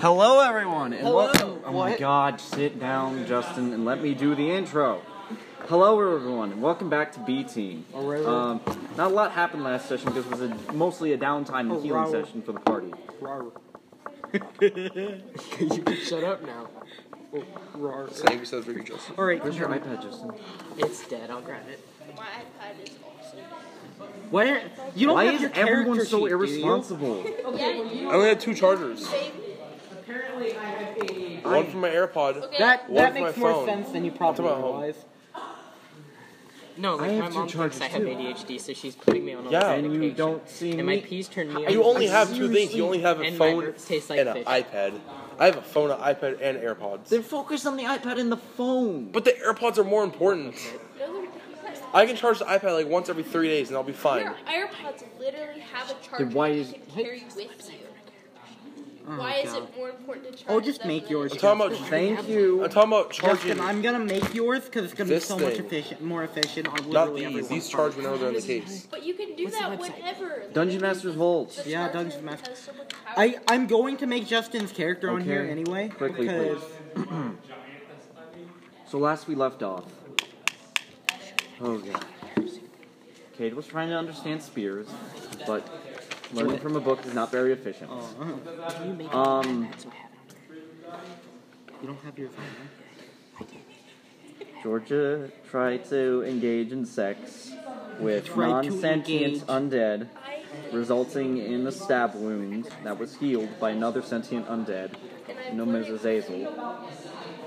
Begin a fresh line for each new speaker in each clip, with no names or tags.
Hello, everyone, and
Hello.
welcome. Oh my
What?
God! Sit down, Justin, and let me do the intro. Hello, everyone, and welcome back to B Team.
Alright.
Um, not a lot happened last session because it was a, mostly a downtime and healing
Alright.
session for the party.
Rar. you can shut up now. Oh, Rar.
Thank you so much, Justin.
All right,
Where's your iPad, Justin?
it's dead. I'll grab it.
My iPad is awesome.
Where you don't
Why
have
is
your
everyone
character
so
sheet, do you?
irresponsible?
I only had two chargers. One for my AirPod.
Okay.
That
One for
that
my
makes more
phone.
sense than you probably
What's about home?
realize. No, like
I have
my
two
mom thinks
chargers,
I have
too.
ADHD, so she's putting me on all
Yeah.
this
and
medication.
you don't see
and my
me.
peas turn me.
You
on.
only have two things. You only have a
And my
phone
burps taste like
and an
fish.
iPad. I have a phone, an iPad, and AirPods.
Then focus on the iPad and the phone.
But the AirPods are more important. I can charge the iPad like once every three days, and I'll be
Your
fine.
AirPods literally have a charger
Then why is-
that you can carry with you.
Oh
Why is it more important to charge?
I'll Oh, just
them
make
than-
yours.
I'm talking about.
Thank you.
I'm talking about charging.
Justin, I'm gonna make yours because it's gonna be
This
so much
thing.
efficient, more efficient on
Not
literally
these.
everyone.
These charge whenever they're in the case.
But you can do that whenever.
Dungeon Master's Vault.
The
Yeah,
charger
Dungeon Master.
has so much power.
I I'm going to make Justin's character on
Okay.
here anyway
Quickly,
because
please. So last we left off. Oh god. Cade was trying to understand spears, but learning from a book is not very efficient.
Oh.
Um,
you don't have your phone. right?
Georgia tried to engage in sex with
Tried to engage.
non-sentient undead,
I
resulting in a stab wound that was healed by another sentient undead,
and I'm
known as
flirting.
Azazel.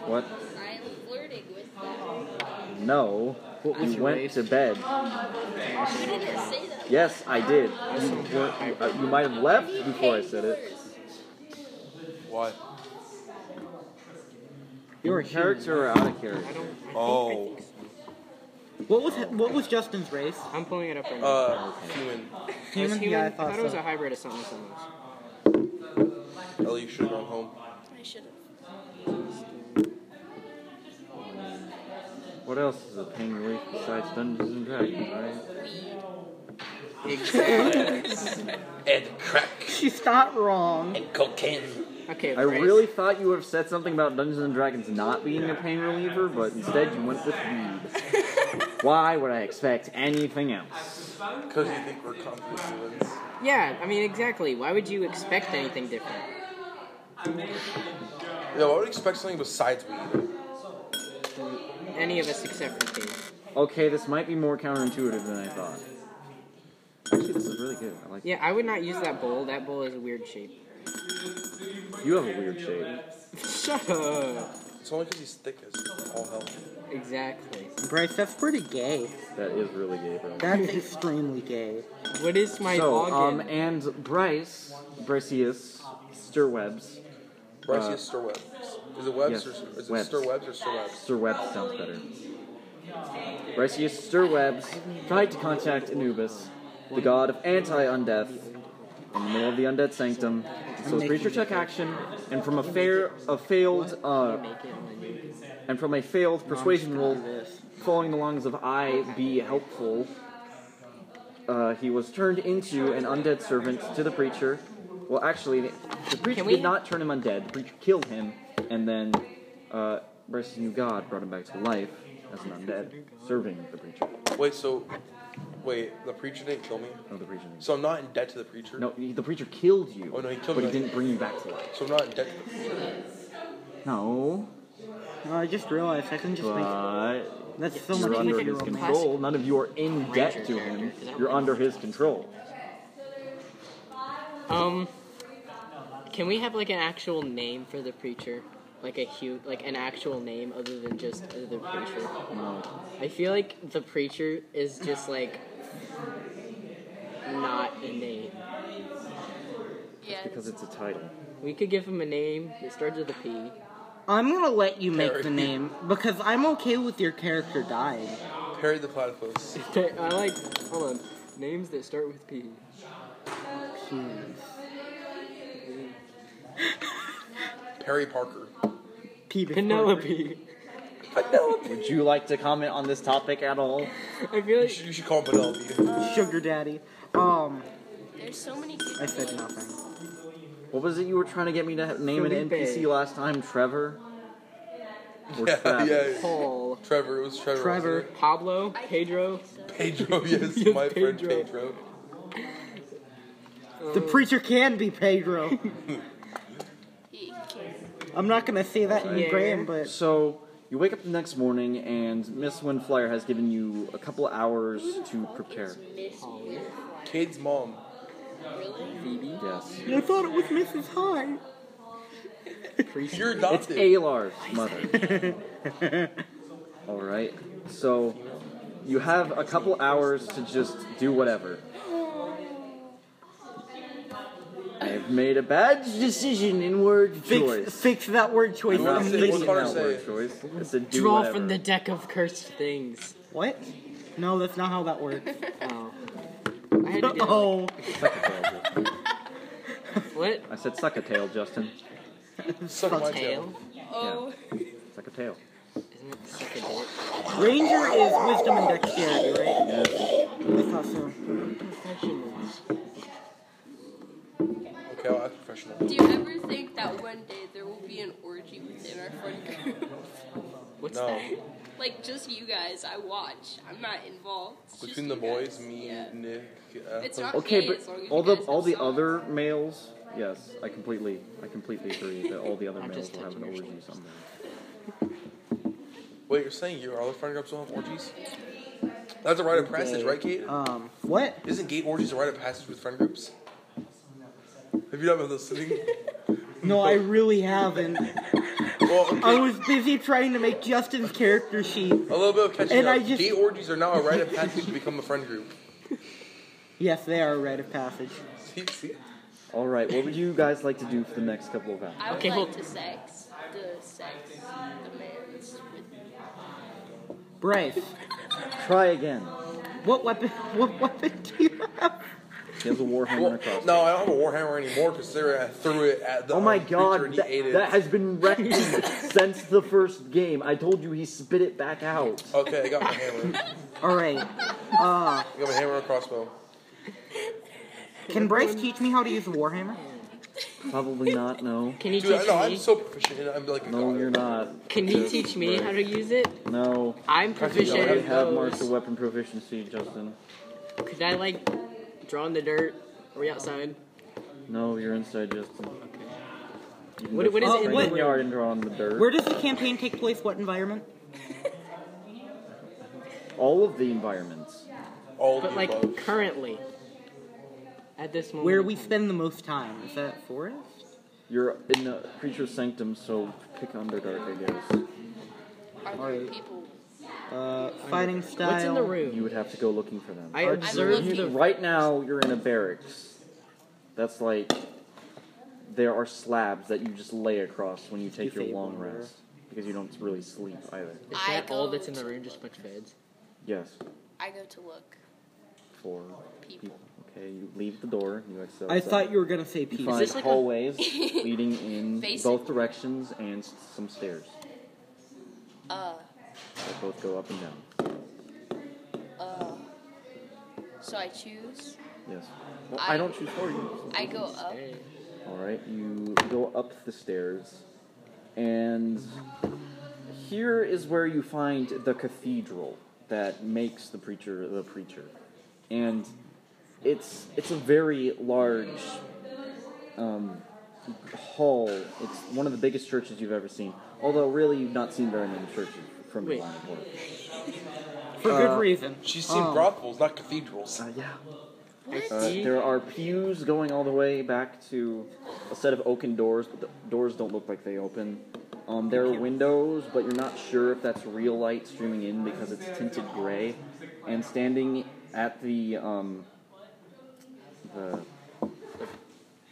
What?
I'm flirting with them.
No.
was
You
your
went
race?
to bed.
You didn't say that.
Yes, I did. You, were, uh, you might have left
You
before I
hate
said it.
yours.
Why?
Your character or out of character?
Oh.
What was what was Justin's race?
I'm pulling it up right now.
Uh, human.
Human?
Human?
Yeah, I
I
thought
thought it was
so.
a hybrid of something. something.
Ellie, you should have gone home.
I should have.
What else is a paying rate besides Dungeons and Dragons, right?
And crack
She's not wrong.
and cocaine.
Okay,
I
race.
really thought you would have said something about Dungeons and Dragons not being a pain reliever, but instead you went with weed. Why would I expect anything else?
Because you think we're confident humans.
Yeah, I mean, exactly. Why would you expect anything different?
Yeah, I would expect something besides weed.
from Any of us except for Kate.
Okay, this might be more counterintuitive than I thought. Actually, this is really good. I like
Yeah, I would not use that bowl. That bowl is a weird shape.
it. You have a weird shape.
Shut up.
It's only because he's thick as all hell.
Exactly.
Bryce, that's pretty gay.
That is really gay, bro.
That's extremely gay.
What is my
So, um,
login?
and Bryce, Bryceus, Stirwebs.
Bryce
Uh,
is Stir Webs. Is it Webs
yes,
or is
Webbs.
it Stir Webs or Stir Webs?
Stirwebs sounds better. Bryceus Stirwebs tried to contact Anubis, the god of anti-undeath, in the middle of the undead sanctum. So his creature check action, and from a fair, a failed, uh, and from a failed persuasion roll, following the lungs of I be helpful, uh, he was turned into an undead servant to the preacher. Well, actually, the, the preacher
Can we-
did not turn him undead. The preacher killed him, and then uh, Bryce's new god brought him back to life as an undead, serving the preacher.
Wait, so wait, the preacher didn't kill me,
No, the preacher. Didn't.
so I'm not in debt to the preacher.
No, he- the preacher killed you.
Oh, no, he killed
but
me.
he didn't bring you back to life.
So I'm not in debt. To the,
No,
No, I just realized I can just make.
but
That's so
you're
much
under
easier
his
to roll.
control. None of you are in debt
Ranger
to him.
character.
You're under his control.
Um, can we have like an actual name for the preacher? Like a huge, like an actual name other than just the preacher.
No.
I feel like the preacher is just like not a name.
Yeah.
Because it's a title.
We could give him a name that starts with a P.
I'm gonna let you make
Character.
the name because I'm okay with your character dying.
Perry the platypus.
I like hold on. Names that start with P.
Penis.
Perry Parker.
Peter.
Penelope.
Would you like to comment on this topic at all?
I feel
You
like
should, you should call him Penelope.
Parker. Sugar daddy. Um,
There's so many good
I said
names.
nothing.
What was it you were trying to get me to ha- name an
Felipe.
NPC last time? Trevor? Or
Yeah,
Travis?
yeah.
Paul,
Trevor, it was Trevor.
Trevor.
wasn't
Pablo, Pedro.
it? Pedro, yes,
Yes,
my friend
Pedro.
Pedro.
uh,
The preacher can be Pedro.
He
I'm not gonna say that in
Yeah.
Graham, but
So you wake up the next morning, and Miss Windflyer has given you a couple hours to prepare.
Miss me,
Kate's mom.
really?
Phoebe,
Yes,
I thought it was Mrs. High.
Creasy.
You're
it's
adopted.
Alar's mother. All right. So you have a couple hours to just do whatever. I've made a bad decision in word
Fix,
choice.
fix that word choice.
I'm not
What's it-
immediately.
fixing
Connor
that word
say?
choice. It's a do
Draw
whatever.
from the deck of cursed things.
What? No, that's not how that works.
Oh. I had to do it.
oh,
What?
I said suck a tail, Justin.
Suck my tail.
Tail?
Oh,
Suck a tail.
Isn't it suck a dick?
Ranger is wisdom and dexterity, right? I thought so.
Professionals.
Okay, I'll act professional.
do you ever think that one day there will be an orgy within our friend group?
What's
No.
that?
like just you guys, I watch. I'm not involved. It's just
Between the
you
boys,
guys.
me,
Yeah.
Nick, uh,
It's not
Okay,
gay as long
but
as
all
you
the
guys
all
have
the
sex.
other males, yes, I completely I completely agree that all the other
I'm
males
just
will have an
touching your
orgy someday.
Wait, you're saying your other friend groups don't have orgies? That's a rite of passage, right, Kate?
Um, what?
Isn't gay orgies a rite of passage with friend groups? Have you not been listening?
No, I really haven't.
well, okay,
I was busy trying to make Justin's character sheet.
a little bit of catching
And
up.
I just-
Gay orgies are now a rite of passage to become a friend group.
Yes, they are a rite of passage.
See, see?
All right, what would you guys like to do for the next couple of hours?
I would
Okay,
like
hold-
to sex the sex the man's with
Bryce,
Try again.
what weapon? What weapon do you have?
He has a warhammer
Well,
across.
no, I don't have a warhammer anymore because I threw it at the
Oh my
um, creature
god,
and he
that,
ate it.
that has been wrecking since the first game. I told you he spit it back out.
Okay, I got my hammer. I
All right. Uh,
got my hammer and crossbow.
Can Bryce teach me how to use a warhammer?
Probably not, no.
Can you
Dude, I
teach
know
me?
I'm so proficient. in it, I'm like a
No,
god.
you're not.
Can you teach me how to use it?
No.
I'm
You
proficient
already
at
have marks of
those.
weapon proficiency, Justin.
Could I like draw in the dirt? Are we outside?
No, you're inside, Justin. You can
What-
go
what is
to
it
the
in
front
the-
yard and draw on the dirt.
Where does the campaign take place? What environment?
All of the environments.
All of
But
the
like
above.
currently, at this moment,
Where we
in time.
spend the most time? Is that forest?
You're in the creature sanctum, so pick Underdark, I guess.
are there
Alright.
people
Uh, fighting style.
What's in the
You
room?
would have to go looking for them.
I
I'm
observed
You-
the
right now, you're in a barracks. That's like there are slabs that you just lay across when you take your
say
long
one
rest because you don't really sleep either.
Is
I
that all
go
that's in the
to-
room? Just a bunch of beds.
Yes,
I go to look.
for
People.
people. Okay, you leave the door. You exit.
I
outside.
thought you were gonna say
You
peace.
find
this like a-
hallways leading in both
Basically.
directions and s- some stairs
Uh
that both go up and down.
uh so I choose.
Yes. Well, I,
I-
don't choose for you.
I go up.
Hey.
All right, you go up the stairs, and here is where you find the cathedral that makes the preacher the preacher, and it's it's a very large um, hall. It's one of the biggest churches you've ever seen. Although, really, you've not seen very many churches from
Wait.
the line of work.
For
Uh,
good reason.
She's seen
Oh.
brothels, not cathedrals.
Uh, yeah.
What?
Uh, there are pews going all the way back to a set of oaken doors, but the doors don't look like they open. Um, there are windows, but you're not sure if that's real light streaming in because it's tinted gray. And standing at the um, the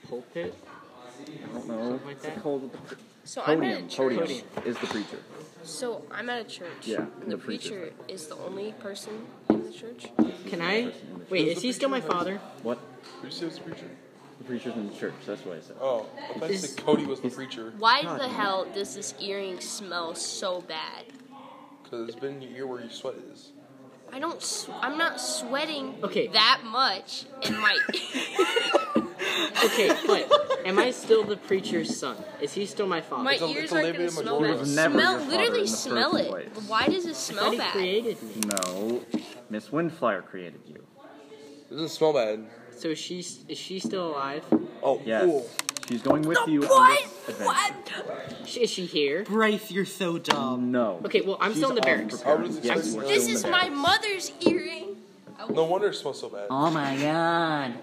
Pulpit.
I don't know,
Something like
what's it
that?
called?
So I'm at a
Podium.
church.
Podium
Podium.
is the preacher.
So I'm at a church.
Yeah,
And
the
the,
preacher.
preacher, is the only person in the church.
Can I? Wait, is he still my father?
What?
Did you say it was a preacher?
The preacher's in the church. That's what I said.
Oh, I thought you
Is-
said Cody was the preacher
Why
God.
the hell does this earring smell so bad?
because it's been your ear where your sweat is.
I don't. Sw- I'm not sweating
Okay.
that much, and my
Okay, but am I still the preacher's son? Is he still my father?
My
It's a-
ears
it's a
aren't
labia
gonna smell
majora.
that.
It was never
Smell,
your father in
literally
the
smell
first
it.
place.
Why does it smell
But he
bad?
created me.
No, Miss Windflower created you.
It doesn't smell bad.
So she's is she still alive?
Oh,
Yes,
ooh.
she's going with you on
What?
this adventure.
What?
She, is she here?
Brace, you're so dumb.
No.
Um, Okay, well, I'm
She's
still in the
all
barracks.
prepared.
I was
Yes,
expecting-
we're
This
still in
is
the
my
barracks.
mother's earring.
No wonder it smells so bad.
Oh my god.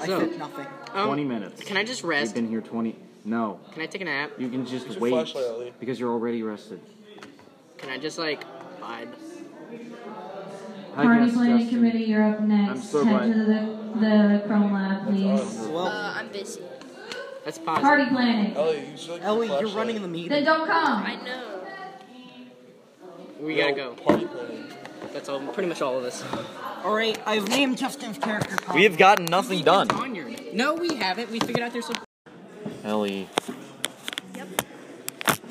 I
So-
said nothing.
Um,
Twenty minutes.
Can I just
You've
rest?
been here twenty. No,
Can I take a nap?
you can just
your
wait
flashlight, Ellie.
because you're already rested.
Can I just like vibe?
Hi,
Party
guest
planning
Justin.
committee, you're up next.
I'm so
Head
glad-
to the, the Chrome Lab, please.
Awesome.
Well,
Uh, I'm busy.
That's pause.
Party planning.
Ellie, you should like
Ellie,
your
you're running the
Then
meeting.
don't
I
come.
know.
We gotta go.
Party planning.
That's all. Pretty much all of us.
Alright, I've named Justin's character.
We have gotten nothing done.
No, we haven't. We figured out there's some.
Ellie. Yep.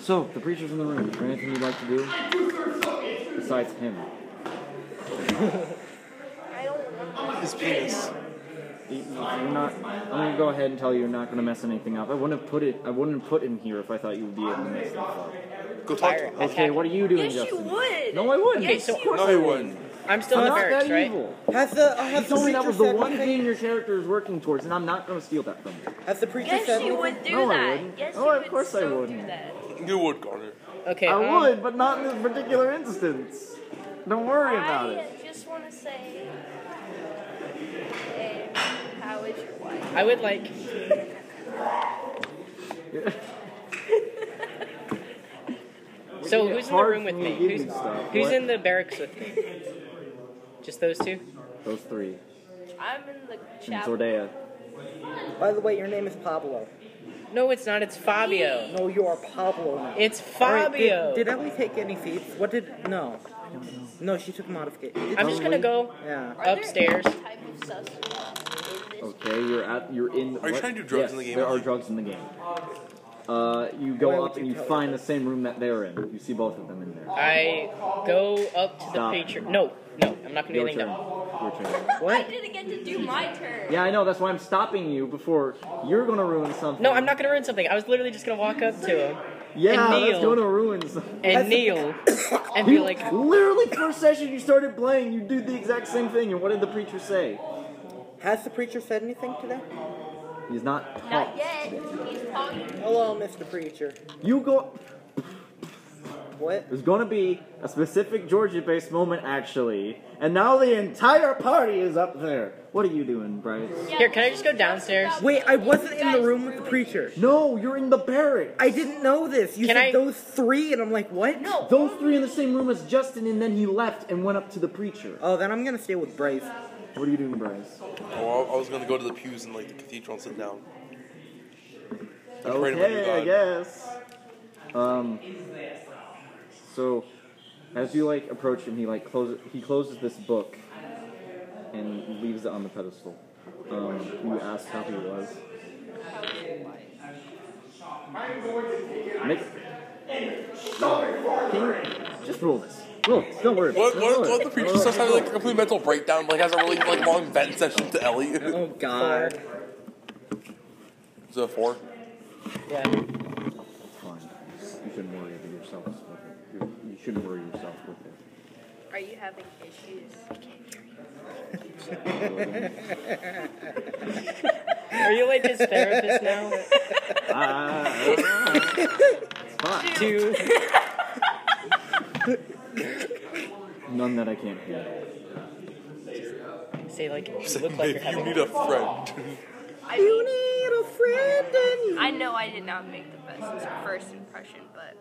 So, the preacher's in the room. Is there anything you'd like to do? Besides him.
His penis.
You- You're not, I'm gonna go ahead and tell you you're not gonna mess anything up. I wouldn't put it. I wouldn't put him here if I thought you would be able to mess things up.
Go talk to him.
Okay, what are you doing,
Yes, you
Justin?
would.
No, I wouldn't.
Yes,
of
you
course
No,
I
he
wouldn't.
wouldn't.
I'm still
I'm
in the
not
barracks,
that
right?
evil.
Has the, uh,
You
has
told me that was the
said
one
nothing?
thing your character is working towards, and I'm not gonna steal that from you.
Has the preacher
Yes,
said
you
anything?
would do
No, I
that.
wouldn't.
Yes,
Oh,
you
of
would
course I
so do
wouldn't.
that.
You would, Garner.
Okay.
I
um,
would, but not in this particular instance. Don't worry about
I
it.
just want to say, hey, how is your wife?
I would like. so who's in the
Hard
room with
for me
me?
to give
Who's,
you stuff.
who's
What?
in the barracks with me? Just those two?
Those three.
I'm in the
And
chapel.
Zordea.
By the way, your name is Pablo.
No, it's not. It's Fabio.
No, you are Pablo now.
It's
Alright, did-
Fabio.
Did, Ellie take any seats? What did. No. No, she took modification.
I'm just gonna go
Yeah.
Are there
upstairs.
any type of substance in this?
Okay, you're at you're in.
Are you trying to do drugs
yes,
in the game?
There are drugs in the game. Uh, you
Why
go
would
up and
you
you
tell
find the same room that they're in. You see both of them in there.
I go up to the
Stop.
preacher. No, no, I'm not gonna do
Your
anything
turn.
dumb.
Your turn.
I
What?
didn't get to do my turn.
Yeah, I know. That's why I'm stopping you before you're gonna ruin something.
No, I'm not gonna ruin something. I was literally just gonna walk up to him
Yeah,
and
that's
kneel.
gonna ruin something.
and kneel and be
You-
like,
literally first session you started playing, you did the exact same thing. And what did the preacher say?
Has the preacher said anything today?
He's not.
Not yet. He's talking.
Hello, Mr. Preacher.
You go.
What?
There's gonna be a specific Georgia-based moment actually, and now the entire party is up there. What are you doing, Bryce?
Here, can I just go downstairs?
Wait, I wasn't in the room with the preacher.
No, you're in the barracks.
I didn't know this. You
Can
said
I-
those three, and I'm like, what?
No.
Those three in the same room as Justin, and then he left and went up to the preacher.
Oh, then I'm gonna stay with Bryce.
What are you doing, Bryce?
Oh, I- I was gonna go to the pews in like the cathedral and sit down. afraid of my new
Okay, I
god.
guess. Um. So, as you like approach him, he like closes. He closes this book and leaves it on the pedestal. Um, you asked how he was. Make. Can you- just roll this. Roll this. Don't worry.
What?
Just
What?
roll it.
What? The preacher
Roll it.
starts having like a complete mental breakdown. Like has a really like long vent session to Ellie. Is
Oh God.
it a four?
Yeah.
Fine. You shouldn't worry about yourself with it. You're, you shouldn't worry yourself with it.
Are you having issues? I can't hear you.
Are you like his therapist now?
Fuck.
Two.
None that I can't hear.
Say like you look like you're
Maybe you
having.
need a friend.
I
You
mean,
need a friend in you.
I know I did not make the best first impression, but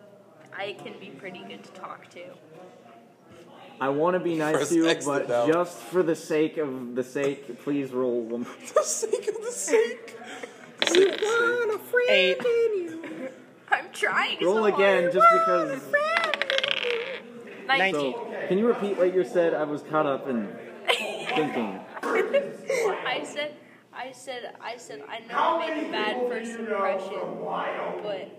I can be pretty good to talk to.
I want to be nice
First
to you,
exit
but
out.
just for the sake of the sake, please roll one.
the sake of the sake.
You want a friend
Eight.
in you.
I'm trying. so
Roll
hard.
again, just because.
Nineteen.
So, can you repeat what you said? I was caught up in thinking.
I said, I said, I said, I know I made a bad first impression, but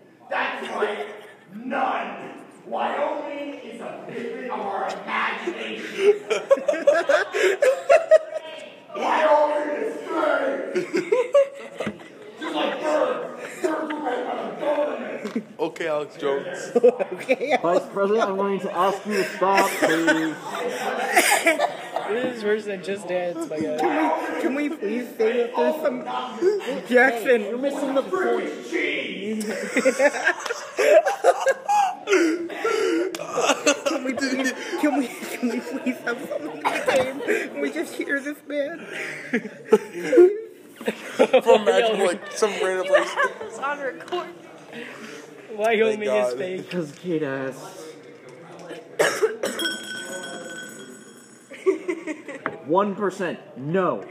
Okay, Alex Jones.
okay.
Vice President, I'm going to ask you to stop, please.
This is worse than just dance, my guy.
Can we please say that there's
Oh,
some Jackson? You're missing the point. can we please? Can we? Can we please have something to game? Can we just hear this man?
From magic, like some random
You
place.
have this on record.
Wyoming is
God.
fake.
Because Kate ass. One percent. No.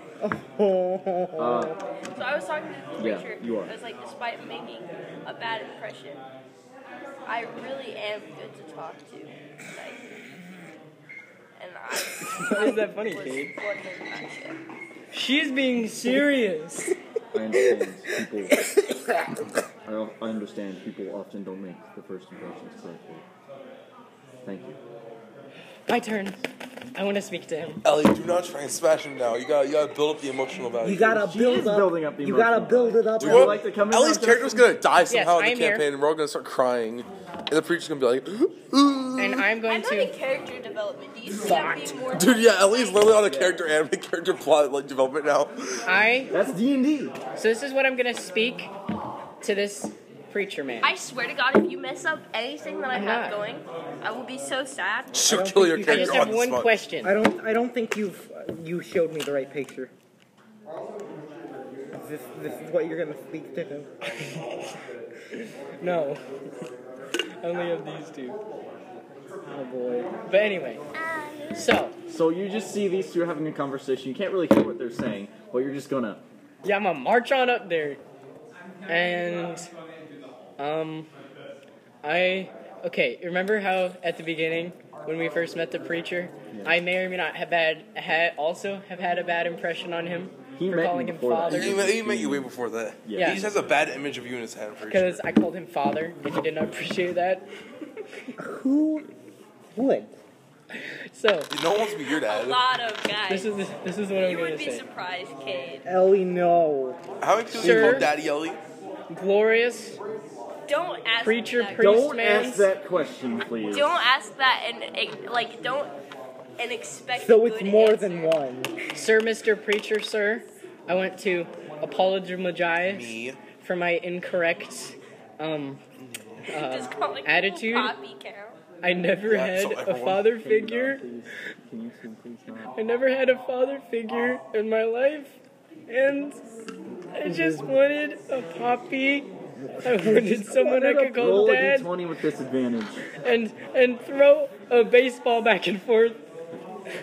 So I was talking to the
Yeah,
teacher.
you are.
I was like, despite making a bad impression, I really am good to talk to. Like, and I
Why is that funny,
was
Kate?
wondering that shit.
She's being serious.
I understand people. I, al- I understand people often don't make the first impressions correctly. Thank you.
My turn. I want to speak to him.
Ellie, do not try and smash him now. You gotta, you gotta build up the emotional value.
You gotta
She
build
is
up.
building up the
you gotta
emotion.
build it up.
Do
you
what?
like to come in
Ellie's
on the-
character's gonna die somehow
I
in
am
the
here.
campaign, and we're all gonna start crying. And the preacher's gonna be like, "Ooh."
And I'm
I'm
going
not in
to.
character development. Do you see that being more?
Dude, yeah, Ellie's literally on a character anime character plot like development now.
I.
That's D and D.
So this is what I'm going to speak to this preacher man.
I swear to God, if you mess up anything that I
I'm
have
not.
going, I will be so sad.
She'll kill your
I
I
character
just
on
have
the
one
spot.
question.
I don't. I don't think you've you showed me the right picture. Is this, this is what you're gonna speak to him.
No. I only have these two. Oh boy. But anyway. So,
So you just see these two having a conversation. You can't really hear what they're saying, but you're just gonna.
yeah, I'm gonna march on up there. And. Um. I. Okay, remember how at the beginning, when we first met the preacher, I may or may not have had, had also have had a bad impression on him
He
for
met you
calling him
before that.
father.
He, ma- he met you way before that.
Yeah.
He just has a bad image of you in his head. For sure.
Because I called him father, and he did not appreciate that.
Who would?
So
No one wants to be your
A
dad.
lot of guys.
this is this is what I'm
you
gonna
would be
say.
surprised, Cade.
Ellie, no.
How many people do you
Sir.
call Daddy Ellie?
Glorious
Don't ask
Preacher,
that.
preach-
Don't ask
man's-
that question, please.
Don't ask that and eh, like don't and expect.
So
a
it's
good
more
answer.
than one.
Sir, Mr. Preacher, sir. I want to apologize
Me.
for my incorrect. Um,
Just calling people
attitude?
Poppy count.
I never
Yeah, so
had a
everyone-
father
Can you not,
figure.
please? Can you two please not?
I never had a father figure in my life, and I just wanted a poppy. I wanted someone I could call
Roll a
dad
d20 with disadvantage.
and and throw a baseball back and forth.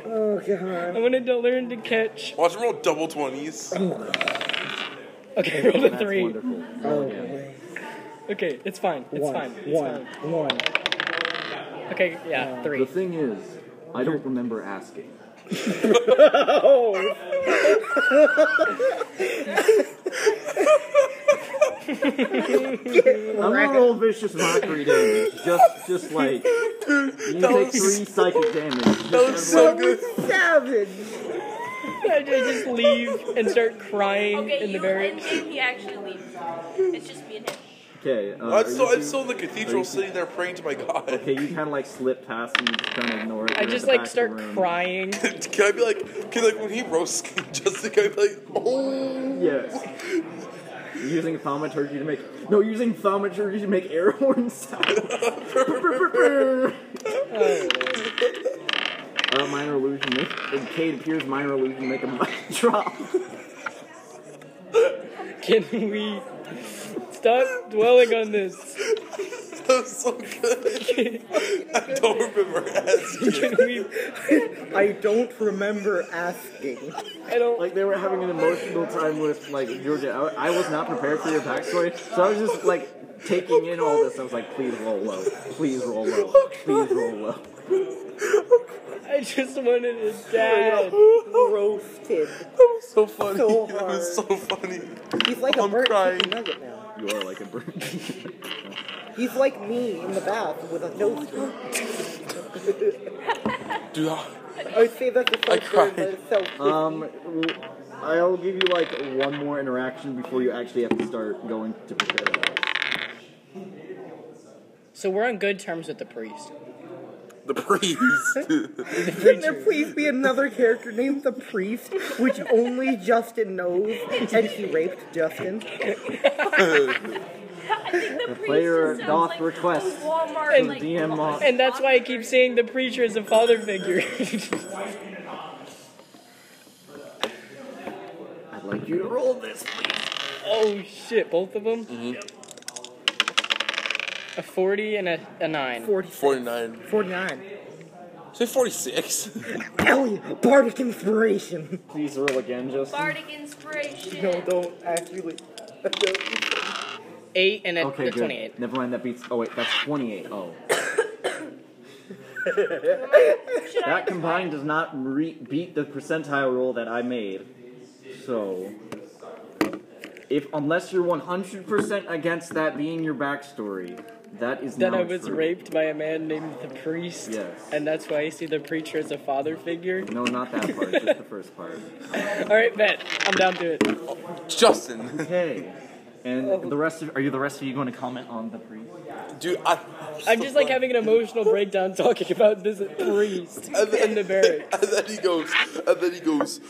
Oh god.
I wanted to learn to catch.
Watch him roll double twenties.
Okay, roll a
That's
three.
wonderful.
Oh,
Okay, it's fine. It's
one,
fine. It's
one, Uh, one.
fine. Okay, yeah,
The
three.
thing is, I don't remember asking.
Oh,
I'm gonna roll vicious mockery damage. Just, just like you take three psychic damage.
That looks so good.
savage.
I just leave and start crying
Okay,
in the
you
barracks.
and him, he actually leaves. It's just me and him.
Okay. Uh,
I'm
are you
still, I'm
two-
still in the cathedral sitting there praying to my god.
Okay, you kind of like slip past and you just kind of ignore it.
I
You're
just
at the
like
back
start
of the room.
crying.
Can I be like, can like when he roasts Justin, can I be like, oh,
Yes. using thaumaturgy to make no, using thaumaturgy to make air horn sound. Uh, minor illusion. Make, and Kate appears. Minor illusion. Make a mic drop.
Can we stop dwelling on this?
that was so good. I don't remember asking.
Can we?
I don't remember asking.
I don't.
Like they were having an emotional time with like Georgia. I, I was not prepared for your backstory, so I was just like taking in all this. I was like, please roll low. Please roll low. Please roll low.
I just wanted a dad.
Roasted.
So funny.
So
That was so funny.
He's like a
I'm
burnt
crying.
chicken nugget now.
You are like a bird.
He's like me in the bath with a toaster.
Dude, I-
I would say that's a
I
toaster, but
cried.
it's so.
Um, w- I'll give you like one more interaction before you actually have to start going to prepare the house.
So we're on good terms with the priest.
The priest.
Can there please be another character named the priest, which only Justin knows, and he raped Justin?
I think the,
player
priest just
doth
sounds like
request
a Walmart,
the
like,
DM mo-
And that's why I keep saying the preacher is a father figure.
I'd like you to roll this.
oh shit, both of them?
Mm-hmm.
A 40 and a, a 9.
40,
49.
49.
Say 46.
Ellie, bardic inspiration.
Please roll again, Justin.
Bardic inspiration.
don't actually.
8 and a,
Okay,
a
good.
28.
Never mind, that beats. Oh wait, that's 28. Oh,
Should I
that combined does not re- beat the percentile roll that I made. So, if unless you're 100% against that being your backstory, that is
Then
not
I was
true.
raped by a man named the priest.
Yes.
And that's why I see the preacher as a father figure.
No, not that part. just the first part.
Alright, bet. I'm down to it.
Justin.
Okay.
Oh.
And the rest of are you the rest of you going to comment on the priest?
Dude, I.
I'm just like having an emotional breakdown talking about this priest in the barracks.
And then he goes, and then he goes,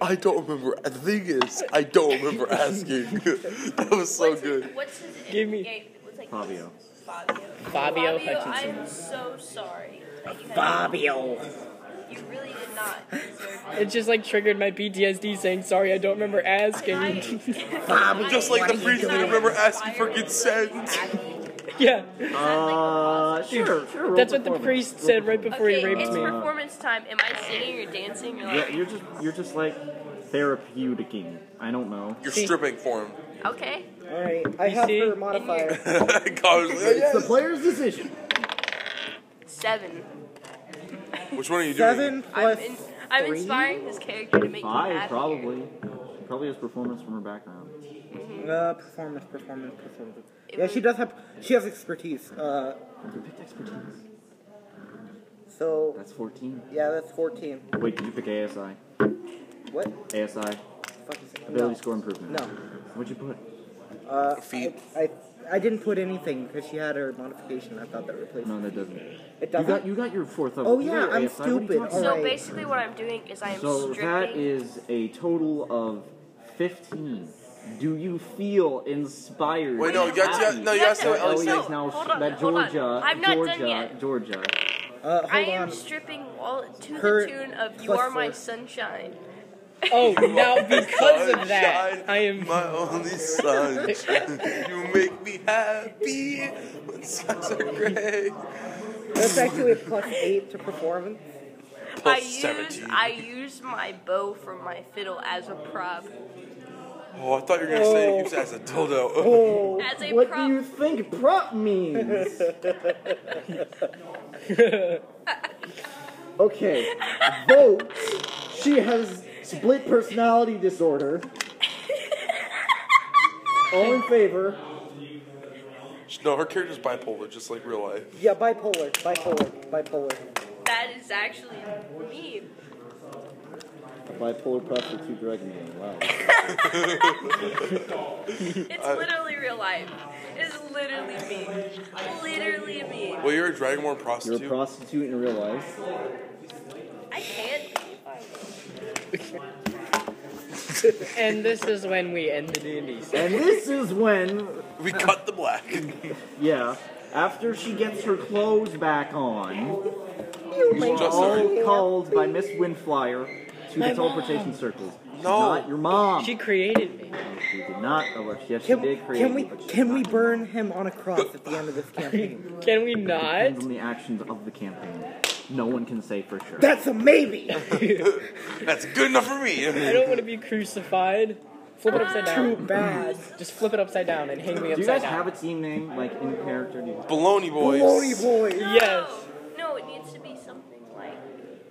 I don't remember. And the thing is, I don't remember asking. that was so
what's
good.
His, what's his
Give me-
name? It was like
Fabio.
Fabio.
Fabio
I
Hutchinson.
am so sorry. That you had-
Fabio.
You really did not deserve
It just like triggered my PTSD saying, sorry, I don't remember asking.
Fabio.
Just like the priest didn't remember asking for consent.
yeah.
Uh, sure, sure. roll
That's what the
performance.
priest
Roll
said right
performance.
before he
Okay,
raped
it's
me.
performance time. Am I singing or dancing? You're
Yeah,
like,
you're just you're just like therapeuticing. I don't know.
You're stripping for him.
okay.
Alright, I
You
have
see?
her modifier.
Carlos, yeah,
It's the player's decision.
Seven.
yeah. Which one are you doing?
Seven
I'm,
plus.
in, I'm
three?
inspiring this character to make him
Five,
happier.
probably. She probably has performance from her background.
Uh, performance, performance, performance. Yeah, she does have. She has expertise. Uh,
You picked expertise.
so
That's 14.
yeah, that's fourteen.
Wait, did you pick ASI?
What?
ASI
The fuck is it?
ability
No.
score improvement.
No.
What'd you put?
Uh,
Feet.
I, I I didn't put anything because she had her modification. I thought that replaced.
No, that doesn't.
It
You
doesn't.
got you got your fourth level.
Oh,
You
yeah,
got your
I'm
ASI. What are you
stupid.
talking
So
Alright.
basically, what I'm doing is I am
So
stripping.
that is a total of 15. Do you feel inspired?
Wait, no,
and
you got-
happy?
no, you
got
So
to-
Ellie
no,
is now
hold on,
that
hold on.
Georgia,
I'm not done
Georgia,
yet.
Georgia.
uh, hold
I am
on.
stripping all to
Her-
the tune of "You
plus
Are My
four.
Sunshine."
Oh, now because of that,
Sunshine,
I am.
my only son. you make me happy when skies are gray.
That's actually a plus eight to performance.
Plus
I use
17.
I use my bow from my fiddle as a prop.
Oh, I thought you were gonna say use it as a dildo.
Oh,
As a
What
prop,
do you think prop means? okay, vote. She has split personality disorder. All in favor?
No, her character's bipolar, just like real life.
yeah, bipolar, bipolar, bipolar.
that is actually me.
Bipolar prostitute drug man. Wow.
It's literally real life. It's literally me. Literally me.
Well, you're a Dragonborn
You're a
prostitute.
prostitute in real life.
I can't.
And this is when we end the D&D. session.
And this is when,
we cut the black.
yeah, after she gets her clothes back on,
Just
all
sorry.
called by Miss Windflyer to the teleportation circles. She's
No.
not your mom.
She created me.
She did not. Oh, well, yes, she
Can,
did create.
can we
you, but she
can
did
we
not
burn him on a cross at the end of this campaign?
Can we not?
Depends on the actions of the campaign. No one can say for sure.
That's a maybe.
That's good enough for me.
I don't want to be crucified. Flip it upside
Too
down.
bad.
Just flip it upside down and hang me
Do you
upside
guys
down.
have a team name, like in character? Do you-
Baloney boys.
Baloney boy.
Yes.
Oh, No, it needs to be something like.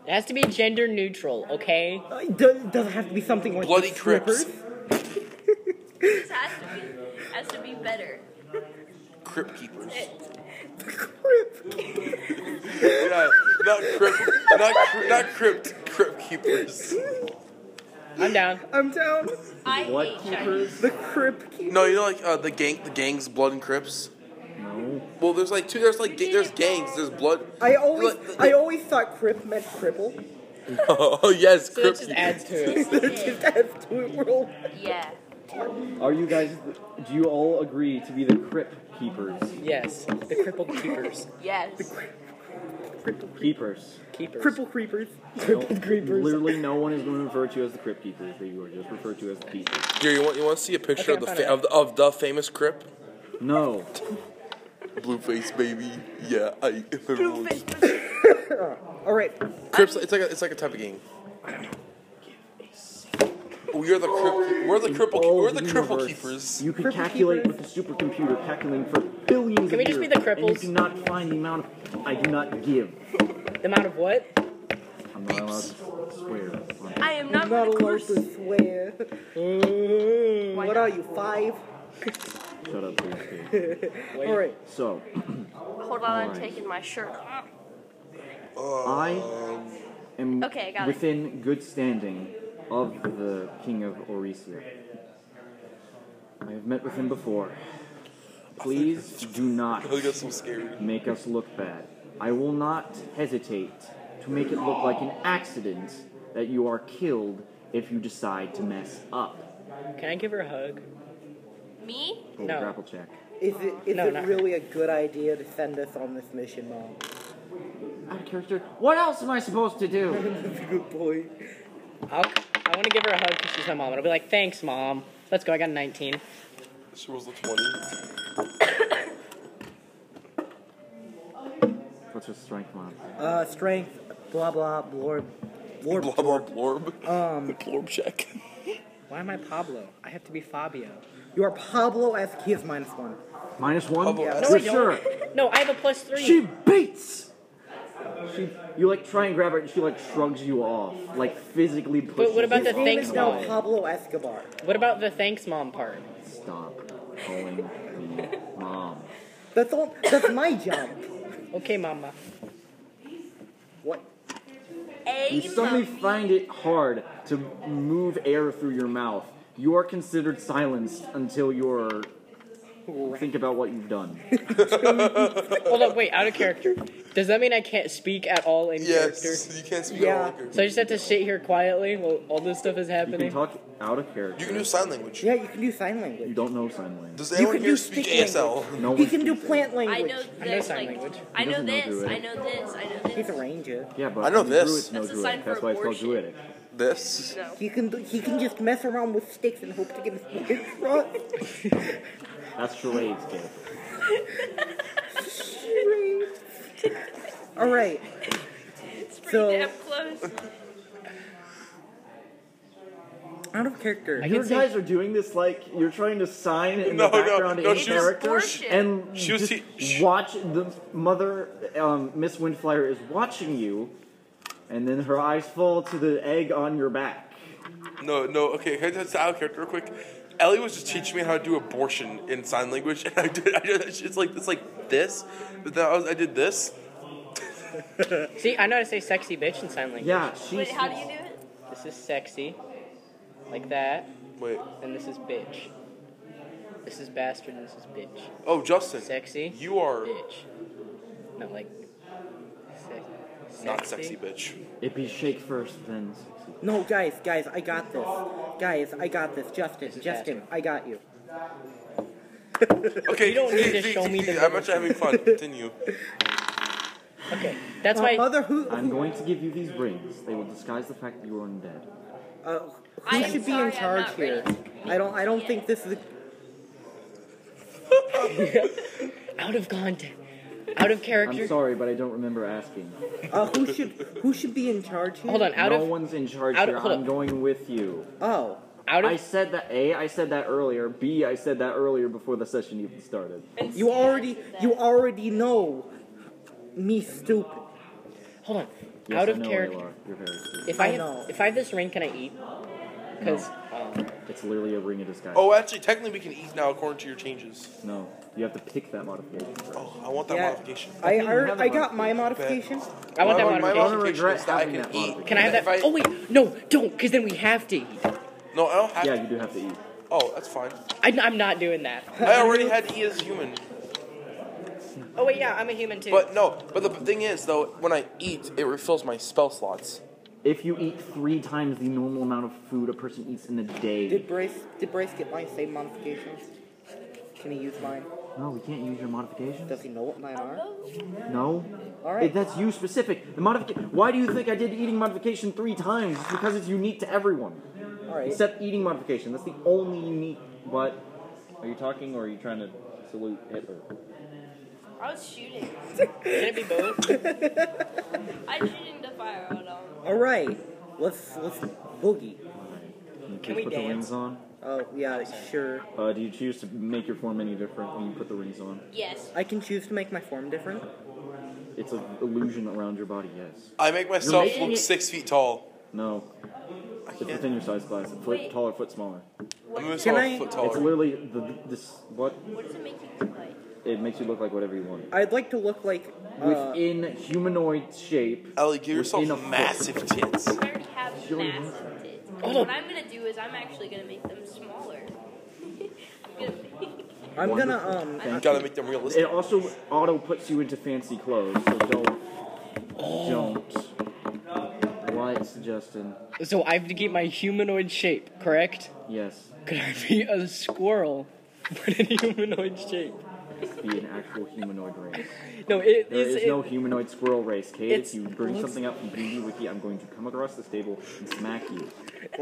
It has to be gender neutral, okay?
Uh, it does- it doesn't have to be something like
Bloody
the
Crips.
strippers.
This has to be has to be better.
Crypt keepers.
Crip.
Yeah, not crypt. Not, cri- not crypt. Crypt keepers.
I'm down.
I'm down.
I hate Chinese.
The crib keeper.
No, you know like uh, the gang, the gangs, Blood and Crips.
No.
Well, there's like two. There's like ga- there's gangs. There's Blood.
I always,
Look,
I always thought crip meant cripple.
oh yes,
So that
Crips.
just adds to it.
They're just adds to it. We're all
Yeah.
Are you guys? Do you all agree to be the crypt keepers?
Yes, the crippled keepers.
Yes.
Keepers.
Keepers.
cripple creepers.
No-
Crippled creepers.
Literally, no one is going to refer to you as the crypt keepers. They are just referred to as the keepers.
Here, you want you want to see a picture
Okay,
of the
I found
fa-
it.
of the, of the famous Crip?
No.
Blueface baby. Yeah, I.
Blueface.
All right.
Crips. It's like a, it's like a type of gang. We are the crip, we're the cripple
all
we're the cripple
universe,
keepers.
You could
Cripple
calculate
keepers?
with the supercomputer, calculating for billions.
Can we
of
just be
years,
the cripples?
And you do not find the amount of. I do not give.
The amount of what?
I'm not allowed to swear.
I am
I'm not
not going to
allowed
curse.
to swear.
Mm.
Why
What
not?
are you five?
Shut up, please.
All right.
So,
Hold on, I'm
Alright.
taking my shirt off.
I am
Okay, I got it.
within good standing of the King of Orisia. I have met with him before. Please do not
I got so scared.
make us look bad. I will not hesitate to make it look like an accident that you are killed if you decide to mess up.
Can I give her a hug?
Me?
Roll
No.
grapple check.
Is it is
No,
it
not
really a good idea to send us on this mission, Mom?
Out of character. What else am I supposed to do?
Good boy.
I'll, I want to give her a hug because she's my mom. And I'll be like, thanks, mom. Let's go. I got a 19.
She rolls a twenty.
What's her strength mod?
Uh, strength. Blah blah. Blorb. Blorb.
Blah blah blorb.
Um.
Blorb check.
Why am I Pablo? I have to be Fabio.
You are Pablo as he is minus one.
Minus one?
Oh,
For
yeah.
No, I don't.
sure.
No, I have a plus three.
She beats. She, you like try and grab her, and she like shrugs you off, like physically pushes.
what about
you
the
off.
Name is
Thanks,
now
Mom.
Pablo Escobar.
What about the thanks, mom part?
Stop calling me mom.
That's all. That's my job.
Okay, mama.
What?
A
You suddenly
mummy.
find it hard to move air through your mouth. You are considered silenced until you're think about what you've done.
Hold up, wait. Out of character. Does that mean I can't speak at all in character?
Yes, you can't speak yeah.
Yeah.
longer.
So I just have to sit here quietly while all this stuff is
You can
happening.
talk out of
You can
character.
do sign language.
Yeah, you can do sign
You
language.
don't know sign language.
Does anyone
can
here
do
speak
stick
ASL?
No
He
one
can do
speaks it.
plant
I
language.
know
I know
this.
sign
like,
language.
I know
Doesn't know
this. I
Druidic.
know this. I know this.
He's a ranger.
Yeah, but
I know
the
this.
Druids know
That's a
Druidic.
sign for
That's why it's called
abortion.
Druidic.
This.
No.
He can do- he can just mess around with sticks and hope to get his hit shot.
That's charades, kid.
All right.
It's pretty
So-
damn close.
Out of character.
I
You
can say,
guys are doing this like you're trying to sign in
No,
the
no,
background
no,
in
she
was-
character,
Bullshit.
and
She was
just
he- sh-
watch the mother um, Miss Windflyer is watching you, and then her eyes fall to the egg on your back.
No, no, okay, can I just out of character real quick? Ellie was just teaching me how to do abortion in sign language, and I did. I did it's like it's like this, but then I, was, I did this.
see, I know how to say sexy bitch in sign language.
Yeah, she.
Wait, how do you do it?
This is sexy, like that,
Wait,
and this is bitch. This is bastard, and this is bitch.
oh Justin,
Sexy.
You are
bitch. No, like. Sex,
not sexy, bitch.
It be shake first, then. sexy.
No, guys, guys, I got this. Guys, I got this. Justin,
This is
Justin, I got you.
Okay,
don't need to
see,
show
see,
me
see,
the
I'm actually having fun. Continue.
Okay, that's
Uh,
why.
mother, who,
I'm
who,
going to give you these rings. They will disguise the fact that you are undead.
uh,
I
who
am
should be
sorry,
in
I'm
charge
not
here?
ready.
I don't. I don't think this is. A,
out of context, out of character.
I'm sorry, but I don't remember asking.
uh, who should who should be in charge here?
Hold on, out
no
of
one's in charge
out of-
here.
hold
I'm
up.
going with you.
Oh,
out
I
of
said that A. I said that earlier. B. I said that earlier before the session even started.
you already you already know me stupid.
hold on,
Yes,
out
I
of
know
character.
You are. You're very stupid.
If I
I
have,
know.
if I have this ring, can I eat? Because um,
It's literally a ring of disguise.
Oh, actually, technically we can eat now according to your changes.
No, you have to pick that modification. first.
Oh, I want that
Yeah.
modification.
I,
think you have
I,
a
I got my
modification.
modification.
I want
My-
that
my
modification.
modification
regret
is that I
having
can
that
eat.
modification.
Can I have that?
If I-
Oh wait, no, don't, because then we have to eat.
No, I don't have.
Yeah,
to.
you do have to eat.
Oh, that's fine.
I, am not doing that.
I already had to eat as a human.
Oh wait, yeah, I'm a human too.
But no, but the thing is though, when I eat, it refills my spell slots.
If you eat three times the normal amount of food a person eats in a day,
Did Brace did Brace get my same modifications? Can he use mine?
no, we can't use your modification.
Does he know what mine are?
No.
All right.
It- that's you specific. The modification. Why do you think I did eating modification three times? It's because it's unique to everyone,
All right.
except eating modification. That's the only unique. What? Are you talking, or are you trying to salute Hitler?
I was shooting.
Can it be both?
I was shooting the fire on them.
All right. Let's let's boogie.
Can
we
put the
dance?
rings on?
Oh yeah, sure.
Uh, do you choose to make your form any different when you put the rings on?
Yes.
I can choose to make my form different.
It's an illusion around your body. Yes.
I make myself
making
look
it-
six feet tall.
No. It's within your size class. A Foot
Wait.
taller, foot smaller.
I'm
What,
myself
does it,
Can
a
I-
foot
It's
taller.
literally the this what
what does it make you look like?
it makes you look like whatever you want.
I'd like to look like. Uh,
Within humanoid shape.
Ellie, give yourself
Within a foot.
massive tits.
I already have
Sure.
massive tits. What I'm gonna do is I'm actually gonna make them smaller. I'm gonna make.
I'm gonna
Wonderful.
um.
You gotta make them realistic.
It also auto puts you into fancy clothes, so don't don't. What, Justin?
so I have to keep my humanoid shape, correct?
Yes,
Could I be a squirrel, but in humanoid shape?
be an actual humanoid race.
No, it
There is
is. It,
no humanoid squirrel race, Kate. If
It's-
you bring
looks-
something up from BB Wiki, I'm going to come across this table and smack you.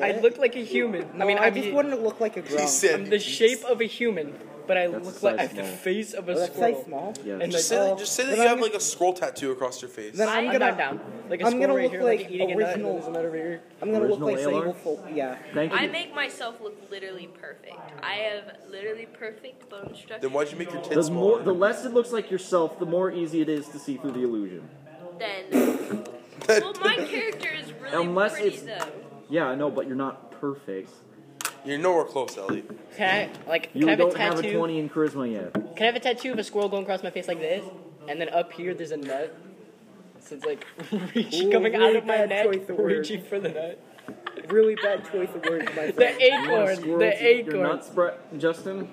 I look like a human.
No,
I mean,
I
I'm,
just
the-
wanted to look like a girl.
He said,
I'm the shape of a human, but I
That's
look
the
like
size
I have the
small.
face of a
Oh, that's
squirrel.
size small.
Yes.
And
just,
like,
say,
oh,
just say that
then
you
I'm
have
gonna-
like a scroll tattoo across your face.
Then I'm
I'm,
gonna.
not down. Like a
I'm
squirrel
gonna
right
look
here,
like
eating a
original-
nut. There's a nut over here.
I'm gonna look
Original
like
Aylor?
Sable Fol- Yeah.
Thank you.
I make myself look literally perfect. I have literally perfect bone structure.
Then why'd you make your tits
the more,
smaller?
the less it looks like yourself, the more easy it is to see through the illusion.
Then. well, my character is really
Unless
pretty
it's-
though.
Yeah, I know, but you're not perfect.
You're nowhere close, Ellie.
Can I, like,
You
can I have a
don't have
tattoo?
a 20 in charisma yet.
Can I have a tattoo of a squirrel going across my face like this? And then up here, there's a nut. So it's like reach,
Ooh,
coming out
really
of my
bad
neck,
choice of words.
reaching for the nut.
Really bad choice of words, my
The
friend.
You want a
acorn,
squirrel
the
to eat your
acorn.
nuts, Brett- Justin?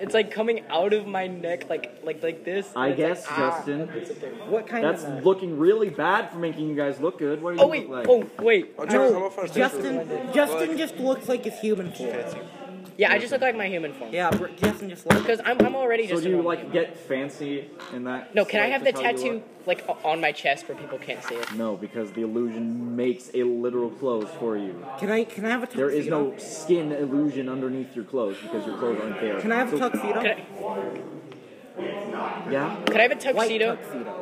It's like coming out of my neck, like like like this.
I
and it's
guess,
like, ah,
Justin.
it's up there.
What kind
That's
of? nut?
looking really bad for making you guys look good. What do you
Oh wait,
look like?
oh wait.
I'm trying to come
No,
up with a
Justin.
picture.
Justin just looks like his human form.
Fancy.
Yeah, I just look like my human form.
Yeah, Br- Justin just looks.
Because I'm I'm already
so
just.
do
a
you
normal
like
human.
get fancy in that?
No, can I
like,
have the
just how you
tattoo
look?
like o- on my chest where people can't see it?
No, because the illusion makes a literal clothes for you.
Can I? Can I have a tuxedo?
There is no skin illusion underneath your clothes because your clothes aren't there.
Can I have a
So-
tuxedo?
Could I,
Yeah,
could I have a
White
tuxedo?
tuxedo.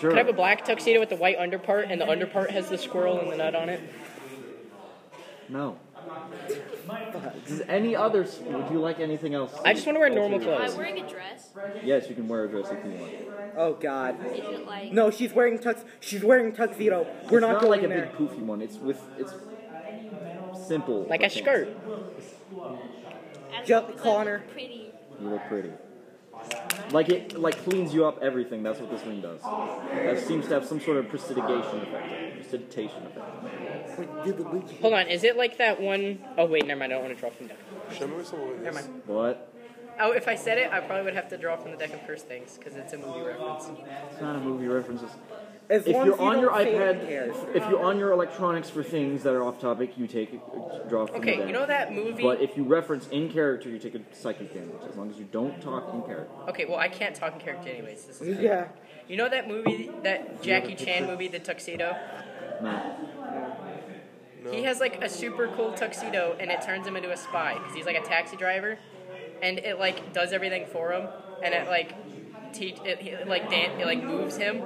sure.
Could I have a black tuxedo with the white underpart and the underpart has the squirrel and the nut on it?
No. Does any other? Would you like anything else?
I just wanna wear normal
Alter your-
Am I wearing a dress?
Yes, you can wear a dress if you want.
Oh God.
Is it like?
No, she's wearing tux. She's wearing tuxedo. We're
it's
not,
not
going
like a
there.
big poofy one. It's with it's simple.
Like
but
a skirt.
I don't
Ju-
know, is that
Connor.
Pretty.
You look pretty. Like it like cleans you up everything. That's what this ring does. That seems to have some sort of precipitation effect. Precipitation effect.
What did the witch-
Hold on, is it like that one Oh wait, never mind, I don't want to draw from the deck.
Show me some of this.
What?
Oh, if I said it, I probably would have to draw from the deck and curse things because it's a movie reference.
It's not a movie references.
As
If
long
you're
as you
on your
don't say
iPad,
who cares.
if you're on your electronics for things that are off topic, you take draw from
Okay,
the
you
deck.
know that movie-
But if you reference in character, you take a psychic damage. As long as you don't talk in character.
Okay, well I can't talk in character anyways. This is
Yeah.
You know that movie that Jackie Chan movie, The Tuxedo?
No.
He has like a super cool tuxedo, and it turns him into a spy because he's like a taxi driver, and it like does everything for him, and it like te- it, it like dan- it like moves him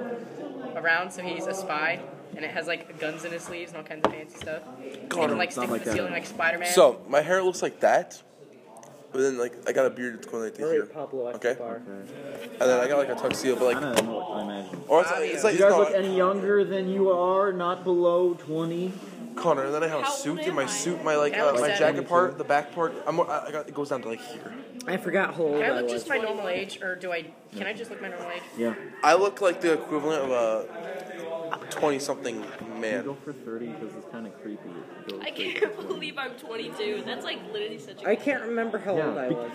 around, so he's a spy, and it has like guns in his sleeves and all kinds of fancy stuff.
God,
and it, like
it's not
sticks
like
to the
that.
ceiling like Spider Man.
So my hair looks like that, but then like I got a beard that's going like to
All
here.
right, Pablo after
okay,
the bar.
and then I got like a tuxedo, but
I
like,
don't know what I imagine.
or it's, it's like
You
it's
guys
not-
look any younger than you are, not below 20.
Connor, and then I have a
How
suit,
old
and my
am I?
suit, my like
That
uh,
was
my
seven.
jacket part, the back part, I'm, I I got, it goes down to like here.
I forgot how old
Can I
I
look
was.
just my normal age, or do I? Can I just look my normal age?
Yeah.
I look like the equivalent of a twenty-something man.
for 30 because it's kind of creepy.
I can't believe I'm 22. That's like literally such a.
I can't remember how
Yeah.
old I was.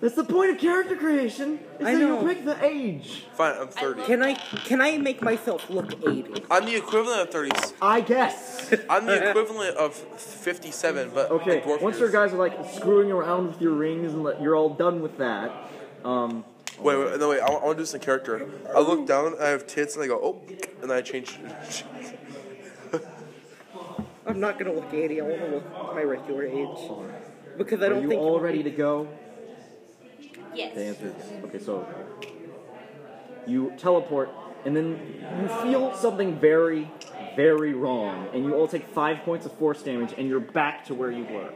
That's the point of character creation. Is
I
that
know.
you pick the age.
Fine, I'm thirty.
Can I can I make myself look 80?
I'm the equivalent of thirty.
I guess.
I'm the equivalent of fifty-seven, but
Okay.
like dwarf
Once your
years.
guys are like screwing around with your rings and like, you're all done with that. Um.
Wait, wait, no, wait. I, want to do some character. I look down, I have tits, and I go, oh, and I change.
I'm not gonna look 80. I want to look my regular age because I
Are
don't
you
think
all ready to go? The
Yes.
answer is yes. Okay, so you teleport, and then you feel something very, very wrong, and you all take five points of force damage, and you're back to where you were.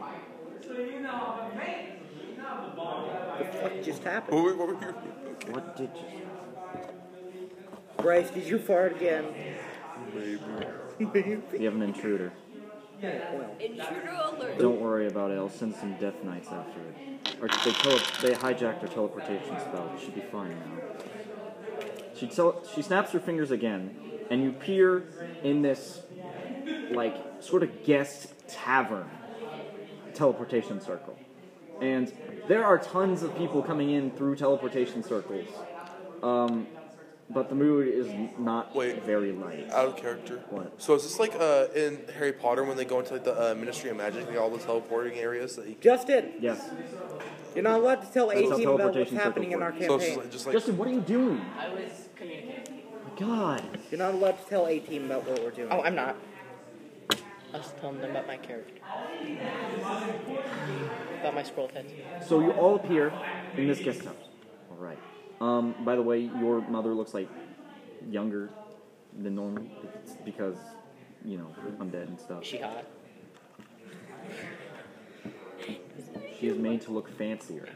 what the fuck just happened.
what were, what were you?
What did you?
Bryce, did you fart again? Maybe.
We have an intruder.
well,
Intruder alert.
Don't worry about it. I'll send some Death Knights after it. Or they tele- they hijacked her teleportation spell. She should be fine now. She tel- she snaps her fingers again, and you peer in this like sort of guest tavern teleportation circle. And there are tons of people coming in through teleportation circles. Um, but the mood is not
Wait. Uh,
very light.
Out of character.
What?
So is this like uh, in Harry Potter when they go into like the uh, Ministry of Magic, like all the teleporting areas? That you,
Justin,
Yes.
you're not allowed to tell
That's how
18 about what's
teleportation
happening in our
circles
so it's just
campaign.
like, just like
Justin, what are you doing?
I was communicating.
My God.
You're not allowed to tell 18 about what we're doing.
Oh, I'm not. I was telling them about my character. About my scroll heads.
So you all appear in this guest house. All right. Um, by the way, your mother looks like younger than normal it's because you know I'm dead and stuff.
Is she hot?
She is made to look fancier.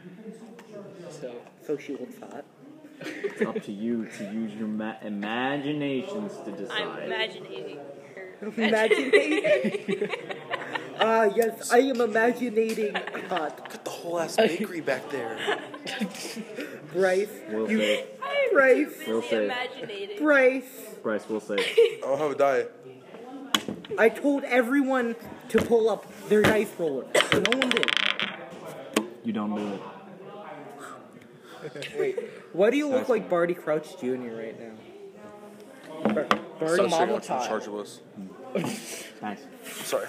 So
so she looks hot.
It's up to you to use your ma- imaginations to
I'm
decide.
imaginating her.
Imaginating. Ah, yes, I am imaginating hot.
look at the whole ass bakery back there.
Bryce,
We'll
you
say,
I'm
Right.
too busy
We'll say it.
imaginating.
Bryce,
Bryce. We'll say.
I'll have a die.
I told everyone to pull up their dice roller. No one did.
You don't do it.
Why do you look like Barty Crouch Jr. right now? Bar- Barty,
Some- model
what's in
tie.
charge of us.
Nice.
Sorry.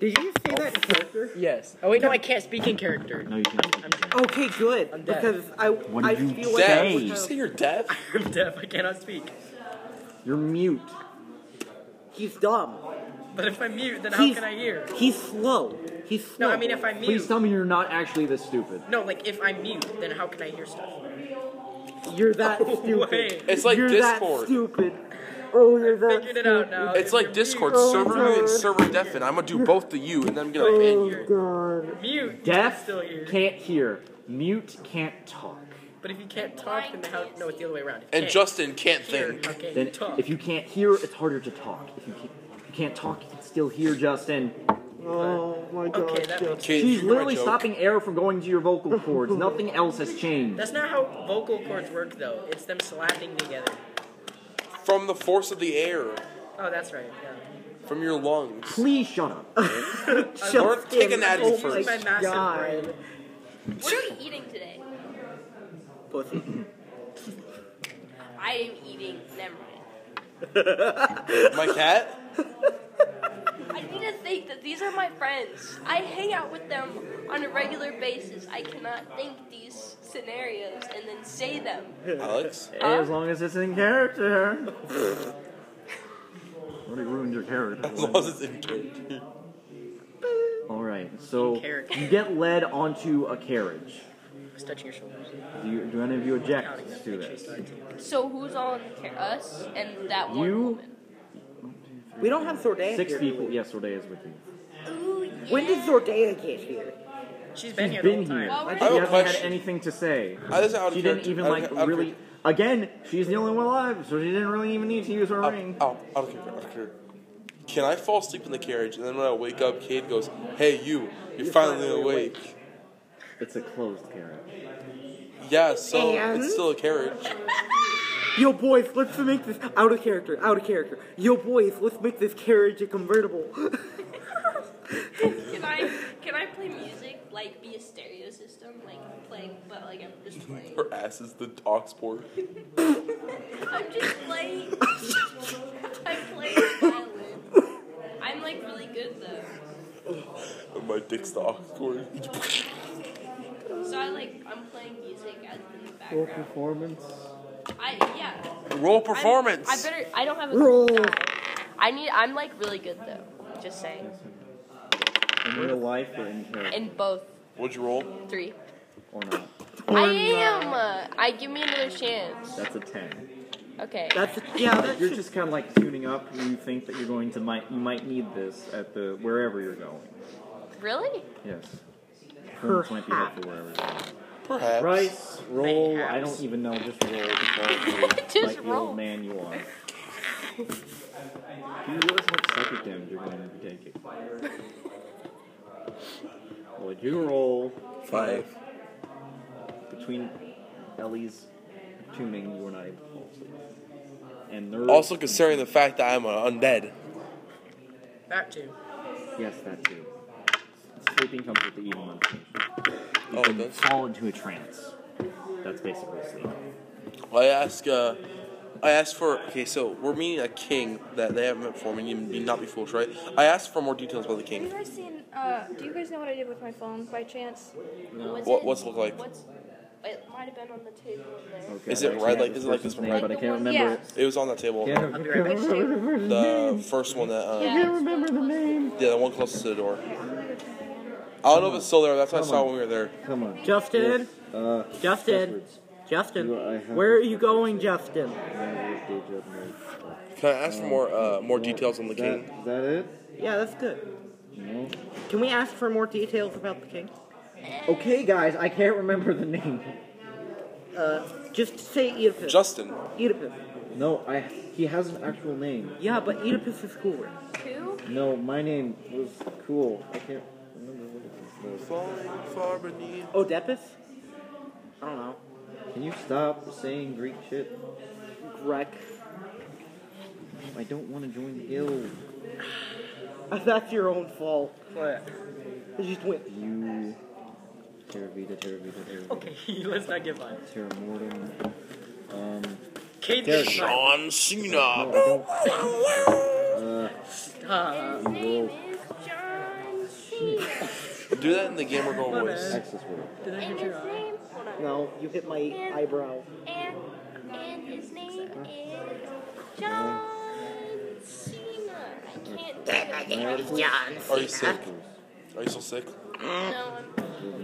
did you say that in character?
yes. Oh wait, no, I can't speak in character.
No, you can't.
Okay, good.
I'm dead.
because I
What
I
did you
feel
say?
like I
Did you
have-
say you're deaf?
I'm deaf. I cannot speak.
You're mute.
he's dumb.
But if I'm mute, then
he's, He's slow. He's slow.
No, I mean if I'm
Please
mute.
tell me you're not actually this stupid.
No, like if I'm mute, then how can I hear stuff?
you're that
No
stupid.
way.
It's like
you're that
Discord.
stupid. Oh, you're that
Figured it out now.
It's like Discord,
Oh,
server mute and
God.
server deaf, and I'm gonna do both to you, and then I'm gonna ban you.
Oh god.
Mute.
Deaf
Still here.
can't hear. Mute can't talk.
But if you can't talk, then how? No, it's the other way around. If you
And
can't
Justin can't
hear,
think.
how can
Then
you talk?
if you can't hear, it's harder to talk. If you can't, if you can't talk, you can still hear Justin.
Oh my god.
okay, that makes.
Kate,
She's
you know my
literally
joke.
stopping air from going to your vocal cords. Nothing else has changed.
That's not how vocal cords work, though. It's them slapping together.
From the force of the air,
Oh, that's right. Yeah.
from your lungs.
Please shut up.
Justin,
We're kicking at you
oh
first.
my
My massive
god.
brain.
What are we eating today?
Pussy.
I am eating. Never mind.
My cat?
I need to think that these are my friends. I hang out with them on a regular basis. I cannot think these scenarios and then say them.
Alex?
as long as it's in character. Already ruined your character.
As long as it's in character.
All right, so
In character.
you get led onto a carriage.
I was touching your shoulders.
Do, you, do any of you
Outing
object
that
to
picture
this?
started.
So who's on ca- us and that one
You?
woman?
We don't have Zordaya
Six
here.
people. Yes, Sorday is with you.
Ooh, yeah.
When did Zordaya get here?
She's been here the whole
Been here.
time.
Well, we're
She
not-
I have a
hasn't had
question.
anything to say.
I was out of
She
character.
didn't even
out of-
like
out of
really. Again, she's the only one alive, so she didn't really even need to use her
character.
ring.
Out, out, out of character. Out of character. Can I fall asleep in the carriage? And then when I wake up, Cade goes, Hey, you, you're, finally, awake.
It's a closed carriage.
Yeah, so
And?
it's still a carriage.
Yo, boys, let's make this out of character, out of character. Yo, boys, let's make this carriage a convertible.
Can I can I play music like be a stereo system like playing but like I'm just playing
Her ass is the dog sport.
I'm just playing I'm playing violin. I'm like really good though.
And my dick's the ox cord.
So I like I'm playing music as in the background.
Performance.
I yeah.
Roll
I'm-
performance.
i better I don't have a
Roll.
I need I'm like really good though. Just saying.
In real life or in character
In both
What'd you roll?
three.
or not.
Oh,
I am. uh, I give me another chance.
That's a ten.
Okay.
That's yeah. That
You're
should-
just kind of like tuning up. You think that you're going to might you might need this at the wherever you're going.
Really?
Yes. Perhaps. Might be helpful wherever you're going.
Perhaps.
Price, roll. I don't even know. Just roll. Roll.
Just
like the
roll.
old man you are. Do you realize how much psychic damage you're going to be taking? Would you roll
Five.
between Ellie's tuning? You were not able to fall asleep. And there
Also considering the fact that I'm an undead.
That too.
yes, that too. Sleeping comes with the evil mention.
Oh, it does?
Fall into a trance. That's basically sleep.
I ask. Uh, I asked for. Okay, so we're meeting a king that they haven't met for. We need to not be foolish, right? I asked for more details about the
Have you
king.
guys seen? Uh, do you guys know what I did with my phone by chance?
Was
What-
it-
what's it look like?
What's, it might have been on the table there. Oh,
Okay,
Is
I
it red
can't
like- is it like
person's
this one
name,
red?
But I
Like
can't
the one-
remember.
yeah.
it.
It was on that table.
Can't remember
right back.
the
The
name.
first one that. Uh,
Yeah.
remember the name.
yeah, the one closest to the door. I don't know if it's still there. That's what I
Come
saw
on.
when we were there.
Come on.
Justin?
Yes, Uh,
Justin,
Westwards.
Justin,
Do I have-
where are you going, Justin?
Can I ask for more uh, more details on the
Is that-
king?
Is that it?
Yeah, that's good.
No.
Can we ask for more details about the king?
Okay, guys, I can't remember the name.
Just say Oedipus.
Justin.
Oedipus.
No, I. He has an actual name.
Yeah, but Oedipus is cooler.
Two?
No, my name was cool. I can't remember what it was.
Oedipus? I don't know.
though. Can you stop saying Greek shit?
Greg.
I don't want to join the guild.
That's your own fault. I just went.
You. Terra Vita, Terra Vita, Terra Vita,
Okay, let's not get violent.
Terra Mortem. Um.
Kate
Derek.
gets violent.
John
No, I
Cena.
don't. Uh,
His name is John Cena.
Do that in the gamer girl voice.
access world.
Did I
And
hit
his
your eye?
name hold on.
No, you hit my eyebrow.
And and his name is John Cena. I can't do it.
Are you sick? Are you still sick?
No, I'm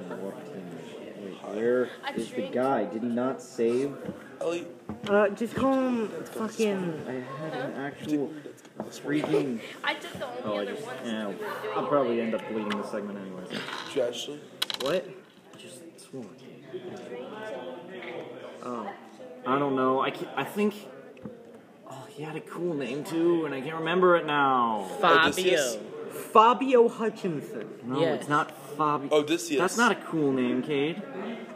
Wait, where
I
is the
drink.
guy? Did he not save?
Ellie.
Uh, just call him fucking.
I had an actual freaking.
I took the only
Oh, I
other
just.
ones
Yeah,
we were doing
I'll
it
probably
later.
end up bleeding this segment anyways.
Did you actually?
What?
Just swore. Oh, I don't know. I can't, I think. Oh, he had a cool name too, and I can't remember it now.
Odysseus?
Fabio.
Fabio Hutchinson.
No,
Yes.
it's not Fabio.
Odysseus.
That's not a cool name, Cade.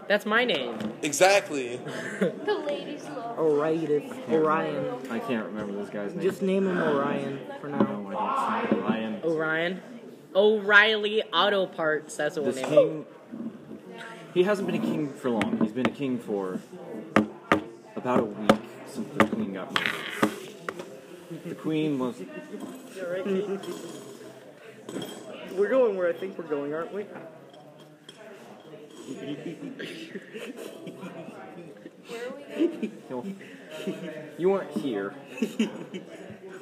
That's my name.
Exactly.
The ladies love.
Orion. Orion.
I can't remember this guy's name.
Just name him Orion for now.
no, I don't Oh, see Ryan.
Orion. O'Reilly Auto Parts. That's the one
This
name.
king. He hasn't been a king for long. He's been a king for about a week since the queen got murdered. The queen was.
We're going where I think we're going, aren't we?
Where are we going?
No, you weren't here.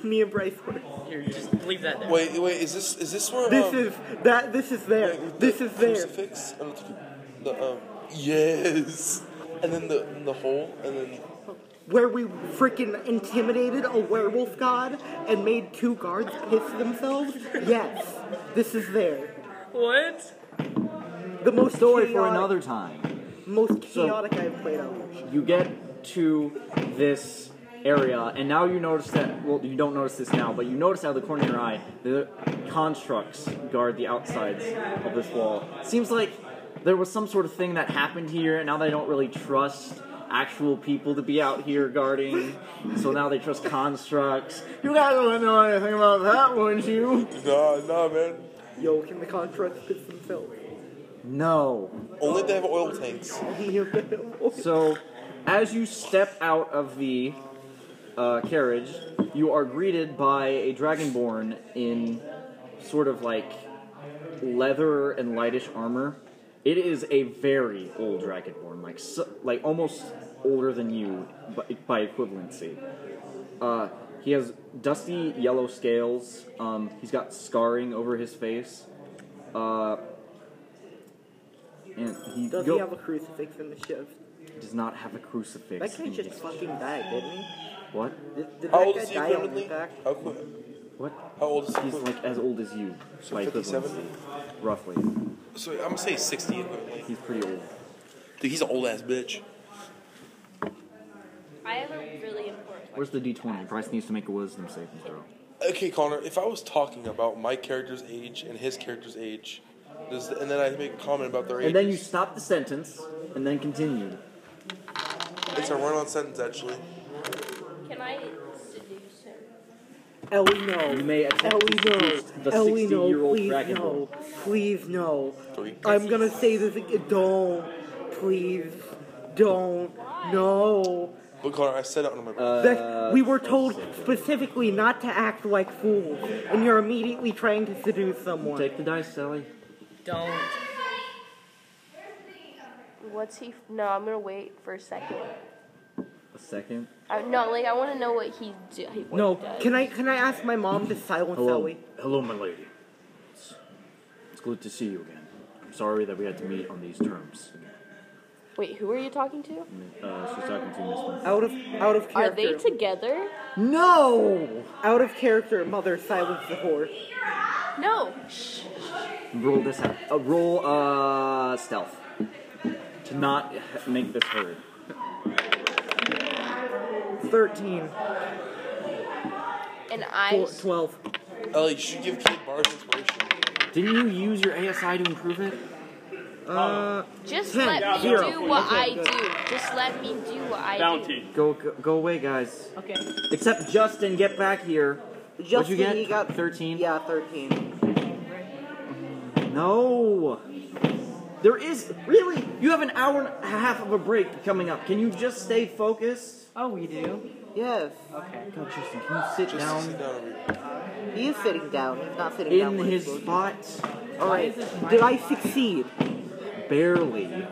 Me and Bryce were.
Oh.
Here, just leave that there.
Wait, wait. Is this is this where?
This
um,
is that. This is there.
wait, with
This
the
is there.
Crucifix. and the- The um. Yes. And then the the hole and then
Where we freaking intimidated a werewolf god and made two guards piss themselves. Yes, this is there.
What?
The most
Story
chaotic,
for another time.
most
So-
chaotic I've played on.
You get to this area, and now you notice that. Well, you don't notice this now, but you notice out of the corner of your eye the constructs guard the outsides of this wall. Seems like there was some sort of thing that happened here, and now they don't really trust actual people to be out here guarding. so now they trust constructs. You guys don't know anything about that, would you?
Nah, nah, man.
Yo, can the contracts piss themselves?
No.
Only if they have oil tanks.
So, as you step out of the uh, carriage, you are greeted by a dragonborn in sort of like leather and lightish armor. It is a very old dragonborn, like so, like almost older than you by, by equivalency. Uh, he has dusty yellow scales. Um, he's got scarring over his face. Uh, and he
Does
go-
he have a crucifix in the shift?
does not have a crucifix.
That guy
in
just
his-
fucking died, didn't he?
What?
Did, did
How
Oh,
that
old
guy
is he
die on
currently?
impact?
How, qu-
What?
how old is he?
He's like as old as you, by
57?
equivalency, roughly.
So I'm gonna say 60 equivalently.
He's pretty old.
Dude, he's an old ass bitch.
I have a really important
Where's
question.
the d20? Bryce needs to make a wisdom saving throw.
Okay, Connor, if I was talking about my character's age and his character's age, does, and then I make a comment about their age,
And then you stop the sentence and then continue.
it's a run-on sentence actually.
Can I seduce him?
Ellie, no.
You may attempt
Ellie,
to
no.
seduce the
Ellie, no.
60-year-old
Please,
dragon
no. Please, no.
Three.
I'm gonna say this again. Don't. Please. Don't. No.
Look, Connor, I said it on my.
Uh,
That, we were told specifically not to act like fools, and you're immediately trying to seduce someone.
Take the dice, Sally.
Don't.
What's he? No, I'm gonna wait for a second.
A second.
I, no, like I want to know what he do. What
No,
he does.
can I can I ask my mom to silence
Hello.
Ellie?
Hello, my lady. It's- It's good to see you again. I'm sorry that we had to meet on these terms.
wait? Who are you talking to?
Uh, she's talking to you, Miss Winston.
Out of out of
Are
character.
they together?
No!
out of character, mother silence the horse.
No.
Roll this out. Uh, roll uh, stealth. To not h- make this heard.
Thirteen.
And
Four,
I.
Twelve.
Ellie, you should give Kate Barnes inspiration.
Didn't you use your ASI to improve it?
Just
Ten,
let me
zero.
do what
Okay,
I
good.
do. Just let me do what I do.
Bounty.
Go, go, go away, guys.
Okay.
Except Justin, get back here. What'd you
Justin,
get?
he got
13?
Yeah, thirteen.
No. There is really. You have an hour and a half of a break coming up. Can you just stay focused?
Oh, we do.
Yes,
Okay.
God, Justin, can you sit
Just sit
down
down over here.
he is sitting down. He's not sitting down.
in
when
his
he's looking.
spot?
All right. Did I succeed?
barely.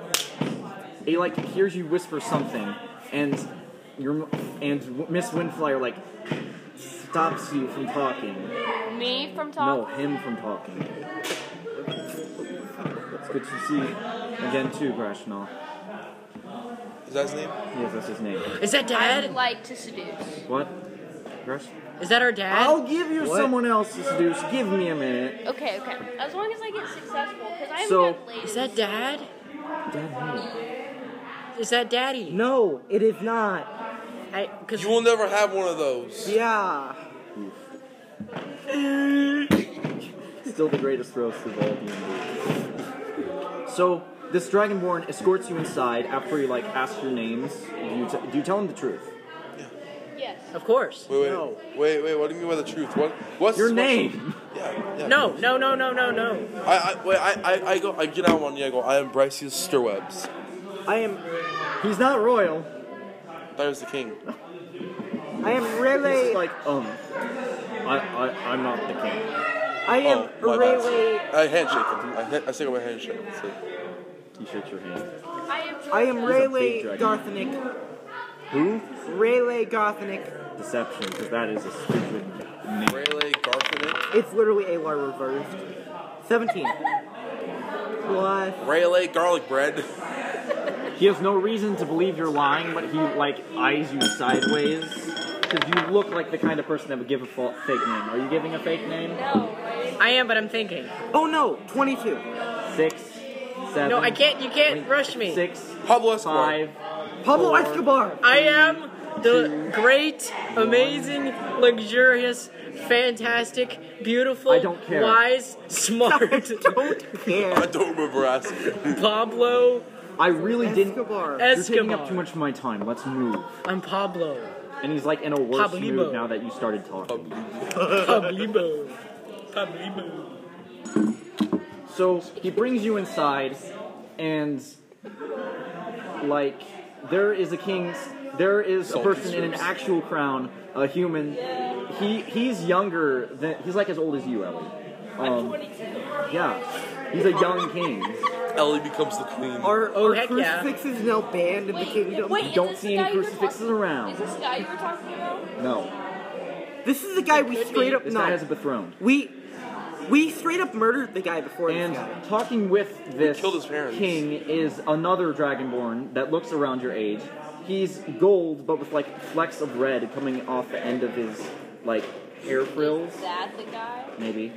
He like hears you whisper something, and your and Miss Windflyer like stops you from talking.
Me from
No,
talking.
him from talking. It's good to see again too, Grashnall.
Is that his name?
Yes, that's his name.
Is that
I would
dad?
like to seduce.
What? Grash?
Is that our dad?
I'll give you someone else to seduce. Give me a minute.
Okay, okay. As long as I get successful, because I haven't
So-
done ladies.
Is that dad?
Dad,
Is that daddy?
No, it is not.
I, cause
You will never have one of those.
Yeah.
no. Still the greatest roast of all D&D. So this dragonborn escorts you inside after you like ask your names. Do you, t- do you tell him the truth?
Yes.
Of course.
Wait, wait,
No.
wait, wait. What do you mean by the truth? What? What's
Your
what's-
name.
Yeah, yeah.
No, no, no, no, no, no.
I, I, wait, I, I, I go. I get out on you. I go. I am Bryce's Stirwebs.
I am.
He's not royal.
That was the king.
I am
He's
really.
just like um. I, I I'm not the king.
I am
Oh, my bad.
really.
I handshake him. I, ha- I shake my handshake. It's like,
You shake your hand.
I am.
I am
Georgia.
Rayleigh
dragon.
Gothinic.
Who?
Rayleigh Gothinic.
Deception, because that is a stupid name.
Rayleigh Garfinet.
It's literally Alar reversed. 17. Plus.
Rayleigh garlic bread.
He has no reason to believe you're lying, but he like eyes you sideways because you look like the kind of person that would give a fa- fake name. Are you giving a fake name?
No. I-
I am, but I'm thinking.
Oh no! 22.
Six, seven.
No, I can't. You can't
wait,
rush me.
Six,
Pablo Escobar.
five.
Pablo
Four.
Escobar!
I am
the great, amazing, luxurious, fantastic, beautiful,
I don't care.
wise, smart
I
Yeah.
don't remember asking.
Pablo.
I really didn't.
Escobar.
You're taking up
Escobar.
too much of my time. Let's move.
I'm Pablo.
And he's like in a worse
Pablito.
mood now that you started talking.
Pablo. Pablo.
So he brings you inside, and like there is a king's, there is a
Salty
person in an
strips.
actual crown, a human. He he's younger than he's like as old as you, Ellie. Um, yeah, he's a young king.
Ellie becomes the queen.
Our,
Oh,
our
heck yeah.
crucifix is now banned in the kingdom.
wait, is
Don't
this
see
the
any
guy you were
crucifixes
talking-
around.
Is this the guy you were talking about?
No,
This is the guy we straight up
this
no.
guy has dethroned.
we we straight up murdered the guy before
And
this guy.
talking with this
killed his parents.
king is another dragonborn that looks around your age. He's gold, but with like flecks of red coming off the end of his like hair frills,
Is that the guy?
maybe.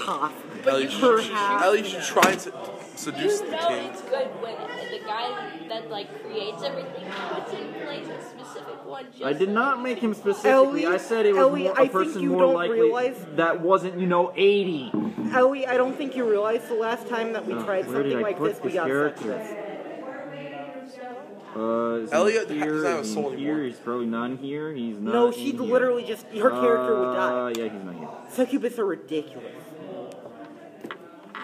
Pop.
Ellie should, should-
Perhaps.
Ellie should try and sed- seduce
You
the
know
king.
it's good when the guy that like creates everything puts in place a specific one. Just
I did not make him specifically.
Ellie-
I said it was
Ellie,
more, a
I think
person
you
more
don't
likely
realize-
that wasn't, you know, 80.
Ellie, I don't think you realized the last time that we
Oh,
tried
where did
something
I
like
put
this, we
this
got
character? Uh, is he
Elliot
here?
doesn't have a
Is he
soul anymore.
here? He's probably not in here. He's not.
No,
in
she'd
here.
literally just her character would
Uh,
die.
yeah, he's not here.
Succubus are ridiculous.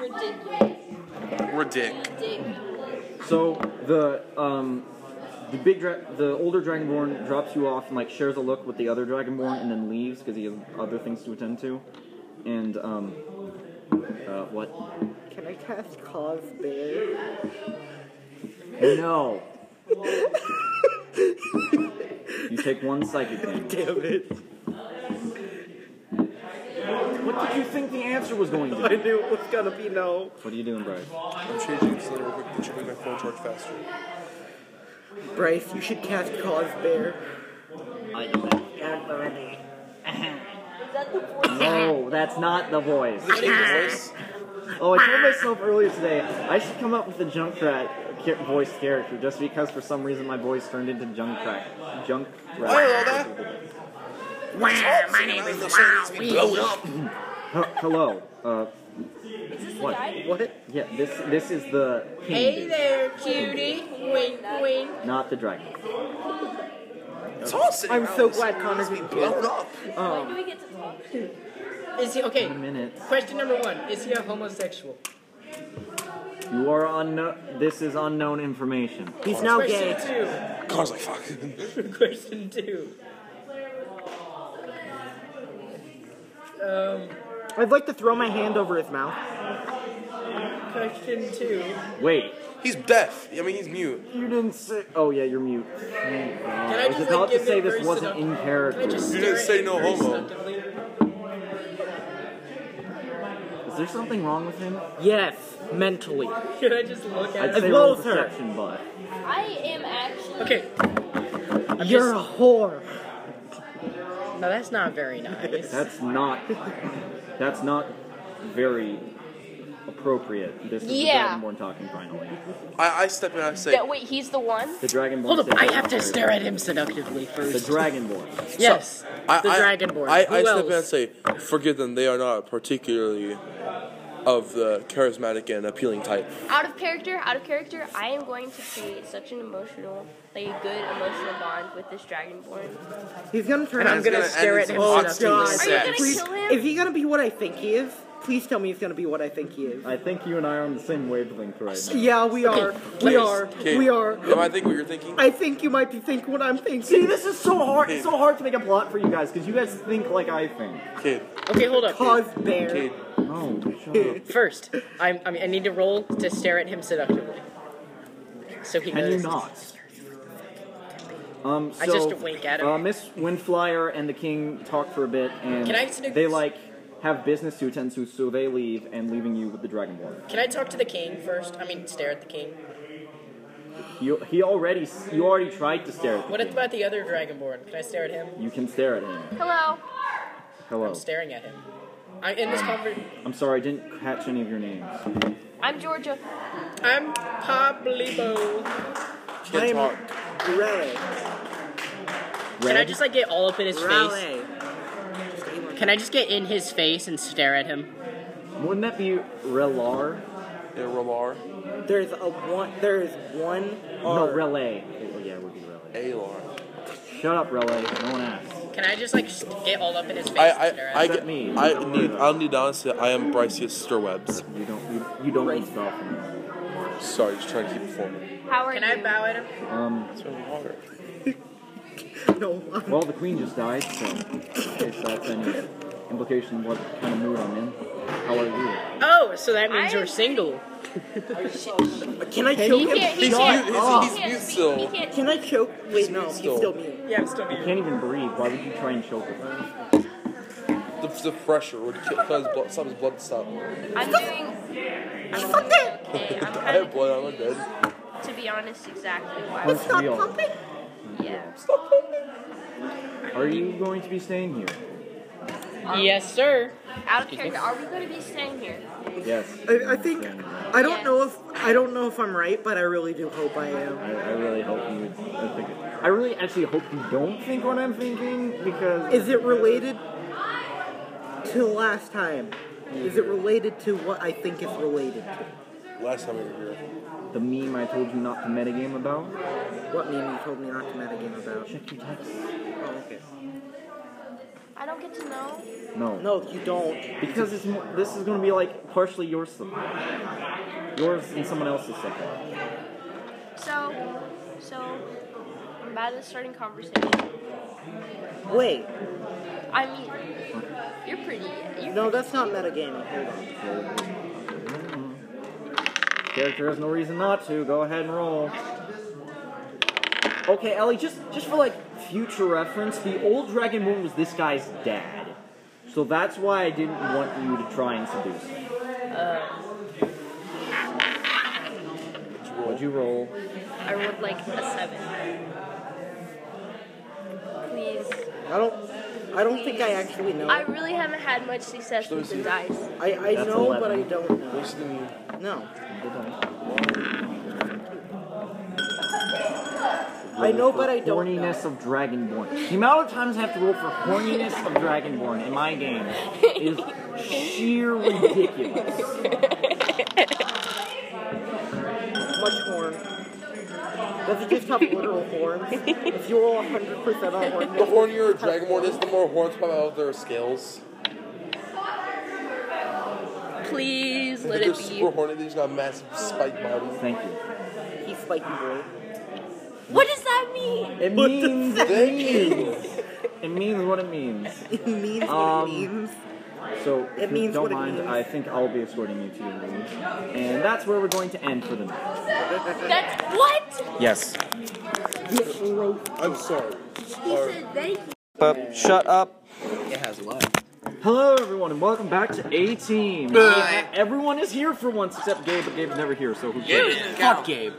ridiculous.
We're dick.
ridiculous.
So the um, the big dra- the older dragonborn drops you off and like shares a look with the other dragonborn and then leaves because he has other things to attend to. And um, uh, what?
Can I cast cause bear?
No. you take one psychic damage.
Damn it.
What did you think the answer was going to
I
be?
knew it was gonna be no.
What are you doing, Bryce?
I'm changing this thing real quick to make my phone charge faster.
Bryce, you should cast cause bear.
Is that the voice?
No, that's not the voice.
Does it change the voice?
Oh, I told myself earlier today I should come up with a Junkrat ca- voice character just because for some reason my voice turned into Junkrat. Junkrat.
Oh,
Hi, Zelda. My name is
H- hello. Uh,
Is this the
What?
guy?
What?
yeah, this this is the king, dude,
there, cutie. Wink, wink.
not the dragon.
It's all sitting
I'm
around
so
this-
glad Connor's being
blown up.
When do we get to talk?
Is he okay?
In a minute.
Question number one: Is he a homosexual?
You are unknown. This is unknown information.
He's now
Question
gay.
Connor's like, fuck.
two. Question two. Um.
I'd like to throw my hand over his mouth.
Question two.
Wait,
He's deaf. I mean, he's mute.
you didn't say. Oh yeah, you're mute. Thank God.
Can I
I was
just,
about
like,
to
give
say
it
this
very
wasn't
seduct-
in
Can I
character.
just
Is
You
stare
didn't
at
say
him
no
very
homo.
seductively?
there something wrong with him?
Yes, mentally.
Can I just look at
I'd
him?
say
well
roll
as her.
perception, but
I am actually.
Okay. I'm
You're
just-
a whore.
now that's not very nice.
that's not. That's not very appropriate. This is
Yeah.
the dragonborn talking finally.
I, I step in. I say,
That, wait, he's the one.
The dragonborn.
Hold up,
says-
I have to stare at him seductively
The
first.
dragonborn.
yes,
I,
the
I,
dragonborn.
I,
Who
I step in and
else?
say, forgive them. They are not particularly of the charismatic and appealing type.
Out of character, out of character. I am going to create such an emotional, like a good emotional bond with this dragonborn.
He's gonna turn.
And I'm
out-
gonna
gonna
stare
end
at
in
him
some
Oh
hot
seductively.
God!
Are you gonna
Please,
kill him?
is he gonna be what I think he is? Please tell me he's gonna be what I think he is.
I think you and I are on the same wavelength right now.
Yeah, we are. We are.
Okay.
We are.
Am I thinking what you're thinking?
I think you might be thinking what I'm thinking.
See, this is so hard. It's so hard to make a plot for you guys because you guys think like I think.
Kid,
Okay, hold up.
Cause bear.
kid.
Oh, shut up.
First, I'm, I, mean, I need to roll to stare at him seductively. So he
Can you
knows.
not? Um, so,
I just wink at him.
Uh, Miss Windflyer and the King talk for a bit, and
Can I seduce-
they like have business to attend to, so they leave and leaving you with the Dragonborn.
Can I talk to the king first? I mean, stare at the king.
You, he already, s- you already tried to stare at. the
What
king.
about the other dragonborn? Can I stare at him?
You can stare at him.
Hello.
Hello.
I'm staring at him. I'm in this conversation.
I'm sorry, I didn't catch any of your names.
I'm Georgia.
I'm Pablo.
Can't
I'm
talk.
red.
Red.
Can I just like get all up in his face?
Raleigh.
Can I just get in his face and stare at him?
Wouldn't that be Relar?
Yeah, Rolar.
There's a one. There's one.
No,
R.
Relay. Oh, yeah, it would be Relay.
Alar.
Shut up, Relay. No one asks.
Can I just like s- get all up in his face
I,
and stare at
I, I,
him?
that
get,
mean?
I
Don't worry
need,
about
I'll need to honestly, I am Bryceus Stirwebs.
You don't. You, you don't need Dolphins.
Sorry, just trying to keep it formal.
How are
Can
you?
I bow at him?
Um.
It's really hard.
No. I'm-
Well, the queen just died, so if that's any implication, what kind of mood I'm in? How are you?
Oh, so that means
I-
you're single.
Can I choke
He
him?
can't. He
He's mute- he's-
can't. he can't
he's mute
speak,
still.
He can't.
Can I choke? Wait, no. He's
still.
still mute.
Yeah, I'm still
You can't even breathe. Why would you try and choke her?
The, the pressure would kill, cause blood, stop his blood to stop.
I'm doing. I'm doing okay. I'm
I
kind
have
of
blood on my bed.
to be honest, exactly why.
Let's
we're-
not pump
Pumping?
Yeah.
Are you going to be staying here?
Um,
Yes, sir.
Out of character. Are we going to be staying here?
Yes.
I, I think. I don't know if I don't know if I'm right, but I really do hope I am.
I, I really hope you. I, think I really actually hope you don't think what I'm thinking because
Is it related to last time? Is it related to what I think it's related to?
Last time we were here.
the meme I told you not to metagame about.
What meme you told me not to metagame about?
Check your text.
Oh, okay.
I don't get to know.
No.
No, you don't.
Because it's more, this is going to be like partially your supply. Yours and someone else's supply.
So, so I'm bad at starting conversation.
Wait.
I mean, you're pretty. You're
No, that's not metagaming. Hold on.
Character has no reason not to. Go ahead and roll. Okay, Ellie, just just for like future reference, the old Dragon Moon was this guy's dad. So that's why I didn't want you to try and seduce him. What'd you roll?
I rolled like a seven. Please.
I don't. I don't think I actually know.
I
I,
really haven't had much success with the dice.
I,
That's
know, but I
11.
don't know. No. Oh, I know, but I don't know.
Horniness of Dragonborn. The amount of times I have to roll for horniness of Dragonborn in my game is sheer ridiculous.
Much horn. Does it just have literal horns? If you roll 100% on horn,
The hornier a dragonborn is, the more horns pop out of their scales.
Please
If
let
they're
it be.
super horny, they just got massive spike bodies.
Thank you.
he's spiky boy.
What does that mean?
It means it
Thank
means
you.
it means what it means.
It means what
Um,
it means.
So if
It
you
means
don't
what it
mind,
means.
I think I'll be escorting you to your room, and that's where we're going to end for the night.
That's what?
Yes.
I'm sorry.
He said thank you.
Up. Shut up.
It has what?
Hello, everyone, and welcome back to A Team. Everyone is here for once except Gabe, but Gabe's never here, so who cares?
Fuck Gabe.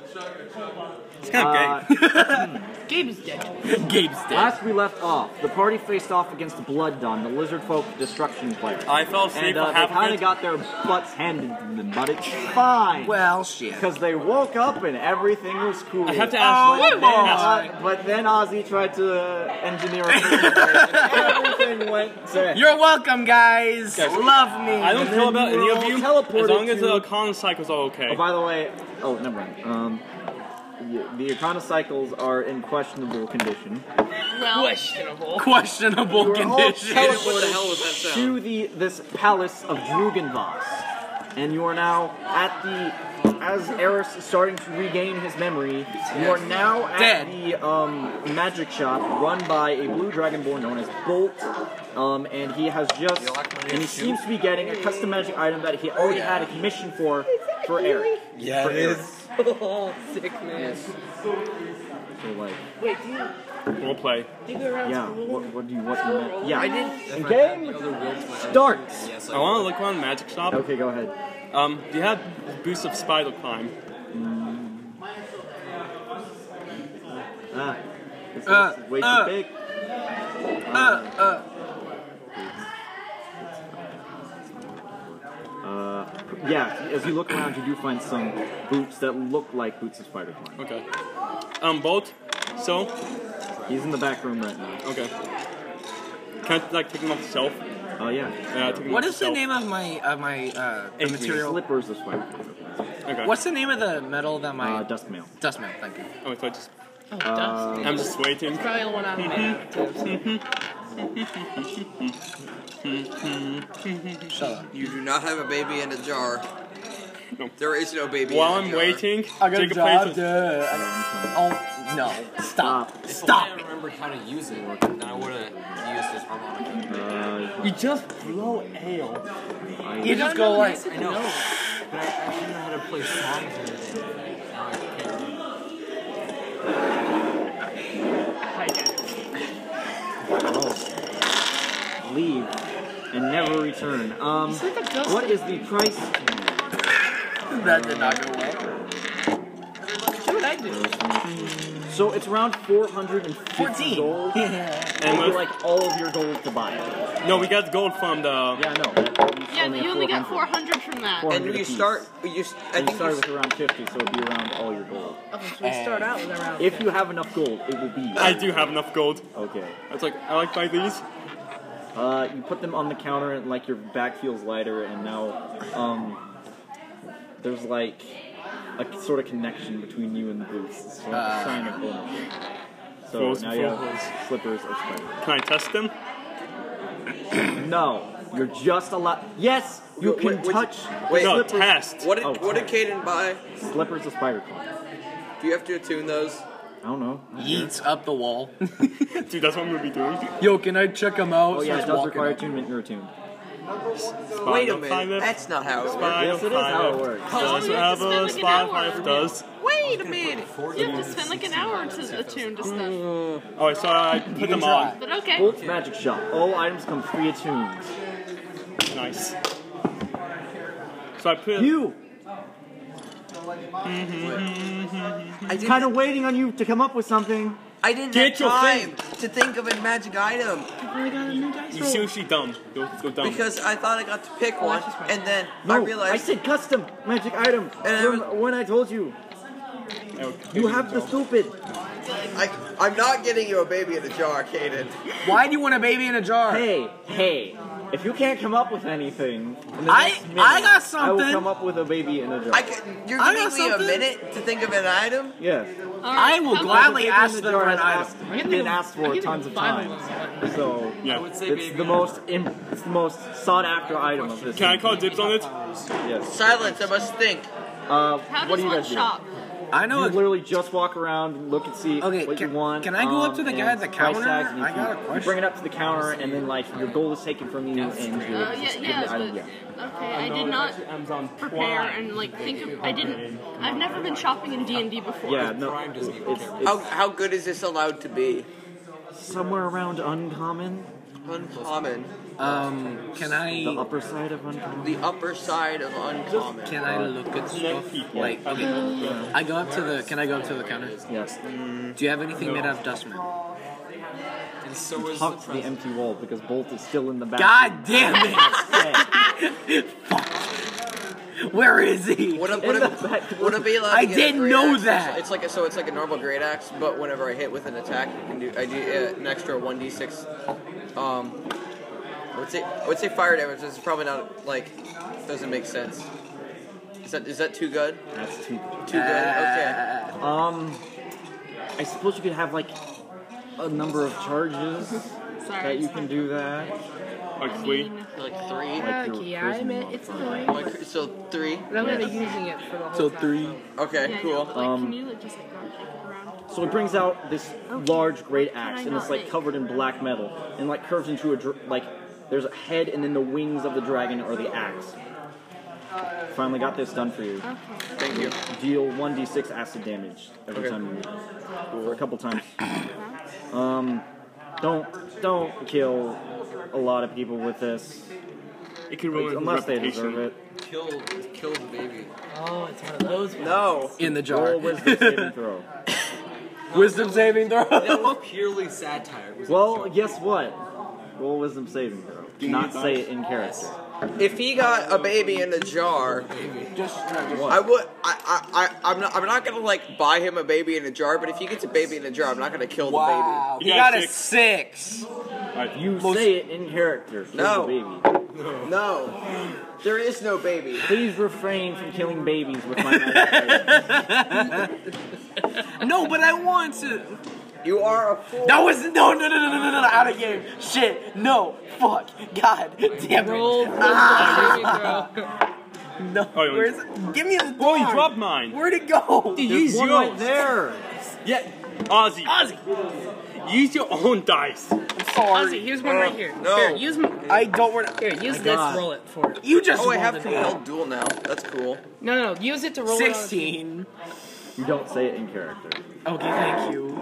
It's
Uh, hmm.
kind
Gabe is dead.
of gay. Gabe's dead.
Last we left off, the party faced off against the Blood Don, the Lizard Folk destruction player.
I fell asleep
and uh,
for
they
half of
kind
it.
of got their butts handed to them, but it's fine.
Well, shit.
because they woke up and everything was cool.
I have to ask
but,
one
then,
more.
uh, but then Ozzy tried to uh, engineer a prison break, and everything went to
You're welcome, guys. Love me.
I don't
And
care
then
about
you
any
were
of you
all
as long
teleported
as
to-
the con cycles are okay.
Oh, by the way, oh, never mind. Um, y- the Econocycles are in questionable condition.
Questionable.
Questionable
We're all
condition.
teleported to the this palace of Drugenvas, and you are now at the as Eris is starting to regain his memory. You are now at
Dead.
the um, magic shop run by a blue dragonborn known as Bolt. Um, and he has just, and he seems to be getting a custom magic item that he already had a commission for, for Eric.
Yeah,
For
it
Eric.
is.
Oh, sick man.
So like,
We'll play.
yeah. What, what do you want? You meant? Yeah.
I did.
Game starts.
Yes,
I want to look around Magic Shop.
Okay, go ahead.
Um, do you have boost of spider climb?
Ah, this
Uh,
is way too
uh.
big.
Uh, uh,
Uh, Yeah, as you look around, you do find some boots that look like boots of Spider-Man.
Okay. Um, bolt. So,
He's in the back room right now.
Okay. Can I like take him off the shelf?
Oh yeah.
Yeah, take him
What
off
is the
shelf.
name of my of my uh, the
Ink
material?
Slippers this way.
Okay.
What's the name of the metal that my
Uh, dust mail.
dust mail? Thank you.
Oh, so I just.
Uh,
Oh,
Um,
I'm just waiting.
Probably the one on my
Shut up.
You do not have a baby in a jar. There is no baby.
While
in a
I'm
jar.
waiting, Jacob plays with-
Oh no! Stop!
If
Stop!
only I remembered how to use it, then I would have used this
Uh,
harmonica.
You just blow ale.
You just go like.
I know. But I, I didn't know how to play songs and everything. Now I can't.
Leave and never return. Um, what is the price?
That did not go well.
What I do? So it's around 450 gold. and
with-
like all of your gold to buy it.
No, we got gold from the.
I
Yeah,
know.
Yeah, but you only got 400 from that.
And you start. You. s- I
And you
think
start
you
with around 50, so it'd be around all your gold.
so we start out with around
If you have enough gold, it will be.
I do have enough gold.
Okay.
It's like I like buy these.
Uh, you put them on the counter and like your back feels lighter, and now um, there's like a sort of connection between you and the booth. It's like a
Uh.
Ah.
sign of ownership. So
Fools,
now you
fools.
have slippers of spider.
Can I test them?
no, you're just allowed. Yes, you
Wait,
can
wait,
touch.
wait. No,
slippers.
test. What did-
Oh,
what did
test.
Caden buy?
Slippers of spider. Claw.
Do you have to attune those?
I don't know.
Yeets up the wall.
Dude, that's what I'm gonna be doing.
Yo, can I check him out?
Oh yeah, it
Starts
does
walking
require
up.
attunement. You're attuned.
Wait a minute. That's not how it works.
Yes, it is how it works.
Does
Oh, you have to
have a
spend like an
Spotify
hour.
does.
Wait a minute! You have to spend like an hour to attune to stuff.
Alright, Oh, so I put them on.
But okay.
Bolt Magic Shop. All items come pre-attuned.
Nice. So I put
you.
I didn't-
Kind of waiting on you to come up with something.
I didn't
Get
have
your
time to think of a magic item.
You seriously dumb. Go, go dumb.
Because I thought I got to
Oh,
pick one, and then
No,
I
I,
realized
said custom magic item. From when I told you, you have the stupid.
I, I'm not getting you a baby in a jar, Caden.
Why do you want a baby in a jar?
Hey, hey. If you can't come up with anything, in the
I-
next minute,
I got
I will
something.
come up with a baby in a jar.
I can, you're
I
giving me
got
a
something.
minute to think of an item?
yes.
I will gladly ask them for an
item. I've been asked for it tons of times. So
Yeah. I would say
it's the most im- it's the most sought after item of this.
Can I call dibs on it?
Yes.
Silence, I must think.
Oh,
Uh, what do you guys do?
I know.
You literally just walk around, and look and see what you want. um,
can I go up to the
and
guy at the
price
counter?
tags, and you
I got
can-
a
You bring it up to the counter, and then like your goal is taken from you, and you're
Uh, yeah,
given
yeah,
the item.
but, okay, I did not prepare and like think of, I didn't, I've never been shopping in D&D before.
Yeah, no, it's, it's
How, how good is this allowed to be?
somewhere around uncommon.
Uncommon.
Um, can I?
The upper side of uncommon.
The upper side of uncommon.
Can I look at stuff? Like, okay. I go up to the. Can I go up to the counter?
Yes.
Do you have anything made out of dust mail?
And so
You
is
talk to the empty wall because Bolt is still in the back.
God damn it! Where is he?
Would it, would it, would it be allowed?
I
to get a
didn't
great
know
axe?
that.
It's like a, so. It's like a normal great axe, but whenever I hit with an attack, I can do I do uh, an extra one d six. Um, I would say I would say fire damage. This is probably not like doesn't make sense. Is that is that too good?
That's too good.
Too good. Okay.
Um, I suppose you could have like a number of charges that you can do that.
Like three.
Like three.
Okay, I admit
it's annoying.
Like, so three.
But I'm gonna be using it for the whole time.
Okay.
Yeah, I know,
Cool.
but, like,
Um,
can you like just like not kick it around?
So he brings out this
Oh,
large great axe,
I
and it's
not
like
make-
covered in black metal, and like curves into a dr- like. There's a head, and then the wings of the dragon are the axe. Finally got this done for you.
Thank you.
Deal 1d6 acid damage every
Okay.
time you or a couple times. Um, don't don't kill a lot of people with this.
It could
ruin
unless they
reputation.
deserve it.
Kill, kill the baby.
Oh, it's one of those.
No.
In the jar.
Roll wisdom saving throw.
Wisdom saving
That
throw.
was purely satire. It was
Well, guess what? Roll wisdom saving throw.
you
Not
advice?
say it in character.
If he got a baby in a jar,
Just
I would. I, I, I, I'm not. I'm not gonna like buy him a baby in a jar. But if he gets a baby in a jar, I'm not gonna kill
Wow.
the
He
baby.
got a
six.
You say it in character. kill the
No.
baby.
No, there is no baby.
Please refrain from killing babies with my
no, but I want to.
You are a fool.
That was no, no, no, no, no, no, no, no, out of game. Shit, no, fuck, god, damn it.
Roll for
Ah. No,
Oh,
where's Give me the. Bro, you dropped
mine.
Where'd it go?
Use yours.
there.
Yeah, Ozzy. Ozzy. Use your own dice. Oh,
Sorry.
Ozzy, here's one right here.
No.
Here, use m-
I don't want.
Here, use
My
this.
God.
Roll it for. it.
You just
Oh, I have
rolled it
compelled duel now. That's cool.
No, no, no. Use it to roll. it on-
Sixteen.
You don't say it in character.
Okay, thank you.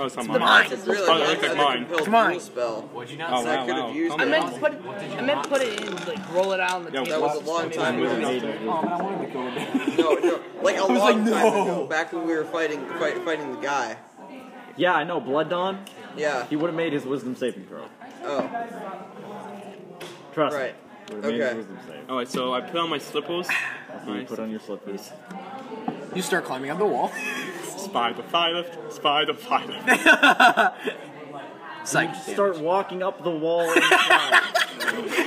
Oh,
It's
it's not
the
mine.
mine.
Oh, that looks like mine.
It's
mine.
Spell.
What'd you
not Oh, say? wow, wow.
I meant to put. It, I meant to put it in. Like roll it out on the
Yeah,
table.
That was a long time ago.
Oh, man, I wanted to kill him.
No, no, like a long
like,
time
no.
ago, back when we were fighting, fight, fighting the guy.
Yeah, I know. Blood Dawn.
Yeah.
He would have made his wisdom saving throw.
Oh.
Trust
Right.
me. Would have made his
Okay.
wisdom save.
Alright, so I put on my slippers.
So you put on your slippers.
You start climbing up the wall.
Spy the fire left. Spy the fire left.
Psych.
Start walking up the wall. and-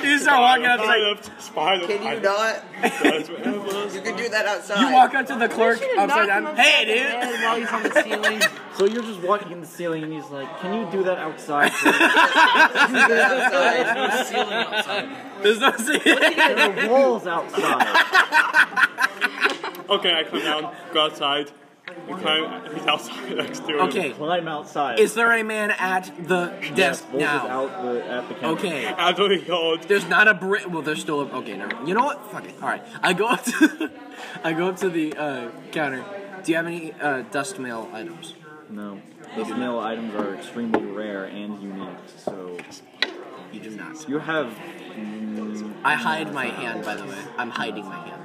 You start walking up.
Spy
Like,
left. Spy the
Can
fire
you not?
left.
You can do that outside.
you walk up to the clerk
should've
upside
knocked him
down.
upside
Hey,
the
dude.
head While he's on the ceiling.
so you're just walking in the ceiling, and he's like, "Can you do that outside?"
do that outside.
There's no ceiling.
there are walls outside.
Okay, I come down, go outside, and climb. He's outside next to him.
Okay.
Climb outside.
Is there a man at the desk
Wolf is
now?
out the, at the counter.
Okay.
After he yelled,
There's not a brick. Well, there's still a. Okay, never. mind. You know what? Fuck it. All right. I go up to. I go up to the uh, counter. Do you have any uh, dust mail items?
No. Those mail items are extremely rare and unique, so
You do not.
you have.
I hide my hand, by the way. I'm hiding my hand.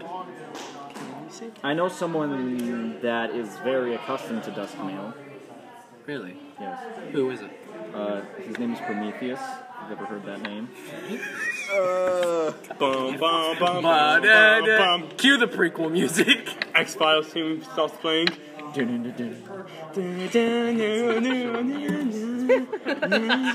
I know someone that is very accustomed to dust mail.
Really?
Yes.
Who is it?
Uh, his name is Prometheus. Have you ever heard that name?
Uh,
bum bum bum bum bum
Ba-da-da.
bum.
Cue the prequel music.
X Files team starts playing.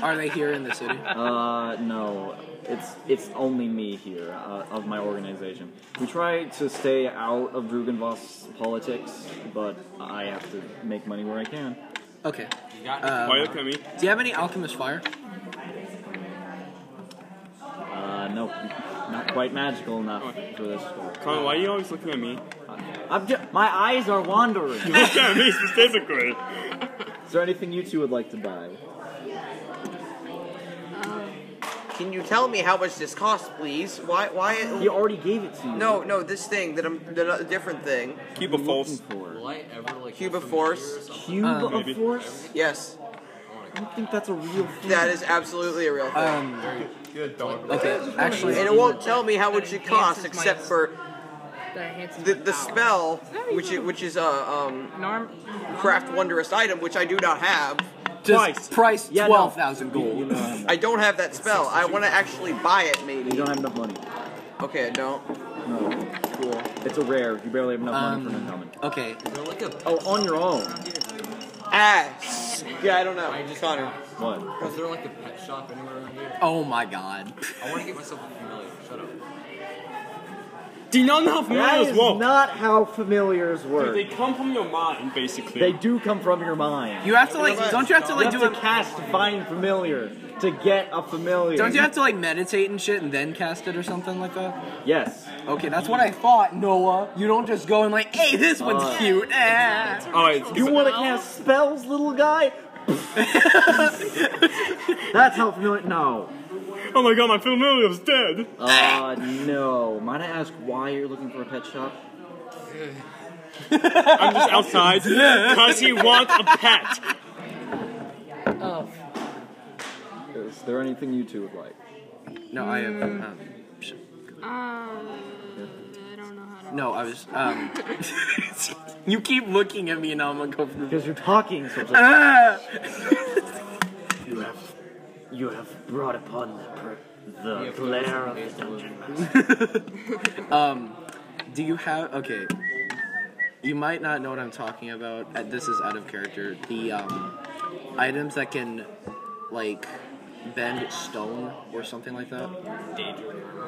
Are they here in the city?
Uh, no. It's it's only me here uh, of my organization. We try to stay out of Drugenvoss politics, but I have to make money where I can.
Okay.
Why look at me?
Do you have any alchemist fire?
Uh, no, not quite magical enough for this. Story.
Connor, why are you always looking at me?
I'm ju- my eyes are wandering.
Look at me specifically.
Is there anything you two would like to buy?
Um, can you tell me how much this costs, please? Why?
He
Why?
already gave it to you.
No, no. This thing that I'm. The different thing.
Keep a false.
For
Light ever like
Cuba Force.
cube of
maybe.
force.
Yes,
Oh I don't think that's a real thing.
that is absolutely a real thing.
Um. Okay. Actually,
and it won't tell me how much it costs,
Enhances my-
except for
That enhances
the,
my
the
power.
spell, which is, which is a um,
Norm.
craft wondrous item, which I do not have.
just price
Yeah, no.
twelve thousand
You, you
gold.
don't uh, have
I don't have that spell. I want to actually buy it,
you
maybe.
don't have enough money.
Okay, I don't.
No, cool. It's a rare. You barely have enough
Um,
money for an endowment.
Okay.
Um, Oh, on your own.
Ass. Yeah, I don't know. Connor.
What?
Is there like a pet shop anywhere around here?
Oh my god.
I want to get myself a familiar. Shut up.
Do you not know how
That
familiars
is
work?
not how familiars work.
They come from your mind, basically.
They do come from your mind.
You have to like. Don't you have to
You
like
have
do
to
a.
cast find familiar to get a familiar.
Don't you have to like meditate and shit and then cast it or something like that?
Yes.
Okay, that's what I thought, Noah. You don't just go and like, hey, this one's
Uh.
cute. eh.
Alright,
You want to cast spells, little guy? That's how familiar. No.
oh my god, my familiar's dead.
Uh, no. Might I ask why you're looking for a pet shop?
I'm just outside because he wants a pet.
Oh.
Is there anything you two would like?
No, I have. Um, sh-
Um. I don't know how to.
no, I was. Um, you keep looking at me, and I'm gonna go for the.
Because you're talking. So it's like,
Ah!
you have, you have brought upon the per-
Yeah,
The
for
glare
those
of the dungeon master.
um, do you have okay? You might not know what I'm talking about. Uh, This is out of character. The um, items that can like bend stone or something like that.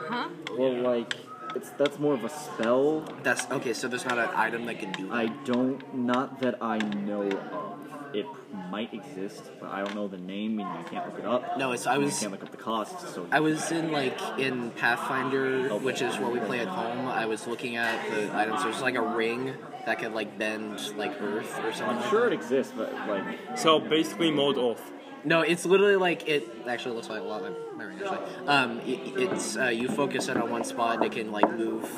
Huh?
Well, like, it's that's more of a spell.
That's okay. So there's not an item that can do.
I don't, not that I know of. It might exist, but I don't know the name, and you can't look it up.
No, it's- I
and
was-
You can't look up the costs. So
I was in like in Pathfinder, which is what we play at home. I was looking at the items. There's like a ring that could like bend like earth or something.
I'm sure
it exists, but like.
So basically, mode off.
No, it's literally like it actually looks like a lot like my ring actually. Um, i it's uh, you focus it on one spot and it can like move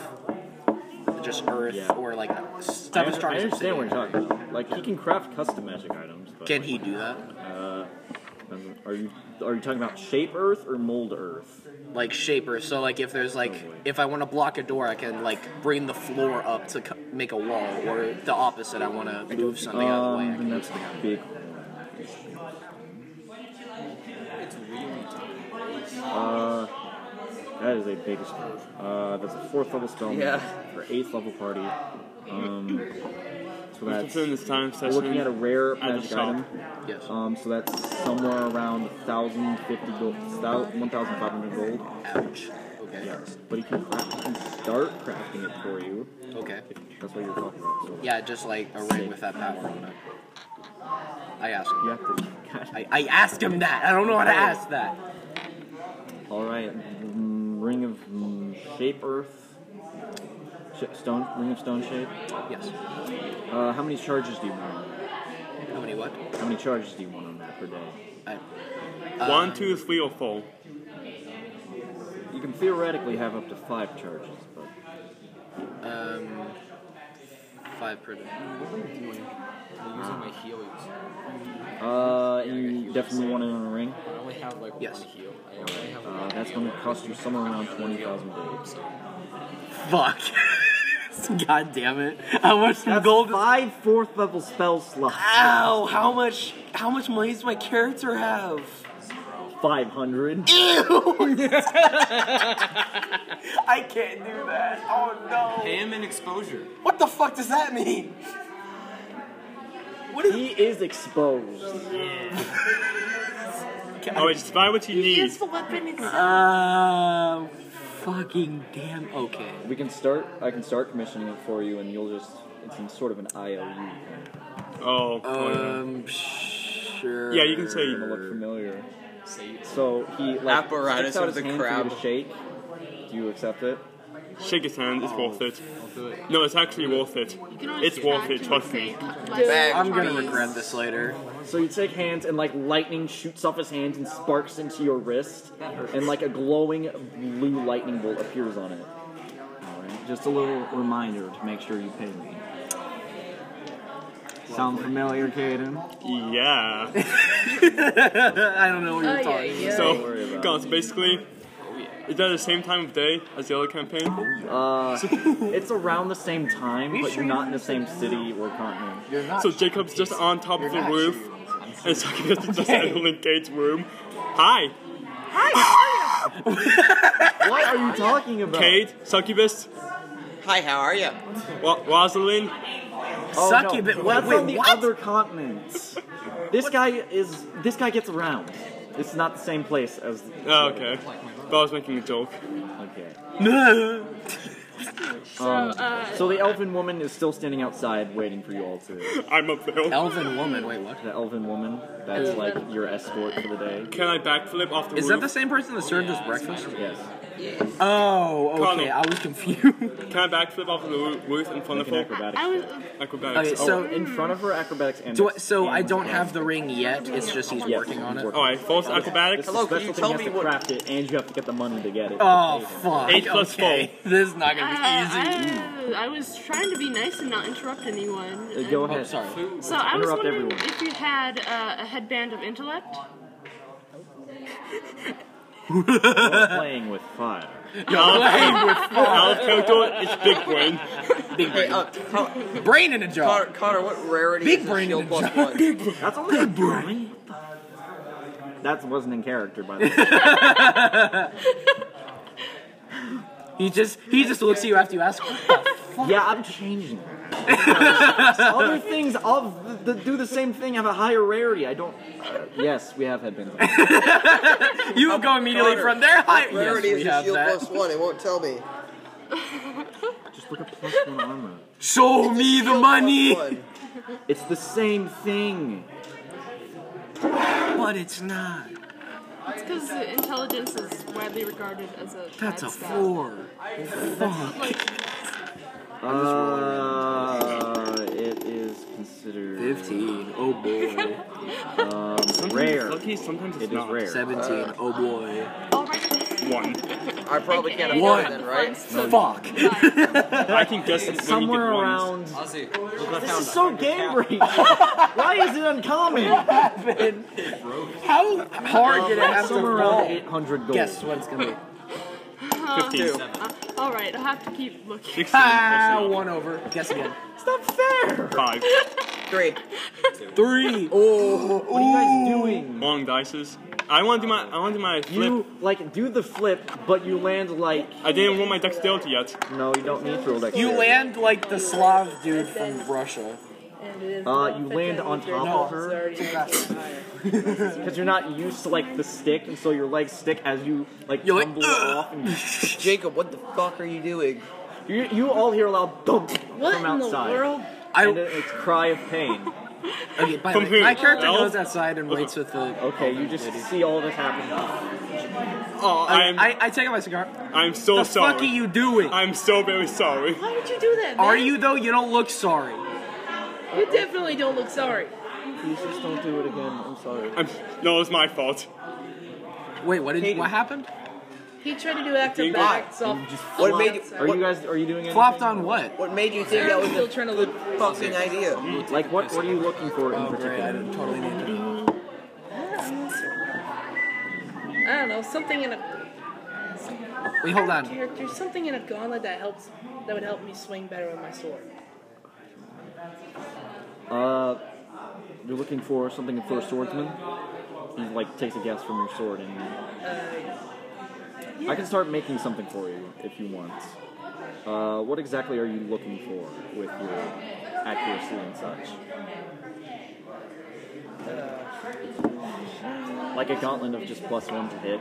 just earth or like
I,
stuff as
under-
strong
I
as
understand what you're
obsidian.
talking about. Like, he can craft custom magic items. But,
Can he do that?
Uh, um, are you are you talking about shape earth or mold earth?
Like shape earth. So like if there's like if I want to block a door, I can like bring the floor up to co- make a wall, or the opposite. I want to move something out of the way. I
Um,
can
that's
move
the big
It's really
Uh, that is a big spell. Uh, that's a fourth level spell
Yeah.
for eighth level party. Um, so
We're
that's
continuing this time
we're
session
looking at a rare
at the
magic
shop.
item.
Yes.
Um, so that's somewhere around 1,050 gold, 1,500 gold.
Ouch. Okay.
Yes, but he can, craft, he can start crafting it for you.
Okay.
That's what you're talking about. So
Yeah, just like a ring with that power on it. I asked him. I, I asked him that. I don't know how to ask that.
All right, mm, ring of mm, shape earth, Sh- stone ring of stone shape.
Yes.
Uh, how many charges do you want?
How many what?
How many charges do you want on that per day?
One, two, three, or four.
You can theoretically have up to five charges, but
Um, five per day.
I'm using my heels.
uh, you definitely want it on a ring.
I only have like
Yes.
one heel. I only have
Uh,
one
that's
heel.
going to cost you somewhere around twenty thousand gold.
Fuck. God damn it. How much
That's gold? Five fourth level spell slots.
Ow! How much? How much money does my character have?
Five hundred.
I can't do that. Oh no.
Pay him in exposure.
What the fuck does that mean?
He is exposed.
Oh, it's buy what you need.
the weapon itself. Uh, fucking damn. Okay.
We can start. I can start commissioning it for you, and you'll just—it's in sort of an IOU. Kind
Oh.
oh, yeah.
Um. Sure.
Yeah, you can say-
Gonna look familiar. So he like
Apparatus
sticks out
of
his
the
hand for you to
crab.
shake. Do you accept it?
Shake his hand. It's worth it.
do it.
No, it's actually worth it. It's worth it. Trust me.
I'm gonna regret this later.
So you take hands, and like lightning shoots off his hand and sparks into your wrist, and like a glowing blue lightning bolt appears on it. All right, just a little reminder to make sure you pay me. Sound familiar, Caden?
Yeah.
I don't know what you're
Oh,
talking about.
So,
Don't worry about
guys, basically, is that the same time of day as the other campaign?
Uh, it's around the same time,
You
but
sure
you're not in the same city or continent.
So Jacob's just on top of the
not
roof, and so he just just Evelyn Kate's room. Hi.
what are you talking about?
Kate, succubus.
Hi, how are you?
Wa- Rosalind.
Oh, no, that's on the other continent. This guy is. This guy gets around. It's not the same place as.
Oh, okay. But I was making a joke.
Okay.
No.
So,
uh,
so the elven woman is still standing outside waiting for you all to.
I'm up there.
Elven woman. Wait, what?
The elven woman. That's like your escort for the day.
Can I backflip off the
Is that
roof?
the same person that served us breakfast?
Yes.
Oh, okay.
Connell.
I was confused.
Can I backflip off the roo- roof in front of
Make an
her?
acrobatics I was-
Acrobatics.
Okay, so
in front of her acrobatics and.
Do I, so I don't have the ring yet. It's just he's
Yes,
working on
he's
it.
working.
Oh, false
This is
Oh,
a
acrobatics.
special thing, you have to craft it, and you have to get the money to get it.
Oh
To pay them.
fuck.
Eight plus
okay. This is not
Uh,
gonna be easy.
I, I was trying to be nice and not interrupt anyone.
Uh, go
and-
ahead.
Oh, sorry.
So I was
Interrupt
wondering
everyone.
if you had uh, a headband of intellect.
You're playing with fire.
Out of character, it's big brain.
Big
brain.
brain in a jar.
Connor, Connor what rarity
Big
is
brain
a shield
in a
plus
jar.
one?
Big brain.
That's only a brain. that wasn't in character, by the way.
He just he just looks at you after you ask.
Yeah, I'm changing. Other things all the, do the same thing have a higher rarity. I don't. uh, yes, we have headbands.
you would go immediately from their high-
Rarity
Yes, we
is a
have
shield
that.
plus one. It won't tell me.
Just look at plus one armor.
Show me the money.
It's the same thing.
But it's not.
It's because intelligence is widely regarded as a.
That's a
bad stat.
four. Fuck.
Uh, it is considered
Fifteen. Oh boy.
Um,
Sometimes
rare.
it's lucky, sometimes
It
it's
is
not.
rare.
17. Oh boy.
One.
I probably can't
One.
afford it then, right?
Fuck.
I can guess
It's
when you
somewhere
get ones.
around.
Ozzy,
This is so game breaking. Why is it uncommon? What happened?
How hard did it have to
Somewhere
fall?
around 800 gold.
Guess what it's gonna be.
Huh.
15.
Uh, all right, I'll have to keep looking.
Ah, one over. Guess again.
It's not fair.
Five.
Three.
Three. Oh.
What are you guys doing?
Long dices. I want to do my. I want to do my flip.
You like do the flip, but you land like.
I didn't roll my dexterity yet.
No, you don't need to roll dexterity.
You land like the Slav dude from Russia.
Uh, you land on top of her because you're not used to like the stick, and so your legs stick as you like tumble off. And
Jacob, what the fuck are you doing?
You, you all hear a loud thump
What
from
in the
outside.
world?
and it- it's cry of pain.
Okay, by the way, my character goes outside and waits with the.
Okay, you just see all this happen.
Oh, I'm.
I, I take out my cigar.
I'm so
the
sorry.
fuck are you doing?
I'm so very sorry.
Why would you do that? Man?
Are you though? You don't look sorry.
You definitely don't look sorry.
Please just don't do it again. I'm sorry.
I'm, no, it's my fault.
Wait, what did? What happened?
He tried to do acrobatics off.
What made you?
Are you guys? Are you doing anything?
Flopped on what?
What made you think that was
still
a
trying to look.
fucking idea?
Like what? What are you looking for in particular?
totally need to know.
I don't know something in a
Wait, hold on.
character, something in a gauntlet that helps, that would help me swing better with my sword.
Uh, you're looking for something for a swordsman. He like takes a guess from your sword, and I can start making something for you if you want. Uh, what exactly are you looking for with your accuracy and such? Like a gauntlet of just plus one to hit,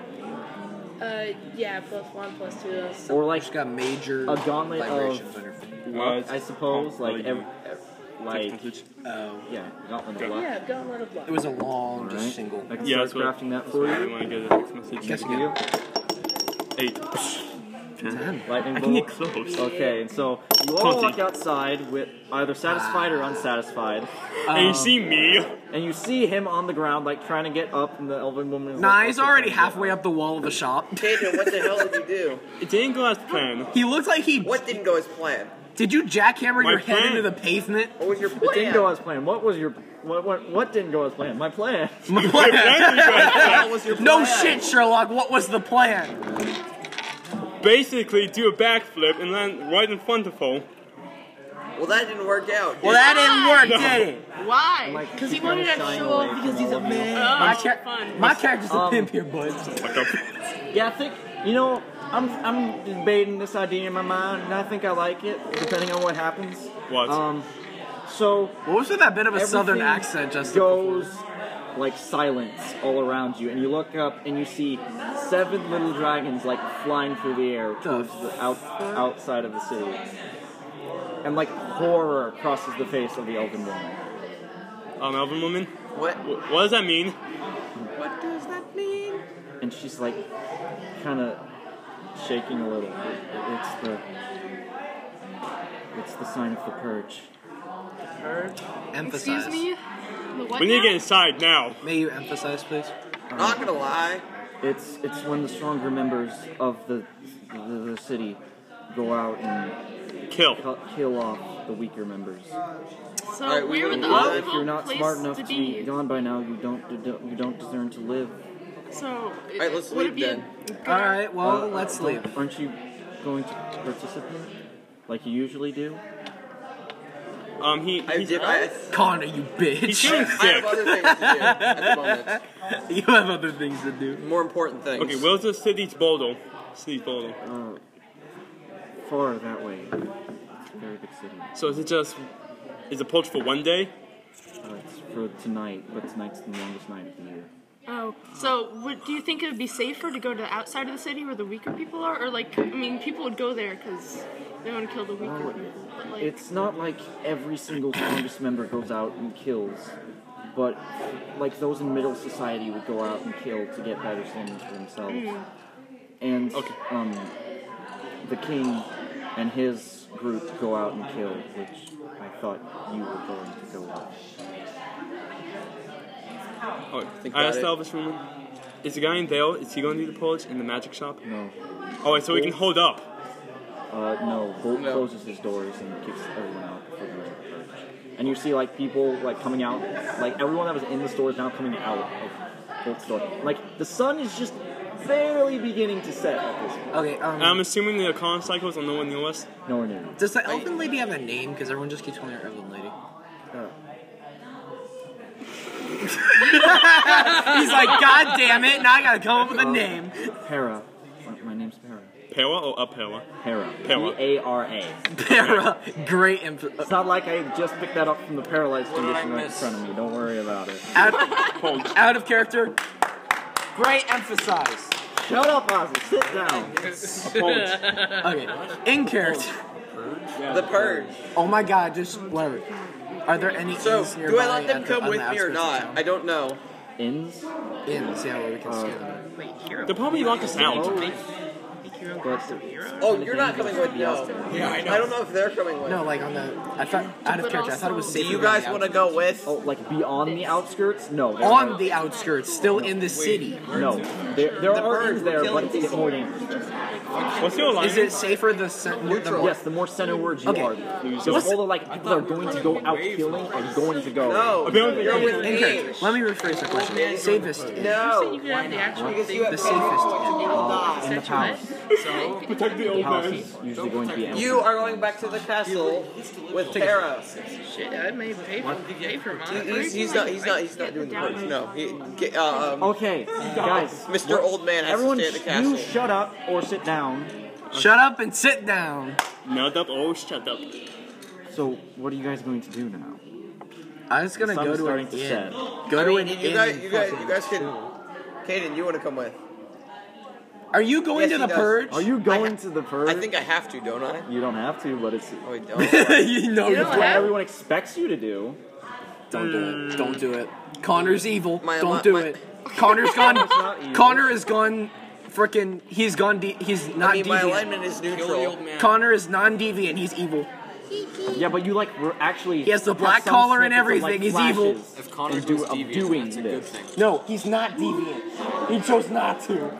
Uh, yeah, plus one, plus two. uh, so-
or like
Just got major
a gauntlet
vibrations
of
on your feet.
luck, I suppose. Like,
like
ev- like
Oh,
yeah, gauntlet of luck.
yeah, gauntlet of luck.
it was a long,
Alright.
just single.
I can
Yeah, that's
start
what-
crafting that
that's
for
what I
you.
want to get a text message.
Guess
Do
again.
you?
Eight.
Ten.
Lightning
I
bolt.
can get close.
Uh,
Okay, and so you all
Twenty.
walk outside with either satisfied or unsatisfied,
and you see me?
and you see him on the ground, like trying to get up, and the elven woman. Is
Nah,
like,
he's
"Okay,
already
fine, get
halfway up the wall of the shop.
Jacob, what the hell did you do?
It didn't go as planned.
He looked like he.
What didn't go as planned?
Did you jackhammer
My
your head
plan.
into the pavement?
What was your
up." It didn't
plan?
go as planned. What was your what what, what didn't go as planned? My plan.
What was your plan?
No shit, Sherlock. What was the plan?
Basically, do a backflip and land right in front of her.
Well, that didn't work out.
Well, that didn't work,
No.
did it?
Why?
Like,
Because he
she's
wanted to
kinda shying
show
away
off
from
because he's
all
a
of you.
man.
My,
Oh,
char-
fun.
my character's a
Um,
pimp here, bud.
Fuck up.
Yeah, I think you know. I'm I'm debating this idea in my mind, and I think I like it, depending on what happens.
What?
Um, so
What was with that bit of a southern
Everything
accent, Justin?
goes like silence all around you, and you look up and you see seven little dragons like flying through the air towards the out, outside of the city, and like horror crosses the face of the elven woman.
Um, Elven woman.
What?
Wh- What does that mean?
What does that mean?
and she's like kind of shaking a little. It- It's the it's the sign of the purge.
Emphasize.
Excuse me. The what
We need to
now?
get inside now.
May you emphasize, please?
Not gonna lie.
It's it's when the stronger members of the the, the city go out and
Kill.
cu- kill off the weaker members.
So
Alright, we
where would
would
the
love
other
if you're not
Oh, place
smart enough
to
to
be?
be gone by now, you don't you don't- you don't deserve to live.
So it,
Alright, let's
would
leave
it be a
then.
good-
All right. Well,
Uh,
let's
don't-
leave.
Aren't you going to participate like you usually do?
Um, he. I he's,
did- I-
Connor, you bitch.
He's getting sick.
you have other things to do.
More important things.
Okay, where's the city's Bodo? City's Bodo.
far that way. Very big city.
So is it just is the poached for one day?
Uh, it's for tonight, but tonight's the longest night of the year.
Oh, so would, do you think it would be safer to go to the outside of the city where the weaker people are, or like, I mean, people would go there because they want to kill the weaker people. But like,
It's not like every single Congress member goes out and kills, but like those in middle society would go out and kill to get better things for themselves.
Mm.
And um, the king and his group go out and kill, which I thought you were going to go out.
Oh,
Think
I
about
asked
it.
Elvis Room. Is the guy in Dale? Is he going to do the poach in the magic shop?
No.
Oh, wait, so we can hold up.
Uh, no, Bolt closes his doors and kicks everyone out before the merge. And you see like people like coming out, like everyone that was in the store is now coming out of Bolt's door. Like the sun is just barely beginning to set at this point.
Okay, um,
And I'm assuming the con cycle is on no one near us.
No one near.
Does the elven lady have a name? Because everyone just keeps calling her elven lady.
Oh.
He's like, God damn it! Now I gotta come up with
Uh-huh.
a name.
Para. My, my name's Para.
Para or Apara?
Para.
Para.
P A R A.
Para. Great info.
It's not like I just picked that up from the paralyzed condition right in front of me. Don't worry about it.
Out, out of character. Great emphasize.
Shut up, Ozzy. Sit down.
okay, in character.
The purge.
Oh my god, just whatever. Are there any
So,
inns
do I
nearby
let them
at the-
come
on
with
the
me or
outskirts of town?
not? I don't know.
Inns?
Inns, yeah, where we can scare them.
They'll probably lock us out.
Oh, you're not coming with no.
Yeah, I know.
don't know if they're coming with.
No, like on the. I thought out of character. I thought it was.
Do
safer
you
to go on
guys
the
want to go with?
Oh, like beyond the outskirts? No.
out-
they're
on
not.
the outskirts, still in the city?
No, there, there are inns there, but it's more dangerous.
What's your
Is it safer the, cen- the more?
Yes, the more centerwards you
Okay.
are,
What's-
the more the, like people are going to go out killing are going to go.
No, Oh, you're with
In
me.
character. Let me rephrase the question. Safest. inn.
Oh,
No.
Because you have the safest inn.
in the palace.
Protect the
The palace is usually going to be empty.
You are going back to the castle with Tara.
Shit, I may pay for, pay for mine.
He's, he's not. He's not. He's not doing the purge. No. He, get, uh, um,
Okay, guys.
Mr.
what-
Old Man has
everyone,
to stay at the castle.
you shut up or sit down.
Shut up and sit down.
Melt up or shut up.
So, what are you guys going to do now?
I was gonna
The sun
go
is
to an
starting to
inn.
set.
Go to
I
an
mean,
inn.
You guys. You
and
guys.
fucking-
You guys can. Kaden, you want to come with?
Are you
Yes,
going to
he
the
does.
purge?
Are you going to the purge?
I think I have to, don't I?
you don't have to, but it's
Oh, I don't.
you know
it's what everyone expects you to do.
Don't do it. Don't do it. Connor's evil.
My
Don't
alarm-
do
my-
it. Connor's gone.
not evil.
Connor is gone. Frickin' he's gone. De- he's not
I mean, my
deviant.
alignment is neutral.
Connor is non-deviant. He's evil.
Yeah, but you like were actually.
He has the
have
black
some
collar and
snippets of, like,
everything. He's evil.
flashes
If Connor
and do-
goes
of
deviant,
doing
that's a
this.
good thing.
No, he's not deviant. He chose not to.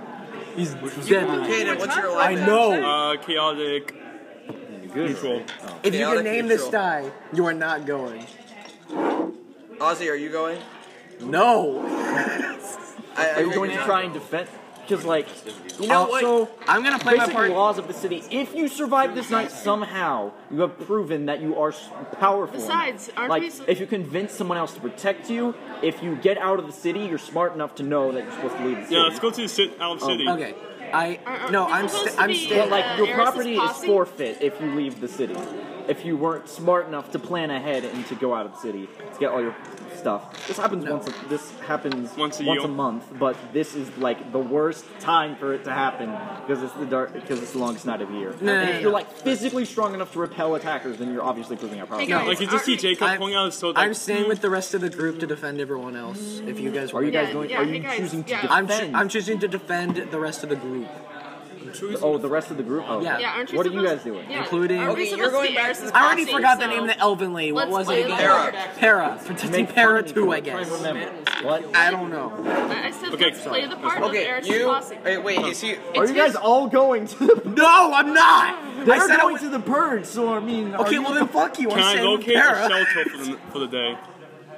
He's dead.
Kaden, what's your
I
alignment?
know.
Uh, chaotic. Neutral.
If you
Chaotic
can name this
neutral.
die, you are not going.
Ozzy, are you going?
No.
I,
Are you going to try and defend? Because like,
You know
uh,
what?
So
I'm gonna play my
basic
part.
laws of the city. If you survive this night somehow, you have proven that you are s- powerful. enough.
Besides, aren't
like
we s-
if you convince someone else to protect you, if you get out of the city, you're smart enough to know that you're supposed to leave the city.
Yeah, let's go to the ci- Elf City.
Okay. I no.
are we
I'm
supposed
sta-
to
I'm
be,
staying.
But like your
Eris's
property is
posse?
forfeit if you leave the city. If you weren't smart enough to plan ahead and to go out of the city to get all your stuff. This happens once a, this happens
Once a year.
month, but this is like the worst time for it to happen because it's the dark because it's the longest night of the year.
no,
And
no,
if you're like physically strong enough to repel attackers, then you're obviously proving how powerful.
Hey, guys,
Like you just see
aren't-
Jacob
I'm-
pulling out his sword. Like, Hmm?
I'm staying with the rest of the group to defend everyone else. If you guys
Are you
want
guys
Yeah,
going?
yeah,
are
hey,
you
guys,
choosing to
yeah.
defend?
I'm, choo- I'm choosing to defend the rest of the group,
oh, the rest of the group. Oh,
Yeah.
Yeah, aren't we
What are
supposed
you guys doing?
Yeah,
including.
aren't we
Okay,
supposed
you're going
to be
back to
Eris's
the-
I already
posse,
forgot the
so-
name of the elven lady. What
Let's
was
play
it again?
the
Para.
Para. Protecting
Make
Para
fun of me
too,
for
I
it. Try and
guess.
remember. What?
I don't know.
I I said
Okay,
let's play the part of
Okay,
Eris's
you.
posse.
Wait, wait. Is he?
Are you guys all going to the?
No, I'm not. I
They're
said I
going
was.
to the purge, so I mean. are
Okay,
you-
well then fuck you. I'm
can I
staying with
locate a
Para.
shelter for the, for the day?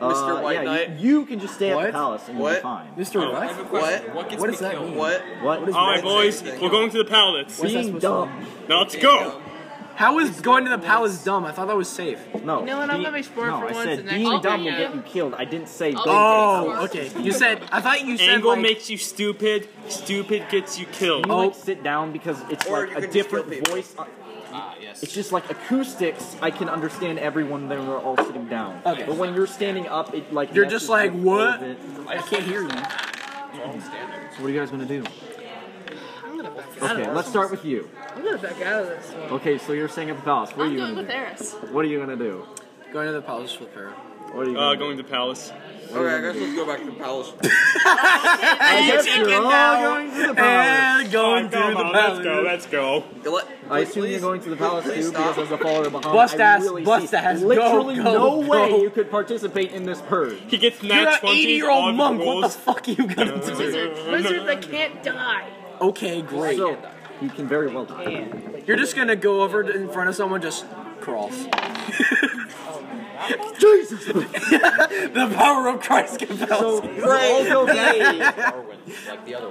Mr. White
yeah,
Knight?
You, you can just stay at
What?
the palace and
What?
you're fine.
Mr.
I have a
What?
question.
What?
What gets
What
me
does that
killed?
mean?
What?
What?
What is
All right,
That's
boys,
everything.
we're going to the palace.
that
Being
supposed to
dumb.
Now let's go.
How is going to the palace dumb? I thought that was safe.
No.
You know what, I'm gonna be smart
No,
for
I
once
said
and next
being
time-
dumb will
Yeah.
get you killed. I didn't say go.
Oh, okay. You said. I thought you said.
Angle
like,
makes you stupid. Stupid gets you killed.
Can you like sit down because it's
Oh. Or you
like a
can just
different
kill people.
voice? Ah, yes. It's just like acoustics. I can understand everyone when we're all sitting down.
Okay.
But when you're standing up, it like
You're
messes
just like,
with all
"What?"
of it.
I can't hear you.
So what are you guys gonna do?
I'm gonna back out of
Okay,
this.
let's start with you.
I'm gonna back out of this one.
Okay, so you're saying at the palace. What are
I'm
you
going
gonna
with
do?
Eris.
What are you gonna do?
Going to the palace with her.
What are you?
Uh, going to palace.
Okay, I guess let's go back to the palace.
I
guess you're all going to the palace.
And going
Oh,
to
come
the
on,
palace.
Let's go. Let's
go.
I assume you're going to the palace too because as a follower of Muhammad,
Bust
I
ass,
really
bust
see
ass, go,
literally
go,
no
go.
way you could participate in this purge.
He gets
You're an 80-year-old monk. What the fuck are you gonna do?
Wizard that can't die.
Okay, great.
So, you can very well.
You're just gonna go over to- in front of someone, just cross.
Jesus!
the power of Christ compels.
So, Great. all go back-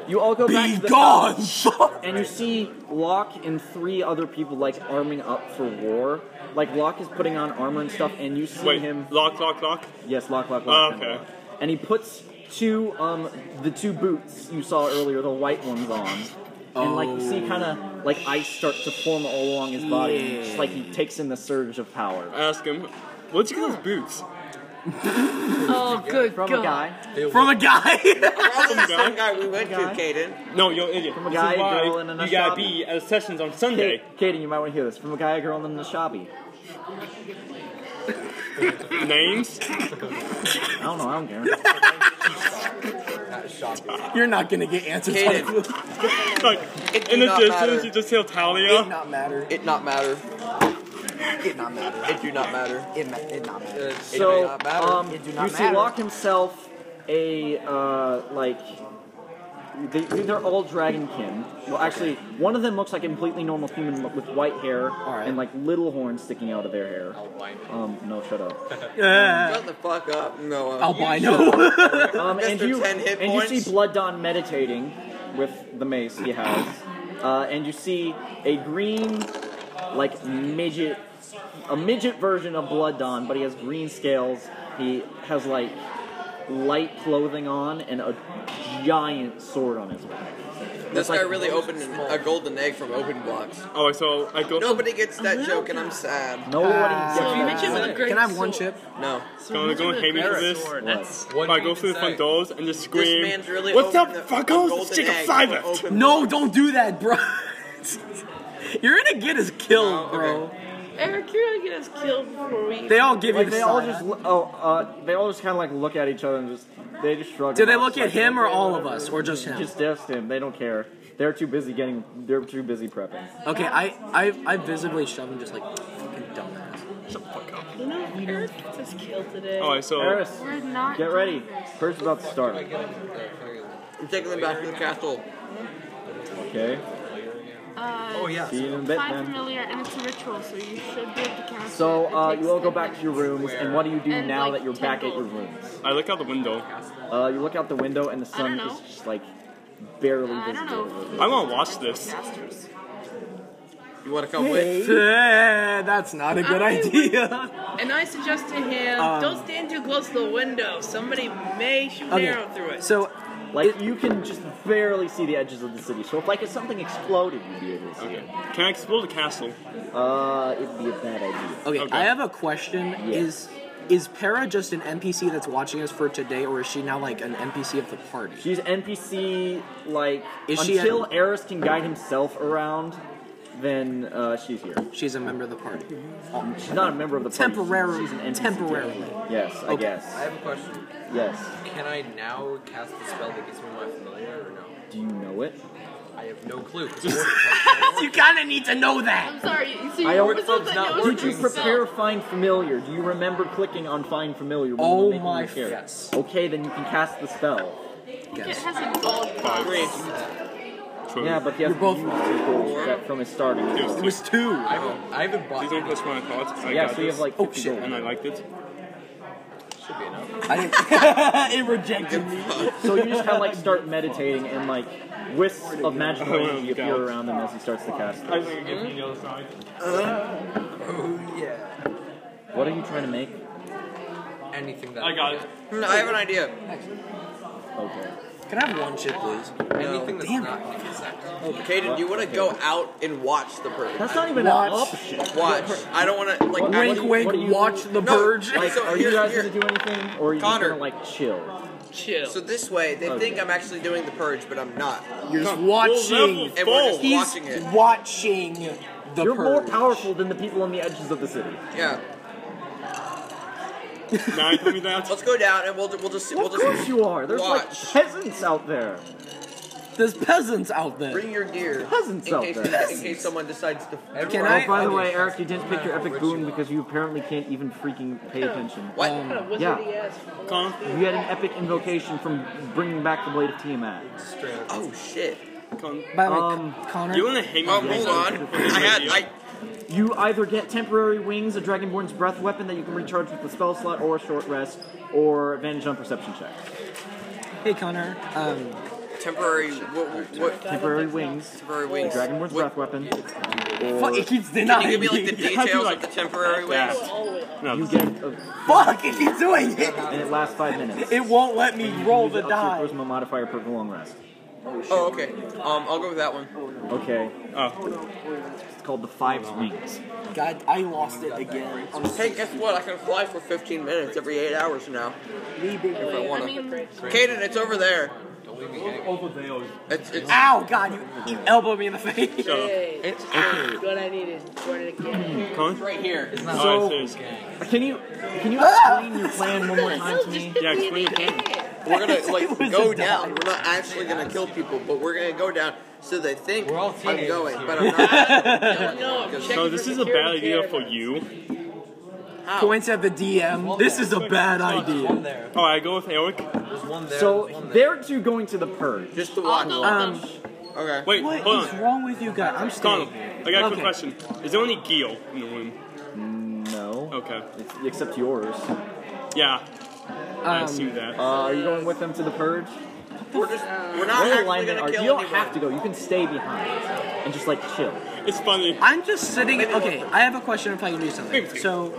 You all go back to the
Begone,
palace, and you see Locke and three other people like arming up for war. Like Locke is putting on armor and stuff, and you see
Wait,
him.
Lock, lock, lock.
Yes, Locke, Locke,
Oh,
Locke.
okay.
And he puts two um the two boots you saw earlier, the white ones on. And like you see, kind of like ice start to form all along his body. and Just like he takes in the surge of power.
I ask him, what'd you get those boots?
Oh, good
From
God.
a guy.
From a guy.
Probably the same guy we went to, Caden.
No, yo, idiot.
From a
This
guy,
is
a
why
girl, and an
You gotta
ashrabi.
be at sessions on Sunday.
Kaden, you might want to hear this from a guy, a girl, and a Nashabi.
Names?
I don't know. I don't care.
You're not gonna get answers.
like,
It do
in the
not
distance,
matter.
you just hear Talia.
It not matter.
It not matter. It not matter. It do not matter.
It, ma- it not matter.
It do
So
not matter.
um,
it do
you
not
see
matter.
Locke himself, a uh, like they, they're all dragonkin. Well, actually, one of them looks like a completely normal human with white hair and like little horns sticking out of their hair. Um, no, shut up.
Shut the fuck up. No. uh,
Albino.
you shut up.
Um, and
Mr.
you,
10 hit
and
points.
you see Blood Don meditating with the mace he has. Uh, and you see a green, like, midget, a midget version of Blood Don, but he has green scales. He has, like, light clothing on and a giant sword on his back.
this guy really opened an- a golden egg from open blocks.
Oh, so I go.
Nobody gets that joke, and I'm sad.
Nobody
gets
so
that
Mitch's
joke.
a great Can I have one sword.
No.
Gonna go and hate me for this.
That's
If I go through the front doors and just scream.
This man's really
What's up,
open the-
fuckos?
golden
Let's take a
egg
five
from
left.
No, Oh, don't do that, bro. You're gonna get us killed, bro.
Eric, you're gonna get us killed before we.
like, They all just lo- oh, uh, they all just kind of like look at each other and just they just shrug.
Do
and
they
all
look
just
at him or
okay,
all of
whatever.
us, or just him?
Just just him. They don't care. They're too busy getting. They're too busy prepping.
Okay, I, I, I visibly shove him, just like fucking dumbass. Shut the fuck up.
You know, Eric gets us killed today.
Alright, so.
Eris,
We're not.
get ready. Purge about to start.
I'm taking them back to the castle.
Okay.
Uh,
Oh, yeah. See you in a bit,
five
man.
familiar, and it's a ritual, so you should be able to count.
So
it. It
uh,
takes
you all go
ten
back to your rooms, and what do you do
And,
now
like,
that you're
ten
back at your
gold.
rooms?
I look out the window.
Uh, you look out the window, and the sun
know.
is just like barely
I don't
visible.
know.
I wanna watch this.
Masters.
You wanna come
Wait.
with?
that's not a good
I would-
idea.
Oh.
And I suggest to him,
Um,
don't stand too close to the window. Somebody may shoot an arrow through it.
so
like you can just barely see the edges of the city. So if like if something exploded, you'd be able to see
Can I explore the castle?
it. Uh, it'd be a bad idea.
Okay, I have a question. Is is Para just an NPC that's watching us for today, or is she now like an NPC of the party?
She's NPC like
Is she
until
a-
Eris can guide himself around, then uh, she's here.
She's a member of the party.
She's not a member of the party.
Temporarily-
She's an NPC.
temporarily.
Yes, I
Okay.
guess.
I have a question.
Yes.
Can I now cast the spell that gets me my familiar or no?
Do you know it?
I have no clue.
you kind of need to know that.
I'm sorry. So
I
you
don't-
was it that knows
Did you
the
prepare
spell?
Find Familiar? Do you remember clicking on Find Familiar? When
Oh
you were making
my
your character?
yes.
Okay, then you can cast the spell.
I think it has a gold cost.
Yeah, but he has both gold back from his starting.
It
was two. I
haven't, I haven't bought
Please don't push my cards. I
Yeah,
got
so you
this.
have, like, Oh, 50 shit. gold.
And I liked it.
should be enough.
I didn't. it rejected me.
So you just kind of like start meditating, and like wisps of magical energy appear around him as he starts to cast.
I think it gives me the other side.
Oh yeah.
What are you trying to make?
Anything that
I got it.
No, I have an idea.
Okay.
Can I have one chip, please?
Anything that's not Nick is Oh, Caden, you want to go out and watch the purge?
That's not even
Watch.
an option.
Watch. I don't want to like. I
wink,
wanna-
wink. watch the
No,
purge.
like,
Like,
so
are you
here-
guys
here-
gonna do anything, or are you
Connor.
just gonna like chill?
Chill.
So this way, they
Okay.
think I'm actually doing the purge, but I'm not.
You're just watching.
And we're just
He's
watching it.
watching the
You're more
purge.
powerful than the people on the edges of the city.
Yeah.
Now you tell me that.
Let's go down and we'll we'll just we'll
of
just
course you are. There's
watch.
like peasants out there.
There's peasants out there.
Bring your gear.
Peasants
in
out
case,
there.
In case someone decides to.
Can
oh,
I-
by the
I-
way, Eric, you didn't pick your epic boon because you apparently can't even freaking pay attention. Um,
What?
yeah, you had an epic invocation from bringing back the blade of Tiamat.
Oh shit.
By the way,
Um,
Connor.
You want to hang
Oh,
on?
hold on. I had I.
You either get temporary wings, a Dragonborn's breath weapon that you can recharge with the spell slot, or a short rest, or advantage on perception checks.
Hey, Connor. Um,
Temporary. What? what- what
Temporary wings,
temporary
a
wings.
Dragonborn's breath weapon,
fuck,
or
it keeps
Can
denying
you give me like the
me.
details of the temporary wings?
you get, a,
Fuck, it keeps doing it.
and it lasts five minutes.
It won't let me roll the
Use it up to
die.
a charisma modifier per long rest.
Oh, okay. Um, I'll go with that one.
Okay,
Oh,
it's called the Five Wings.
God, I lost it again. I'm
Hey, guess what? I can fly for 15 minutes every eight hours now.
leaving.
If I want
I
to.
mean,
Kaden, it's over there. It's, it's,
Ow, God, you, you elbowed me in the face.
it's
What I need is what I get.
Con?
right here.
Oh, I see.
Can you can you
Ah!
explain your plan one more time to me?
Yeah, explain your plan.
We're gonna
It
like
was
go
a
down. We're not actually gonna kill people, but we're gonna go down so they think
We're all
I'm
teenagers
going,
here.
but I'm not.
No, I'm checking
So
for
this is a bad
security
idea for
cameras.
you.
How?
Points at the DM. This is a bad idea.
One there.
Oh, I go with Eric.
There's one there. there's
So
one there.
they're two going to the purge.
Just the
I'll
watch.
go
Um,
with them.
Okay.
Wait, hold
what is
on.
wrong with you guys? I'm staying.
Donald, I got a quick
Okay.
question. Is there any Gil in the room?
No,
Okay.
It's, except yours.
Yeah.
Um,
I assume that.
Uh, are you going with them to the purge?
We're just we're
What
not actually
alignment
gonna
are you?
kill
You don't
anyone.
have to go. You can stay behind and just like chill.
It's funny.
I'm just sitting. Okay, I have a question if I can do something. So,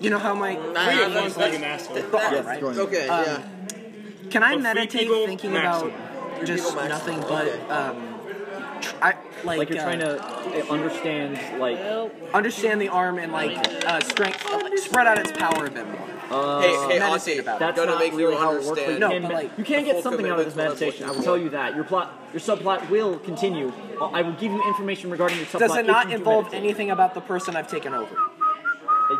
you know how my.
Nah,
Free
I'm
at
not-
once like an asshole.
that-
Yes,
right.
join them.
Okay.
Um,
Yeah.
Can I
But free
meditate
people
thinking
maximum.
about just
people maximum,
nothing but
okay.
um, tr- I like,
Like you're
uh,
trying to uh, understand like
understand the arm and like uh, strength, uh, like, spread out its power a bit more.
hey, hey,
meditate
Aussie,
about it.
Uh, that's
gonna
not
make
really
you
how it works. but you
understand.
No,
can,
but, like,
you can
the
get
full
something out of this
commitment to what
meditation. I will
it's
tell you that your plot, your subplot will continue. I will give you information regarding your subplot.
Does it
if
not
you do
involve
meditate.
anything about the person I've taken over?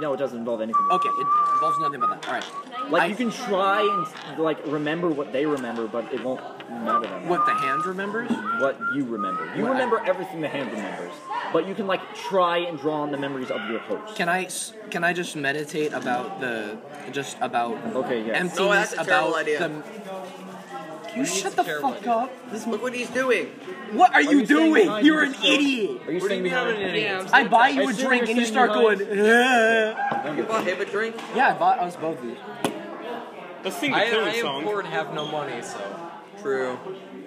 No, it doesn't involve anything.
Okay, it involves nothing but that. All right.
Like
I-
you can try and like remember what they remember, but it won't matter that much
What the hand remembers?
what you remember. You
What I-
remember everything the hand remembers, but you can like try and draw on the memories of your host.
Can I s- can I just meditate about the just about
Okay, yes.
emptiness
No, that's a terrible
about
idea.
the? Can you shut the fuck up? This
Look what he's doing.
What are you,
you staying
doing?
behind
You're
and
an
just go-
idiot.
Are you staying behind?
Yeah,
I buy you
I
a
assume
drink
you're
and you
staying
start
behind.
going. "Ugh."
You bought him a drink.
Yeah, I bought us both these.
Let's sing the
I, I
killing
am
song.
poor and have no money, so
True.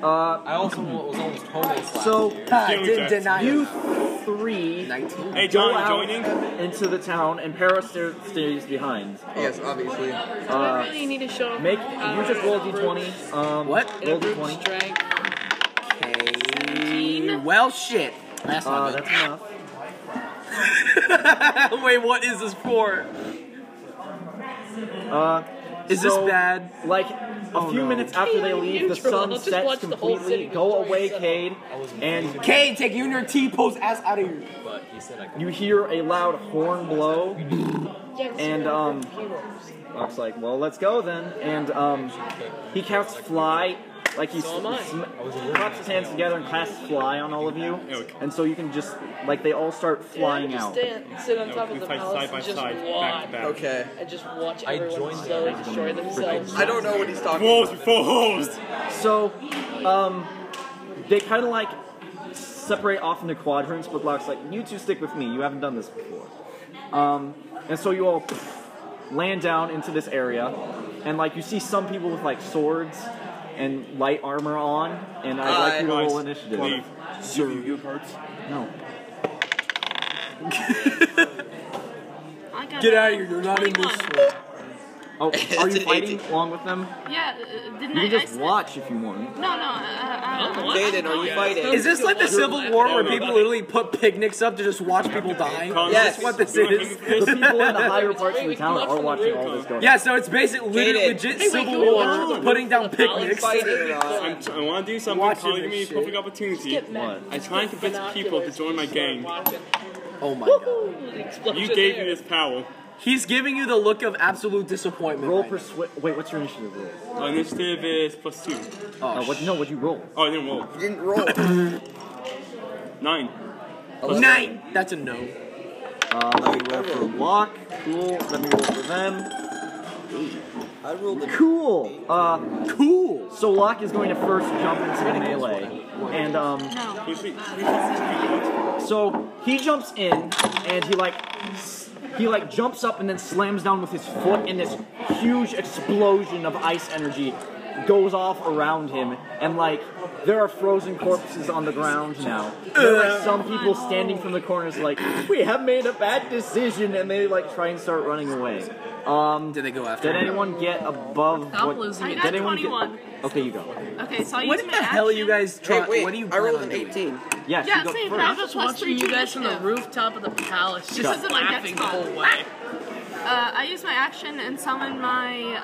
Uh,
I also was almost homeless last
So-
year.
I
Jimmy
did
Jackson.
deny
you
it.
three
19.
Hey,
go
John,
out
you joining?
into the town, and Paris sta- stays behind.
Yes, obviously.
I really need to show
Uh,
uh,
Make you just roll d20. Um,
What?
Roll d20.
Okay. Well, shit. That's
Uh,
not
that's enough.
good. Wait, what is this for?
Uh,
Is this
so,
bad?
Like a
Oh,
few
no.
minutes after they leave, the
Neutral.
sun
Just
sets
watch the whole
completely.
city
Go
destroy
away,
itself.
Cade, and
Kane, take you and your T-pose ass out of here.
But he said I could.
You hear a loud horn blow, and um, Locke's like, "Well, let's go then." And um, he casts fly, like he
So am I.
sm- claps his hands together and casts fly on all of you,
Okay.
and so you can just like they all start flying out.
Stand, sit on top
We
of the
fight
palace
side by
and just
side, back
watch.
to back.
Okay.
And just watch
I
everyone
joined
slowly destroy themselves.
I don't know what he's talking.
Walls before holes.
So, um, they kind of like separate off into quadrants, but Locke's like, "You two stick with me. You haven't done this before." Um, and so you all land down into this area, and like you see some people with like swords and light armor on, and I'd like you to roll initiative.
So you you cards?
No.
I got
Get
out
of here, you're not in this Oh, are
It's
you
an
fighting along with them?
Yeah, uh,
You
didn't
can
I? I
just
said-
watch if you want.
no, uh, no. I, I, I,
Jaden, are you fighting?
Is this like the Civil War where people literally put picnics up to just watch people die?
Yes.
That's what this is.
The people in the higher parts of the town are watching all this going
Yeah, so it's basically
Jaden.
legit
Hey, wait,
Civil
who
War
won?
putting down picnics.
I'm t- I want to do something.
Watching
Calling
this
me a
shit.
perfect opportunity. I'm trying to convince people to join my gang.
Oh my god.
You gave me this power.
He's giving you the look of absolute disappointment.
Roll persuade. Wait, what's your initiative roll?
Oh, initiative is plus two.
Oh, what, no, what'd you roll?
Oh, I didn't roll. You
didn't roll.
Nine.
Nine. That's a no.
Uh, let me roll for Locke. Cool. Let me roll for them. Cool. Uh, cool. So Locke is going to first jump into the melee, and um. So he jumps in, and he like s- he like jumps up and then slams down with his foot, and this huge explosion of ice energy goes off around him, and like there are frozen corpses on the ground now. There are like, some people standing from the corners, like we have made a bad decision, and they like try and start running away. Um,
did they go after?
Did
him?
anyone get above?
Stop
what,
losing
did
it. I got
anyone get-
21.
okay, you go.
Okay, so I
What
used
the
my
hell are you guys
action.
trying? what do you? plan on doing?
Yes,
Yeah,
you go
same.
first.
I
I'm
have a
just
plus three
watching you guys from the
initiative.
rooftop of the palace, just
This isn't like
laughing the
that's
whole
fun.
Ah!
way.
Uh, I use my action and summon my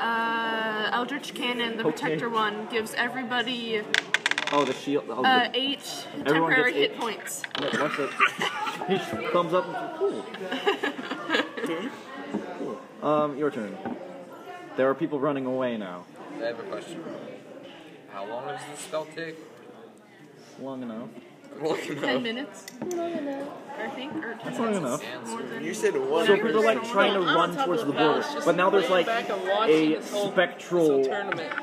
uh, Eldritch Cannon. The
Okay.
Protector one gives everybody
Oh, the shield. Oh, the-
uh, eight
Everyone
temporary
gets eight.
hit points.
No, that's it. He sh- thumbs up. and- Cool. cool. Um, your turn. There are people running away now.
I have a question. How long does this spell take?
Long enough.
Long
Ten minutes. I think, or ten
That's long
minutes.
enough.
More than
You said one.
So people are like trying to
I'm on
run
top of
towards
the
the border,
palace, just
but now there's
laying
like
back and watching
a
this whole-
spectral
Tournament.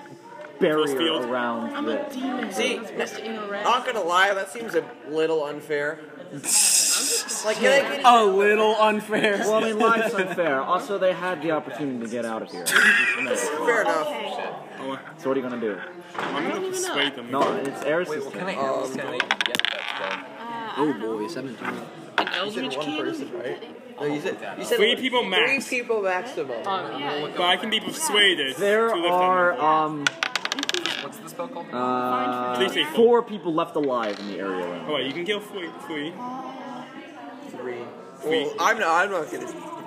barrier around
I'm a
this.
demon.
See,
I'm supposed to interact.
Not gonna lie, that seems a little unfair. like, can I get
A little unfair.
Well, I mean, life's unfair. Also, they had the opportunity to get out of here.
Fair enough.
So what are you gonna do?
I'm gonna persuade them.
No, it's Eris'
Wait,
turn. Um,
well, can I have this? Can I
get
Oh boy, seventeen.
An Eldritch one person, right? No, you said, you said
Three people max.
Three people maximum.
But I can be persuaded.
There
to lift
are um
What's the spell called?
uh,
Please say four.
four people left alive in the area. around.
Oh wait, you can kill three. Three.
Three.
Three.
Well, I'm not. I'm not gonna.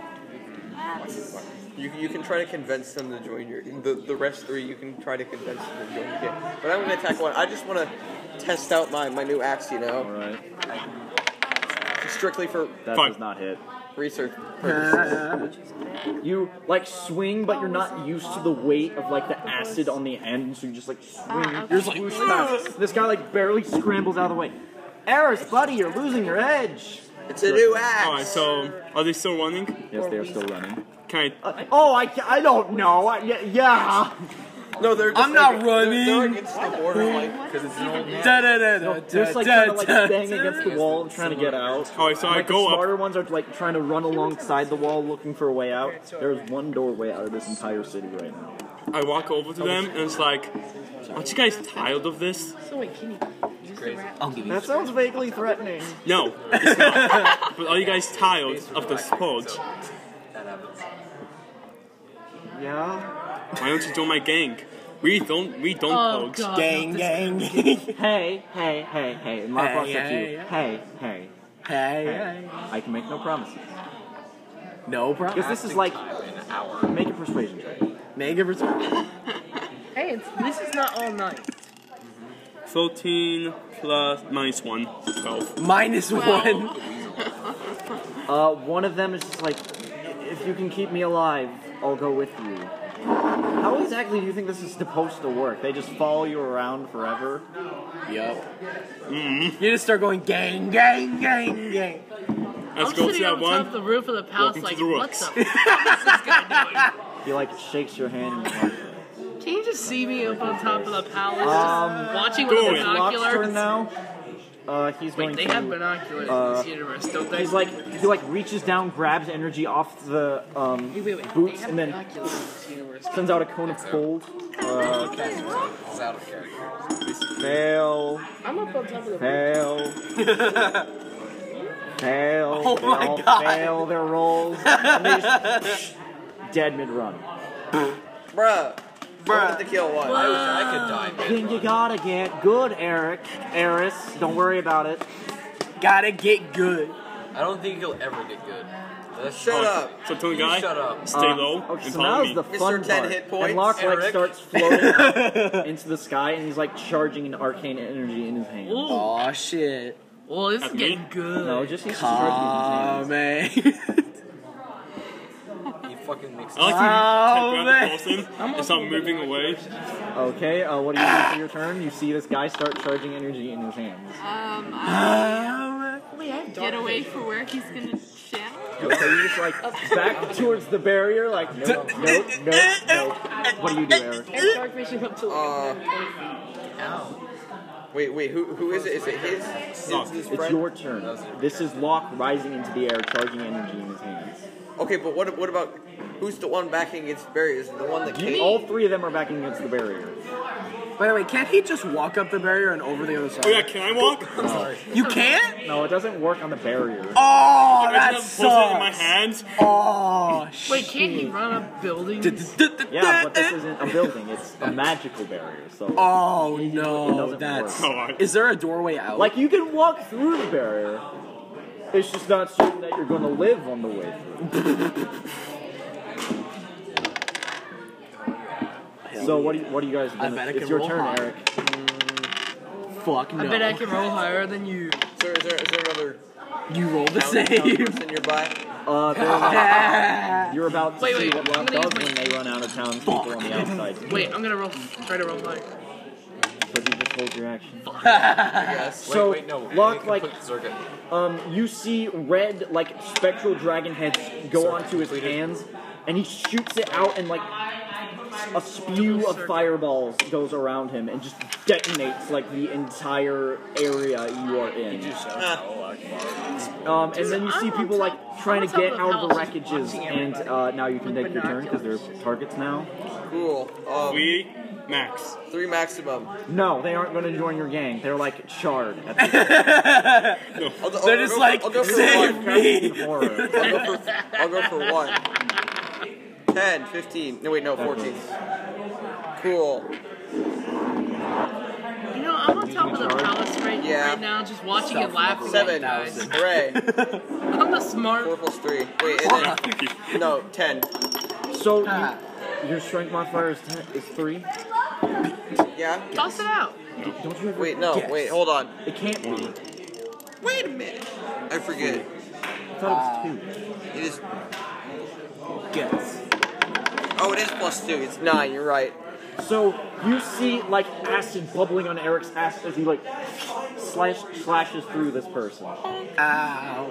You, you can try to convince them to join your the, the rest three. You can try to convince them to join your game. But I'm gonna attack one. I just want to test out my, my new axe. You know. All
right.
Strictly for
That
Fine.
does not hit.
research purposes.
You like swing, but you're not used to the weight of like the acid on the end, so you just like swing.
Ah, okay.
You're just like whoosh past. This guy like barely scrambles out of the way. Eris, buddy, you're losing your edge.
It's
a new
axe.
Alright, so are they still running?
Yes, they are still running.
Can I?
Oh, I, I don't know. I, yeah, yeah.
No, they're.
I'm not running.
Because it's an old
Da da da da.
No, There's like
da,
trying to like
da,
bang
da.
against the wall and trying to get out.
All right, Oh, so
And,
I
like,
go
the
up.
smarter ones are like trying to run alongside the wall looking for a way out. There's one doorway out of this entire city right now.
I walk over to them and it's like, aren't you guys tired of this?
So wait, can you use the rat?
I'll give
That sounds vaguely threatening.
No, it's not. but are you guys tired of this purge?
Yeah.
Why don't you join my gang? We don't. We don't
Oh,
purge.
God, Gang, not
gang.
hey, hey, hey, hey. And my
Hey,
boss said to
hey,
you,
hey.
hey, hey.
Hey, hey.
I can make no promises.
No problem.
Because this is like, make a persuasion check.
Mega return.
Hey, it's, this is not all night.
Thirteen plus minus one. Twelve.
Minus one.
Uh, one of them is just like, if you can keep me alive, I'll go with you. How exactly do you think this is supposed to work? They just follow you around forever? Mm-hmm.
Yep. You just start going gang, gang, gang, gang.
Let's
I'm
go
sitting
to that
on
one.
top of the roof of the palace,
Welcome to
like,
the
what
rooks.
the fuck is this guy
He like shakes your hand. and is
doing? Can you just see me up on top of the palace,
Um,
just watching
do
with a
it. Lobster
binocular?
now? Uh, he's
Wait,
going
they
to.
have binoculars in
uh,
this universe, don't they?
He's like he like reaches down, grabs energy off the um, boots, and then sends out a cone of cold. Uh,
It's out of character.
fail.
I'm up on top of the
Fail. fail.
Oh
they
my
all
God.
Fail their rolls. And they just- dead mid run.
Bruh. Bruh. The kill one. I wish I could die.
Then you gotta get good, Eric. Eris, don't worry about it.
Gotta get good.
I don't think you'll ever get good. That's
Shut up.
Oh, So to the
You
guy,
shut up.
stay
Um,
low
Okay,
and
so
follow
now's
me.
the fun
Mr. 10
part.
hit points,
and Locke like
Eric.
starts floating up into the sky, and he's like charging an arcane energy in his hand.
Oh shit.
Well, this is getting good.
No, just he's
Calm,
charging
man.
You fucking mix
I like
Oh,
how you grab the pulse in and stop moving away.
Okay, uh, what do you do for your turn? You see this guy start charging energy in his hands.
Um, I, get away from where he's gonna shout.
Okay, you just like back towards the barrier, like no, no, no, no, no. What do you do, Eric?
And dark vision up to
Uh,
Ow.
Wait, wait, who who is it? Is it his?
Oh,
Locke,
his
it's
friend?
your turn. This is Locke rising into the air, charging energy in his hands.
Okay, but what what about who's the one backing against Barry? Is it the one that
You-
came?
all three of them are backing against the barrier.
By the way, can't he just walk up the barrier and over the other side?
Oh yeah, can I walk?
I'm sorry.
You can't?
No, it doesn't work on the barrier.
Oh,
I
that
just have pulse in my
sucks.
hands.
Oh,
Wait, can't he run up buildings?
Yeah, but this isn't a building. It's a magical barrier. So.
Oh
It
no,
doesn't
that's.
work.
Is there a doorway out?
Like you can walk through the barrier. It's just not certain that you're going to live on the way through. so what do you, what do you guys?
I
Gonna,
bet I
it's
can
your
roll
turn,
high.
Eric.
Fuck no.
I bet I can roll higher than you.
So is there is there another
You roll the same.
town, person nearby?
Uh, they're- you're about to
Wait,
see
wait,
what
I'm
Locke
gonna
does
use
when
my-
they run out of town. People on the outside.
Wait, I'm gonna roll. Try to roll higher.
So you just hold your action.
Yes.
So,
wait, wait, no.
Locke,
we
like-
complete Zerga.
Um, you see red, like, spectral dragon heads go onto his hands, and he shoots it out, and, like, a spew of fireballs goes around him and just detonates, like, the entire area you are in. Um, and then you see people, like, trying to get out of the wreckages, and, uh, now you can take your turn, because they're targets now.
Cool. Um,
We max.
three maximum.
No, they aren't going to join your gang. They're, like, charred. At
I'll, go-
They're
I'll
just
go-
like,
I'll go for
"Save
one.
the horror.
I'll go for I'll go for one. 10, 15. No wait, no, fourteen. Cool.
You know, I'm on top of the palace right,
Yeah.
right now, just watching and laughing at you
Seven.
guys.
Hooray.
I'm the smart.
Four plus three. Wait, and then no, ten.
So, you, your strength modifier is, ten, is three?
Yeah.
Toss it out.
Don't you ever
Wait, no,
Yes.
wait, hold on.
It can't be.
Wait a minute. I forget.
I thought it was two.
It is.
Yes.
Oh, it is plus two. It's nine. You're right.
So you see like acid bubbling on Eric's ass as he like slash slashes through this person. Uh,
Ow.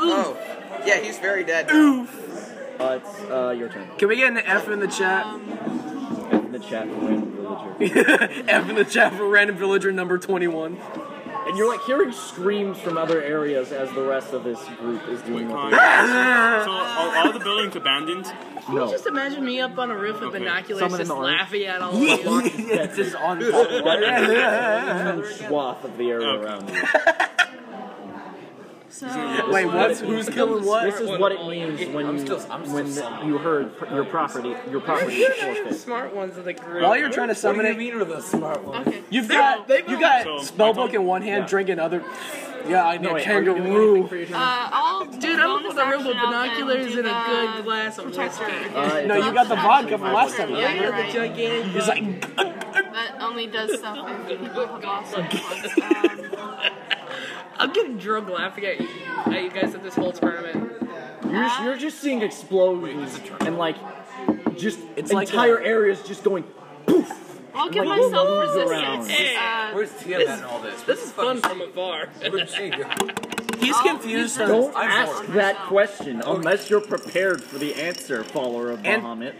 Oh, yeah, he's very dead.
Uh, it's uh, your turn.
Can we get an F in the chat?
In the chat for random villager.
F in the chat for random villager number 21.
And you're like hearing screams from other areas as the rest of this group is doing what they
So are all the buildings abandoned?
Can you
No.
just imagine me up on a roof with
Okay.
Some of
binoculars
them
just
are.
laughing at all of you?
it's just on
Huge swath of the area around you.
So,
Wait, what's who's killing what?
This is what it means when
I'm still-
you-
I'm still
when
someone.
you heard pr- your property your property is
The
forfeit.
smart ones of the group.
While you're trying to
What
summon
do you
it,
mean are the smart ones?
okay.
you've got you got
So,
spellbook in one hand,
Yeah.
drink in other. Yeah, I need
No,
a
wait, are you doing
kangaroo.
Uh, I'll do
Dude, I'm gonna put
bonus
a room with
action. I'll then
binoculars
do
and a
the
good glass of
protector.
whiskey.
Uh,
No,
it's
you got
not
the
actually
vodka from
my
last
turn.
time.
Yeah, you're
remember?
right.
gigantic.
He's like,
That only does stuff I can have lost once. Um,
I'm getting drunk laughing at you, at you guys at this whole tournament.
You're just, you're just seeing explosions and like just
It's like
entire
a-
areas just going poof.
I'll give
Like,
myself
move around.
resistance. Uh,
Where's Tiamat in all this?
This is fun from afar.
Where'd she go?
He's confused on-
Don't
I'm
ask
sorry.
that question unless you're prepared for the answer, follower of
And-
Muhammad.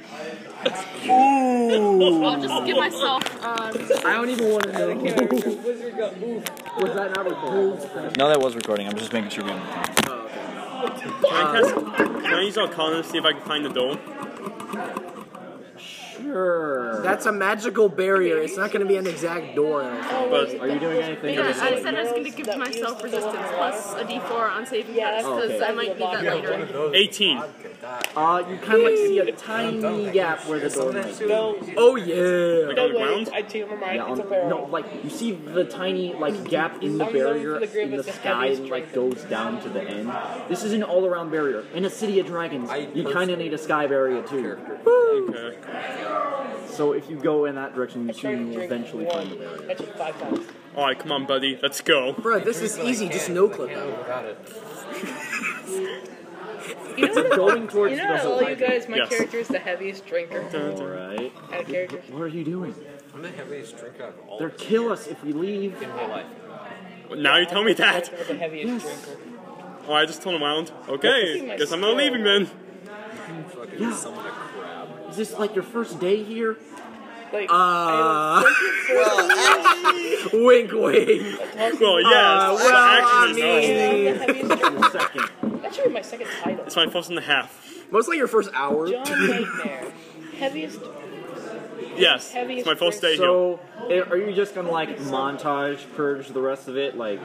Ooh.
I'll just give myself. Um,
I don't even want to know. Wizard got moved. Was that not recorded?
No, that was recording. I'm just making sure we have
Can I, test,
Uh,
can I use Arcana to see if I can find the door?
Sure.
That's a magical barrier. It's not going to be an exact door.
But- Are you doing
yeah, I said I was going to give myself resistance plus a d4 on saving yeah, because
okay.
I might need that later.
18.
Uh, you kind of like see a tiny gap where the door might be.
Oh yeah.
Like on the ground?
I changed my mind.
Yeah,
it's a
on-
barrel.
no, like you see the tiny like gap in the
I'm going
barrier
for the grave
in the
with the
sky
heaviest
that like goes down to the end. This is an all-around barrier in a city of dragons. You kind of need a sky barrier too.
Okay.
So if you go in that direction, you assume you will
drink
eventually
one.
find the barrier.
I took five times.
Alright, come on, buddy. Let's go.
Bro, this is easy. Just no clip out.
You know, what-
Going towards
you know
the
what,
whole
all you
idea.
guys, my
Yes.
character is the heaviest drinker.
All right.
Out of character.
What are you doing?
I'm the heaviest drinker of all.
They'll kill us if we leave. In
my life.
Now you tell me that.
The heaviest drinker.
Oh, I just told him around.
That's
Okay,
my
guess I'm not
skill.
leaving then.
Yeah. Is this like your first day here?
Like,
Uh, wink, wink.
Well,
Uh,
yes, but
well,
actually,
I
no.
mean,
second.
That should be my second title.
It's my first and a half.
mostly your first hour.
John Nightmare. Heaviest.
Yes, it's my first day here.
So, eh, are you just gonna like montage purge the rest of it? Like,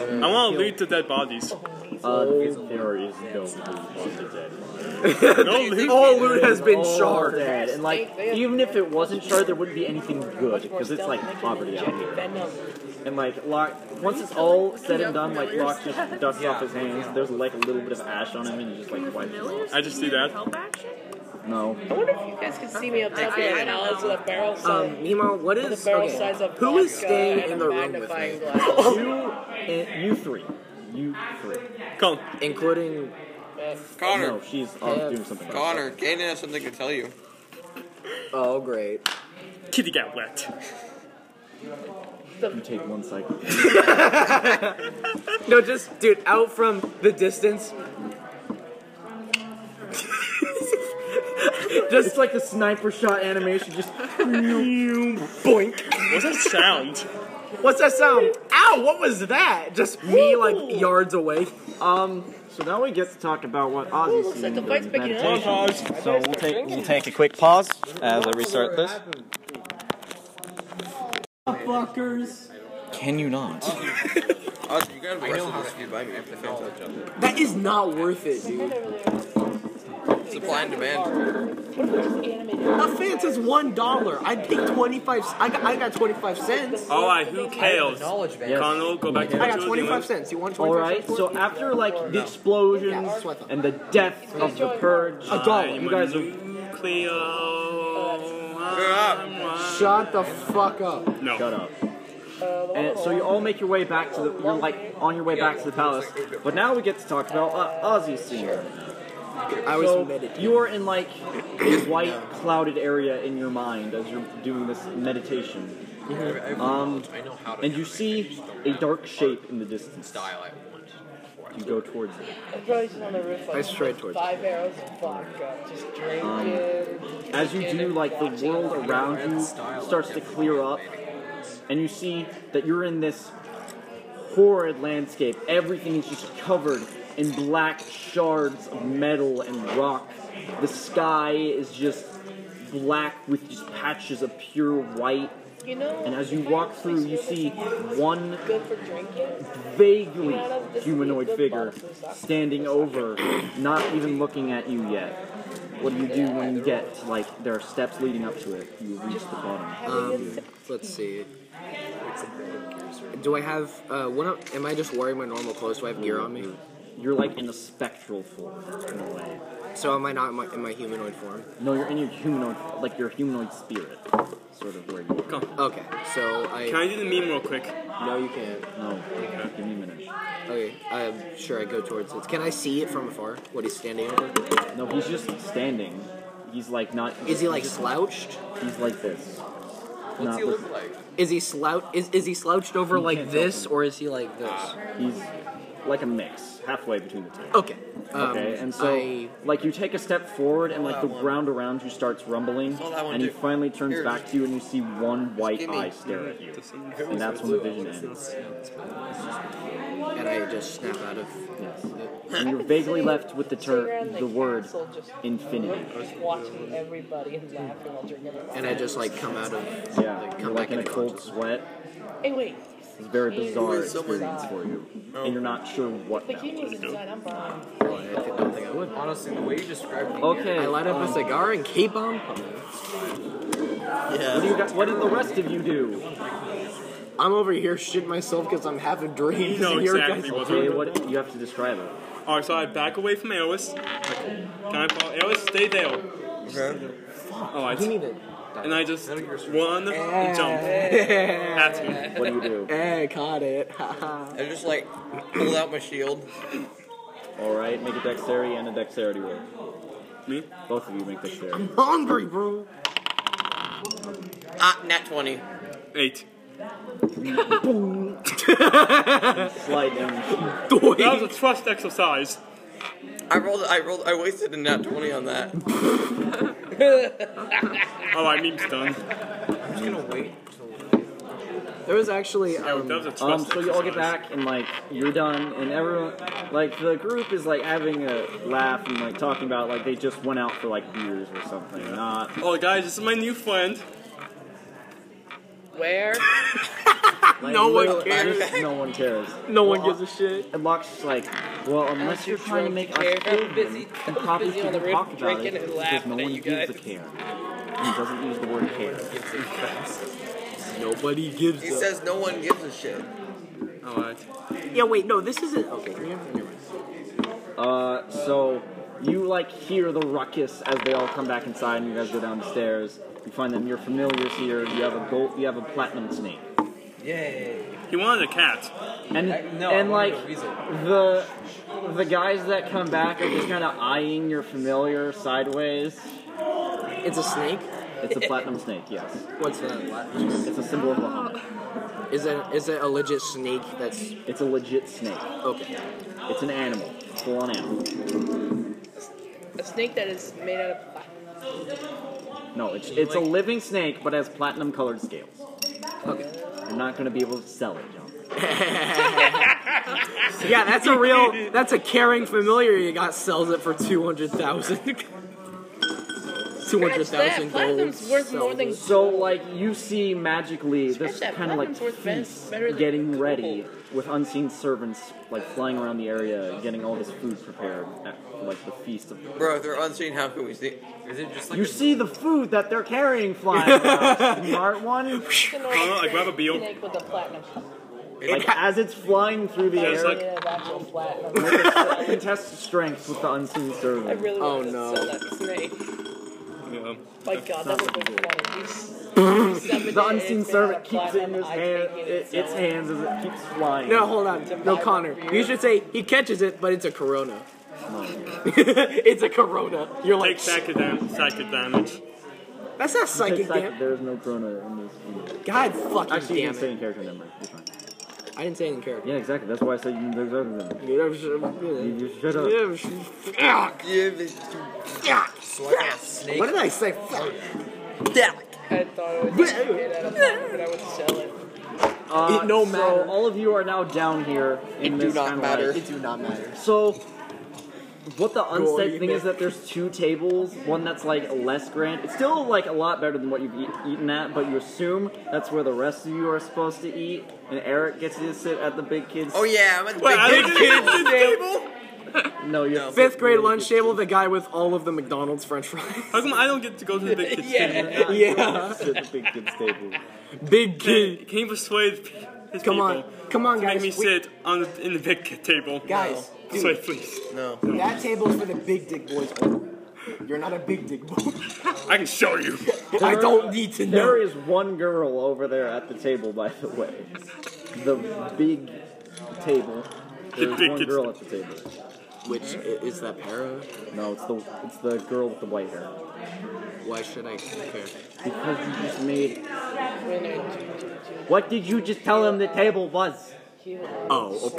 I want to loot the dead bodies.
Uh, because there is no loot on the dead.
All loot has been
All
shard.
dead. And like, even if it wasn't shard, there wouldn't be anything good because it's like poverty out here. And like, Locke, once it's all said and done, like Locke just dusts off his hands. There's like a little bit of ash on him, and he just like wipes it off.
I just do that.
No.
I wonder if you guys can see me up top here and I'll the barrel size.
Um, Nemo, what is
the barrel
okay,
size of
who is
vodka
staying
and
in
a
the room with
magnifying
me?
glass.
Eh, You three. You three.
Come.
Including
Connor.
No, she's off doing something. else.
Connor, Gaiden has something to tell you.
Oh great.
Kitty got wet.
You take one cycle.
No, just dude, out from the distance.
just it's like the sniper shot animation, just boink.
What's that sound?
What's that sound? Ow! What was that? Just me like yards away.
Um. So now we get to talk about what Ozzy's seen
the
during
fight's picking up.
meditation.
Montage.
So we'll take we'll take a quick pause as I restart this.
Fuckers.
Can you not?
Oz, you gotta rest of this if you buy me. I have to finish that job.
That is not worth it, dude.
Supply and demand.
A fence is one dollar. I paid twenty five. I got, I got twenty five cents.
Alright, who cares?
knowledge base.
Connell, go back to
I
the
got twenty five cents. You want twenty
All
five
right.
cents?
So after like the explosions and the death of the purge,
A dollar.
you guys are
Shut the fuck up.
No.
Shut up. And so you all make your way back to the. You're like on your way back to the palace. But now we get to talk about uh, Ozzy's scene.
I was
so
meditating.
You are in like a white clouded area in your mind as you're doing this meditation. Um, and you see a dark shape in the distance. Style I want. You go towards it.
I'm probably just on the roof. Like,
I strayed towards
Five barrels of vodka. Just drinking.
Um, as you do, like the world around you starts to clear up, and you see that you're in this horrid landscape. Everything is just covered in black shards of metal and rock. The sky is just black with just patches of pure white.
You know,
And as you walk through, you see one
good for drinking.
vaguely humanoid figure standing over, not even looking at you yet. What do you do when you get to, like there are steps leading up to it? You reach the bottom.
Um, let's see. Do I have uh, one? Of, am I just wearing my normal clothes? Do I have gear on me?
You're like in a spectral form in a way.
So am I not in my, in my humanoid form?
No, you're in your humanoid, like your humanoid spirit, sort of where you are.
Okay. So I.
Can I do the meme real quick?
No, you can't.
No, give me a minute.
Okay. I'm sure I go towards it. Can I see it from afar? What he's standing over?
No, he's just standing. He's like not.
Is he like
he's just-
slouched?
He's like this. Not look-
Is he slouch? Is, is he slouched over
You
like
can't tell Ah.
this, or is he like this?
He's like a mix, halfway between the two.
Okay.
Okay,
Um,
and so
I-
like you take a step forward, and like
Saw
the
that one.
ground around you starts rumbling,
Saw that one
and he
too.
finally turns
Here,
back to you, and you see one white
give me-
eye stare at you,
Mhm.
and that's when the vision ends.
And I just snap out of.
Yes. And you're vaguely left with the ter- the word infinity.
Watching everybody and laughing while drinking.
And I just like come out of.
Yeah, you're like in a cold sweat.
Hey, wait.
It's a very
Hey,
bizarre
wait, someone-
experience for you, and you're not sure what.
The
now.
key was inside. I'm fine.
don't think I would.
Honestly, the way you described it.
Okay,
I light up
um,
a cigar and keep on pumping.
What, do you got, what did the rest of you do?
I'm over here shitting myself because I'm having dreams.
No,
Your
exactly.
guys-
Okay,
what you have to describe it.
Alright, so I back away from Aeolus. Can I follow Aeolus? Stay there. Okay. Alright.
You need it.
And I just one and jump. That's me.
What do you do?
Eh, caught it. I
just like pulled out my shield.
All right, make a dexterity and a dexterity roll.
Me?
Both of you make dexterity.
Hungry, bro.
Ah, nat 20.
Eight.
Slide down.
That was a trust exercise.
I rolled, I rolled, I wasted a nat 20 on that.
Oh, I meme's done.
I'm just gonna wait.
There was actually. Um,
Um, so you all get back and like you're done, and everyone, like the group is like having a laugh and like talking about like they just went out for like beers or something. Not
Oh, guys, this is my new friend.
Where?
like,
No one
literally-
cares.
just no one cares.
No one
Well,
gives a shit.
And Locke's just like, well, unless you're trying to make us
care.
feel
I'm busy.
good,
I'm
you probably
busy on the
shouldn't
roof
talk about
drinking
it
and
because
laughing
no
at
one
you
gives a
guys.
care. He doesn't use the word care.
Nobody gives
He
a-
says no one gives a shit.
Alright.
Yeah, wait, no, this isn't. Okay, never mind.
Uh, so you like hear the ruckus as they all come back inside, and you guys go downstairs. You find them. Your familiars here. You have a gold. You have a platinum snake.
Yay.
He wanted a cat.
And
no,
and
I
like
wanted a weasel.
the the guys that come back are just kind of eyeing your familiar sideways.
It's a snake.
It's a platinum snake. Yes.
What's that?
It's a symbol of Muhammad.
Is it is it a legit snake? That's
It's a legit snake.
Okay.
It's an animal. Full on animal.
A snake that is made out of plastic.
No, it's it's a living snake, but has platinum colored scales.
Okay.
You're not gonna be able to sell it, John.
Yeah, that's a real. That's a caring familiar you got sells it for two hundred thousand. Two hundred thousand gold.
Platinum's worth more than
So, like, you see magically this
that,
kind of like
platinum's worth be-
feast
better than
getting ready with unseen servants like flying around the area, getting all this food prepared at like the feast of.
Bro, if they're unseen, how can we see? Is it just
You see the food that they're carrying flying around. Smart one.
Connor, I grab a beer.
snake with a platinum.
Like as it's flying through the
That's
air,
like of actual platinum.
contest strength with the unseen servant.
I really
oh
wanted
no!
to sell that snake.
Yeah.
My God, that would have been funny.
the unseen servant keeps it in his hand, it, its hands as it keeps flying.
No, hold on. No, Connor. You should say he catches it, but it's a Corona. it's a Corona. You're uh, like
Take psychic, dam- psychic damage.
That's not psychic damage.
There's no Corona in this. Universe.
God fucking
Actually, you didn't
damn
say
it.
in character number. You're fine.
I didn't say any character.
Yeah, exactly. That's why I said you there's other than
You know, sh-
you shut up.
yeah, sh- Fuck. Fuck. What did I say? Fuck.
I thought it would be made out of platinum, but I would sell it.
Uh,
It no
so
matter.
all of you are now down here in
It
this
do not
kinda
matter.
like-
It do not matter.
So, what the unsaid
Glory
thing is
be-
that there's two tables. One that's like less grand. It's still like a lot better than what you've eat, eaten at, but you assume that's where the rest of you are supposed to eat. And Eric gets to sit at the big kids.
Oh yeah, I'm at the
Wait, I
big
didn't
kids.
No, you have to
Fifth
sit
grade
really
lunch table, the guy with all of the McDonald's French fries.
How come I don't get to go to the big kids
Yeah.
table?
Yeah.
Sit at the big kids table.
Big
kid. Can, can you persuade p- his
Come
people?
on. Come on,
to
guys.
Make me
We-
sit on the, in the big kid table.
Guys,
No.
dude.
Persuade, please.
No.
That table's for the big dick boys. only. You're not a big dick boy.
I can show you.
I don't need to know.
There is one girl over there at the table, by the way. The big table.
The
There's
big
one
kids-
girl at the table.
Which i- is that para?
No, it's the it's the girl with the white hair.
Why should I care?
Because you just made. What did you just tell him the table was? Oh.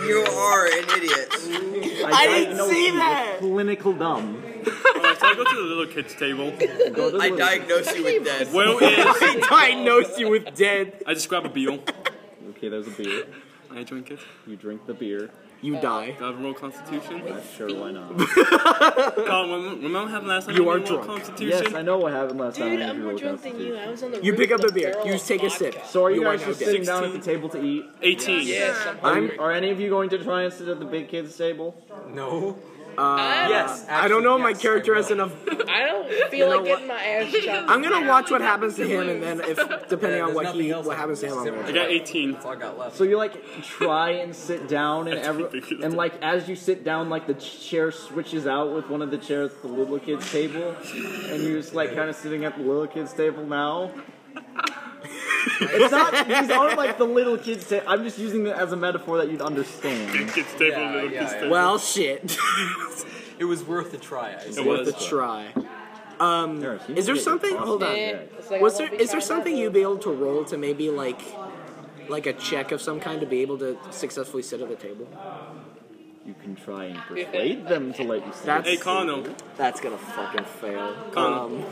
you are an idiot.
I, didn't see that. Clinical dumb.
Alright, so I go to the little kids table.
I diagnose you with dead.
Will is.
I
diagnose you with dead. I just grab a beer.
Okay, there's a beer.
I drink it.
You drink the beer.
You die. Do I have a roll constitution?
Sure, why not?
Colin, remember remember what happened last time?
You
when
are
we rolled
drunk.
Constitution?
Yes, I know what happened last time.
Dude,
I
I'm
drew
more
a
drunk than you. I was on the
You
roof
pick up
with
a beer.
barrel
You
of
take
vodka.
So are you,
You are
guys
now
just
dead.
sitting down at the table to eat?
18.
Yes. Yes.
Are, you- are any of you going to try and sit at the big kids' table?
No.
Uh,
Yes,
I don't know. if my character has enough.
I don't feel
You know
like getting my ass chopped.
I'm gonna watch what happens to him, and then if depending
Yeah, there's
on what
nothing
he what happens to him, I'm gonna
I got 18. That's
all I got left.
So you like try and sit down, and every and like as you sit down, like the ch- chair switches out with one of the chairs at the little kids' table, and you're just like kind of sitting at the little kids' table now. it's not these aren't like the little kids' table. I'm just using it as a metaphor that you'd understand.
kids table, little
yeah,
kids
yeah.
table.
Well,
shit.
it was worth a try. I
It worth a try. Um, is there
he's
something?
awesome.
Hold
Eh,
on.
it's
like I
Was there
won't be
is there
trying
something you'd be able to roll to maybe like, like a check of some kind to be able to successfully sit at the table?
You can try and persuade them to let you sit.
That's
Hey, Connell.
That's gonna fucking fail. Um,
Connell.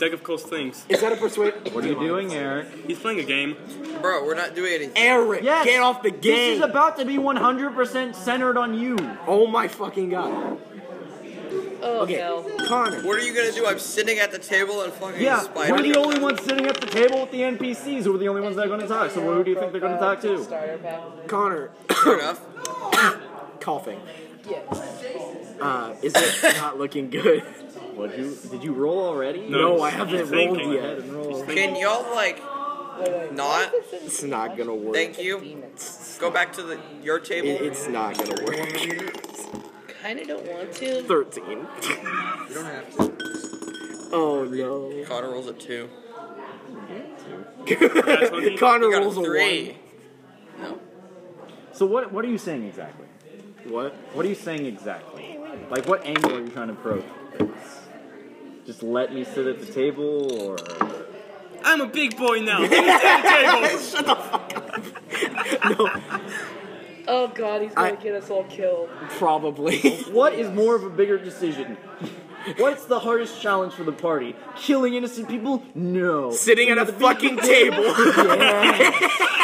Deck of cool things.
Is that a persuade?
What are you doing, Eric?
He's playing a game.
Bro, we're not doing anything.
Eric,
Yes,
get off the
This
game.
is about to be 100% centered on you.
Oh my fucking god.
Oh,
okay, Connor.
What are you gonna do? I'm sitting at the table and fucking
Yeah,
spider.
we're the only ones sitting at the table with the NPCs who are the only ones that are going to talk. So who do you think they're going to talk to?
Connor.
Fair enough.
coughing. Uh, is it not looking good?
What you did you roll already?
No, I haven't rolled yet.
Can y'all like not?
It's not gonna work.
Thank you. Go back to the your table.
It- it's not gonna work.
kind of don't want to.
Thirteen.
You don't have to.
Oh no.
Connor rolls a two.
Connor
You got a
rolls a
three.
one.
So what what are you saying exactly?
What?
What are you saying exactly? Like what angle are you trying to approach? this? Just let me sit at the table, or
I'm a big boy now. Let me sit at the table.
Shut the fuck
Oh god, he's gonna get us all killed.
Probably.
what is more of a bigger decision? What's the hardest challenge for the party? Killing innocent people? No.
Sitting at a fucking table.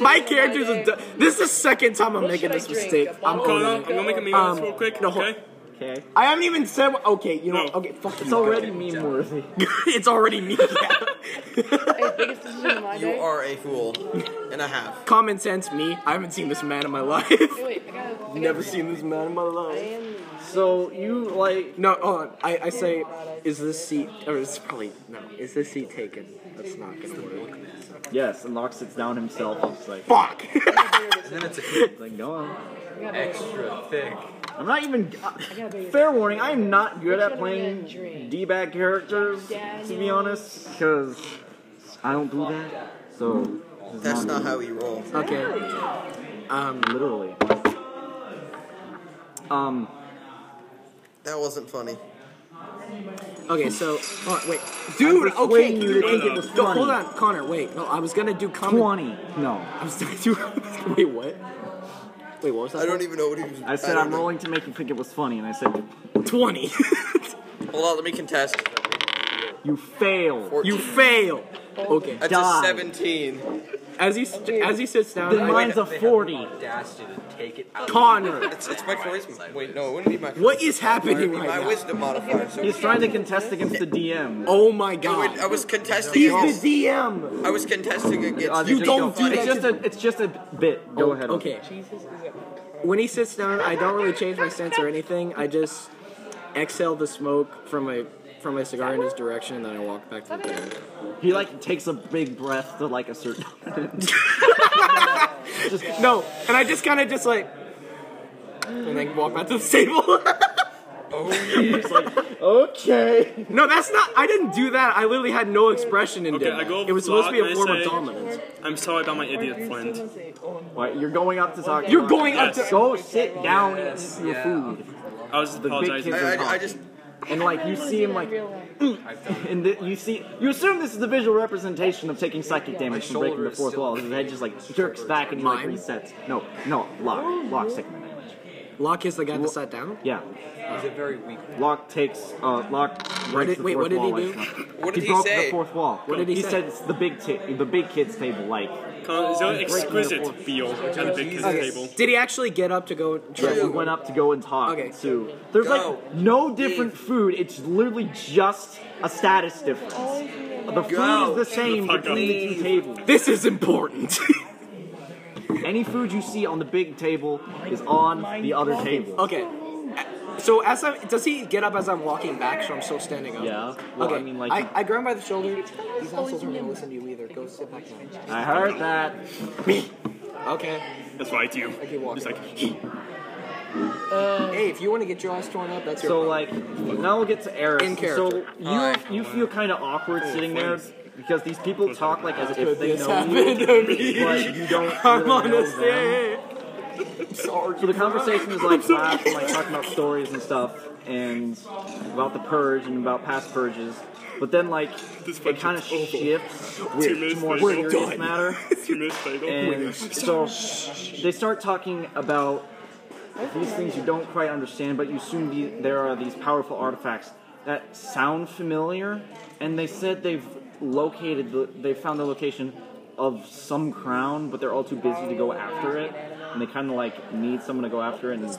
My character's a. du- This is the second time I'm making this mistake. I'm
Connor,
owning
I'm
it.
gonna make a meme
Um,
of this real quick. okay.
Okay.
I haven't even said. what- Okay, you know. what? Okay, fuck. It's
already meme worthy.
it's already meme.
You are a fool and a half.
Common sense, me. I haven't seen this man in my life.
Wait, I gotta.
Never seen this man in my life.
So you like?
No, hold on. I, I say, is this seat? Or it's probably no. Is this seat taken? That's not gonna work.
Yes, and Locke sits down himself. and It's like
fuck.
then it's a kid. Like go on.
Extra thick.
I'm not even. uh, fair warning, I am not good at playing D bag characters, to be honest, because I don't do that. So.
That's not how we roll.
Okay. Um.
Literally. Um.
That wasn't funny.
Okay, so hold on, wait, dude.
I'm
Okay,
persuading you to think it was
No,
funny.
hold on, Connor. Wait, no, I was gonna do common.
Twenty. No.
I was gonna do. wait, what? Wait, what was that?
I don't even know what he was.
I said
don't
I'm
know.
rolling to make you think it was funny, and I said
twenty.
Hold on, let me contest.
you fail.
You fail. Okay.
That's
die.
a seventeen.
As he st- as he sits down,
Then
I-
mine's a forty.
Audacity to take it out.
Connor.
It's, it's my charisma. Wait, no, it wouldn't be my.
What is happening
It would be
right
my
now?
wisdom modifier. So
He's trying to contest against the DM.
Oh my
I,
god.
would- I was contesting.
He's
against,
the DM.
I was contesting against.
You don't do
It's
that.
Uh, just a. It's just a bit. Go
Oh,
ahead.
Okay. When he sits down, I don't really change my stance or anything. I just exhale the smoke from my from my cigar in his direction, and then I walk back to the table.
He like takes a big breath to like assert.
No, and I just kind of just like, and then walk back to the table.
okay.
no, that's not. I didn't do that. I literally had no expression in
Okay,
doing
I
that.
go over
It was
to
supposed to be
Locke
a form
and I
of
say,
dominance.
I'm sorry about my idiot friend.
What? You're going up to talk. to
You're
Locke.
going up
Go sit down and eat your food.
I was
The big
apologizing.
kids are
I, I, I
talking.
just
and like you see him like, and the, you see you assume this is the visual representation of taking psychic damage from breaking the fourth wall. His head just like jerks back and he like
Mine?
resets. No, no, Locke. Locke's taking the damage.
Locke is the guy that sat down.
Yeah.
He's a very weak.
Locke takes uh, Locke.
What
breaks
did-
the
wait,
fourth
what did he
wall,
do?
like,
What did
he
he
broke
say?
the fourth wall.
What did he say?
said it's the big ta- the big kids table like.
Con- it's an
Breaking the fourth-
exquisite feel at the big kids
Okay.
table.
Did he actually get up to go?
Yeah, we went up to go and talk to. There's like no different food. It's literally just a status difference. The food
Go.
is the same
The fuck
between the
up.
two tables.
This is important.
Any food you see on the big table is on the other table.
Okay. So as I does he get up as I'm walking back? So I'm still standing up.
Yeah. Well,
okay.
I mean, like-
I, I grab him by the shoulder. These assholes aren't gonna listen to you either. Go sit back down.
I heard that.
Okay.
That's right, you.
Okay, walk.
Just like
hey, if you want to get your ass torn up, that's your.
So like now we'll get to Eris.
In
so
character. Oh,
you you feel kind of awkward sitting there because these people talk like as if they
This
know
happened
you,
to me.
but you don't.
I'm
really
on
know
a
them.
stage.
So the conversation is like laugh and like talking about stories and stuff and about the purge and about past purges. But then like it kind of shifts with to more serious matter.
Two minutes fatal.
And so they start talking about these things you don't quite understand, but you assume the, there are these powerful artifacts that sound familiar. And they said they've located, the, they found the location of some crown, but they're all too busy to go after it. And they kind of like need someone to go after it. And it's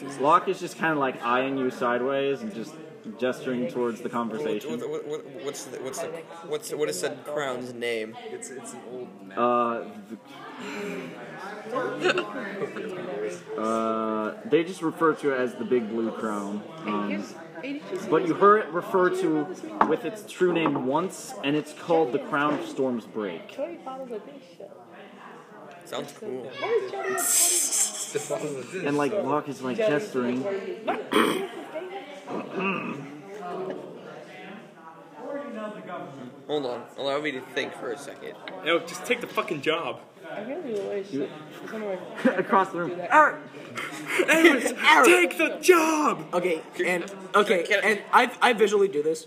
just, Locke is just kind of like eyeing you sideways and just gesturing towards the conversation.
What, what, what, what's the, what's the, what's what is said crown's name? It's it's an old map.
Uh, the- uh, they just refer to it as the Big Blue Crown. Um, but you heard it referred to with its true name once, and it's called the Crown of Storm's Break.
Sounds cool.
And like Locke is like gesturing.
Hold on, allow me to think for a second.
No, just take the fucking job.
Across the room.
Everyone, take the job.
Okay, and okay, and I, I visually do this.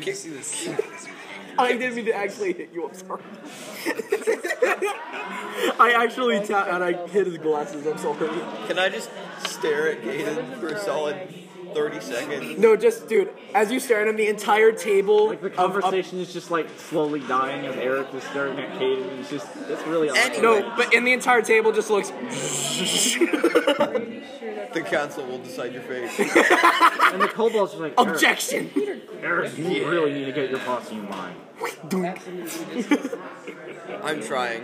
Can't see this.
I didn't mean to actually hit you. I'm sorry. I actually tap and I hit his glasses. I'm sorry.
Can I just stare at Gaiden for a solid thirty seconds?
No, just dude. As you stare at him, the entire table. Like the
conversation is just like slowly dying as Eric is staring at Caden. It's just it's really awkward.
No, but and the entire table just looks.
The council will decide your fate.
and the kobold's just like "Eric,
Objection.
Eric, you really need to get your posse in line.
I'm trying.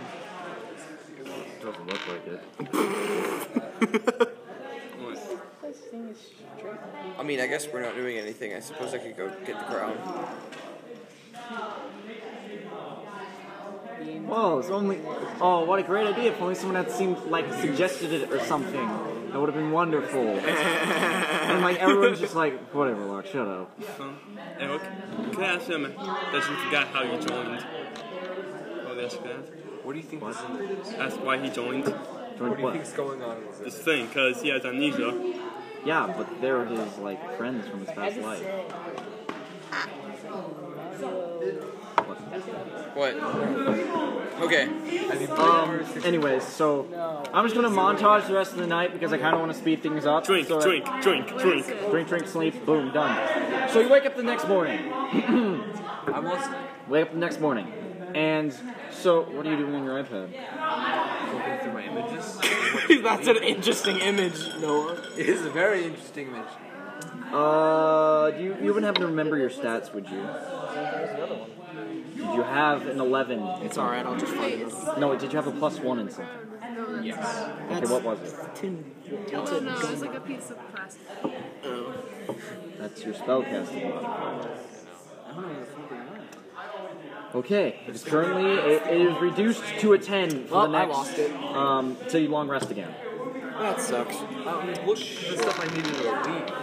Doesn't look like it.
I mean, I guess we're not doing anything. I suppose I could go get the crown.
Whoa, it's only. Oh, what a great idea! If only someone had seemed like suggested it or something. That would have been wonderful. and like everyone's just like, whatever, Locke, shut up.
Um, Eric, can I ask him that you forgot how you joined? Oh, that's bad.
What do you think?
Ask why he joined.
Joined What do you what?
think's going on? with
This thing, because he has amnesia.
Yeah, but they're his like friends from his past life.
What? Okay.
Um. Anyways, so I'm just gonna montage the rest of the night because I kind of want to speed things up. Drink,
drink, drink, drink.
drink, drink, sleep. Boom, done. So you wake up the next morning.
I'm listening.
Wake up the next morning, and so what are you doing on your iPad?
Looking through my images.
That's an interesting image, Noah.
It is a very interesting image.
Uh, you you wouldn't have to remember your stats, would you? Did you have an eleven?
It's all right. I'll just find it.
No, did you have a plus one in something?
Yes.
Okay, what was it?
Oh no, it's like a piece of plastic.
That's your spellcasting modifier. Okay, it's currently it, it is reduced to a ten for the
Well, Oh, I
next
lost it.
um till you long rest again.
That sucks.
Um, look at the stuff I needed in a week, man.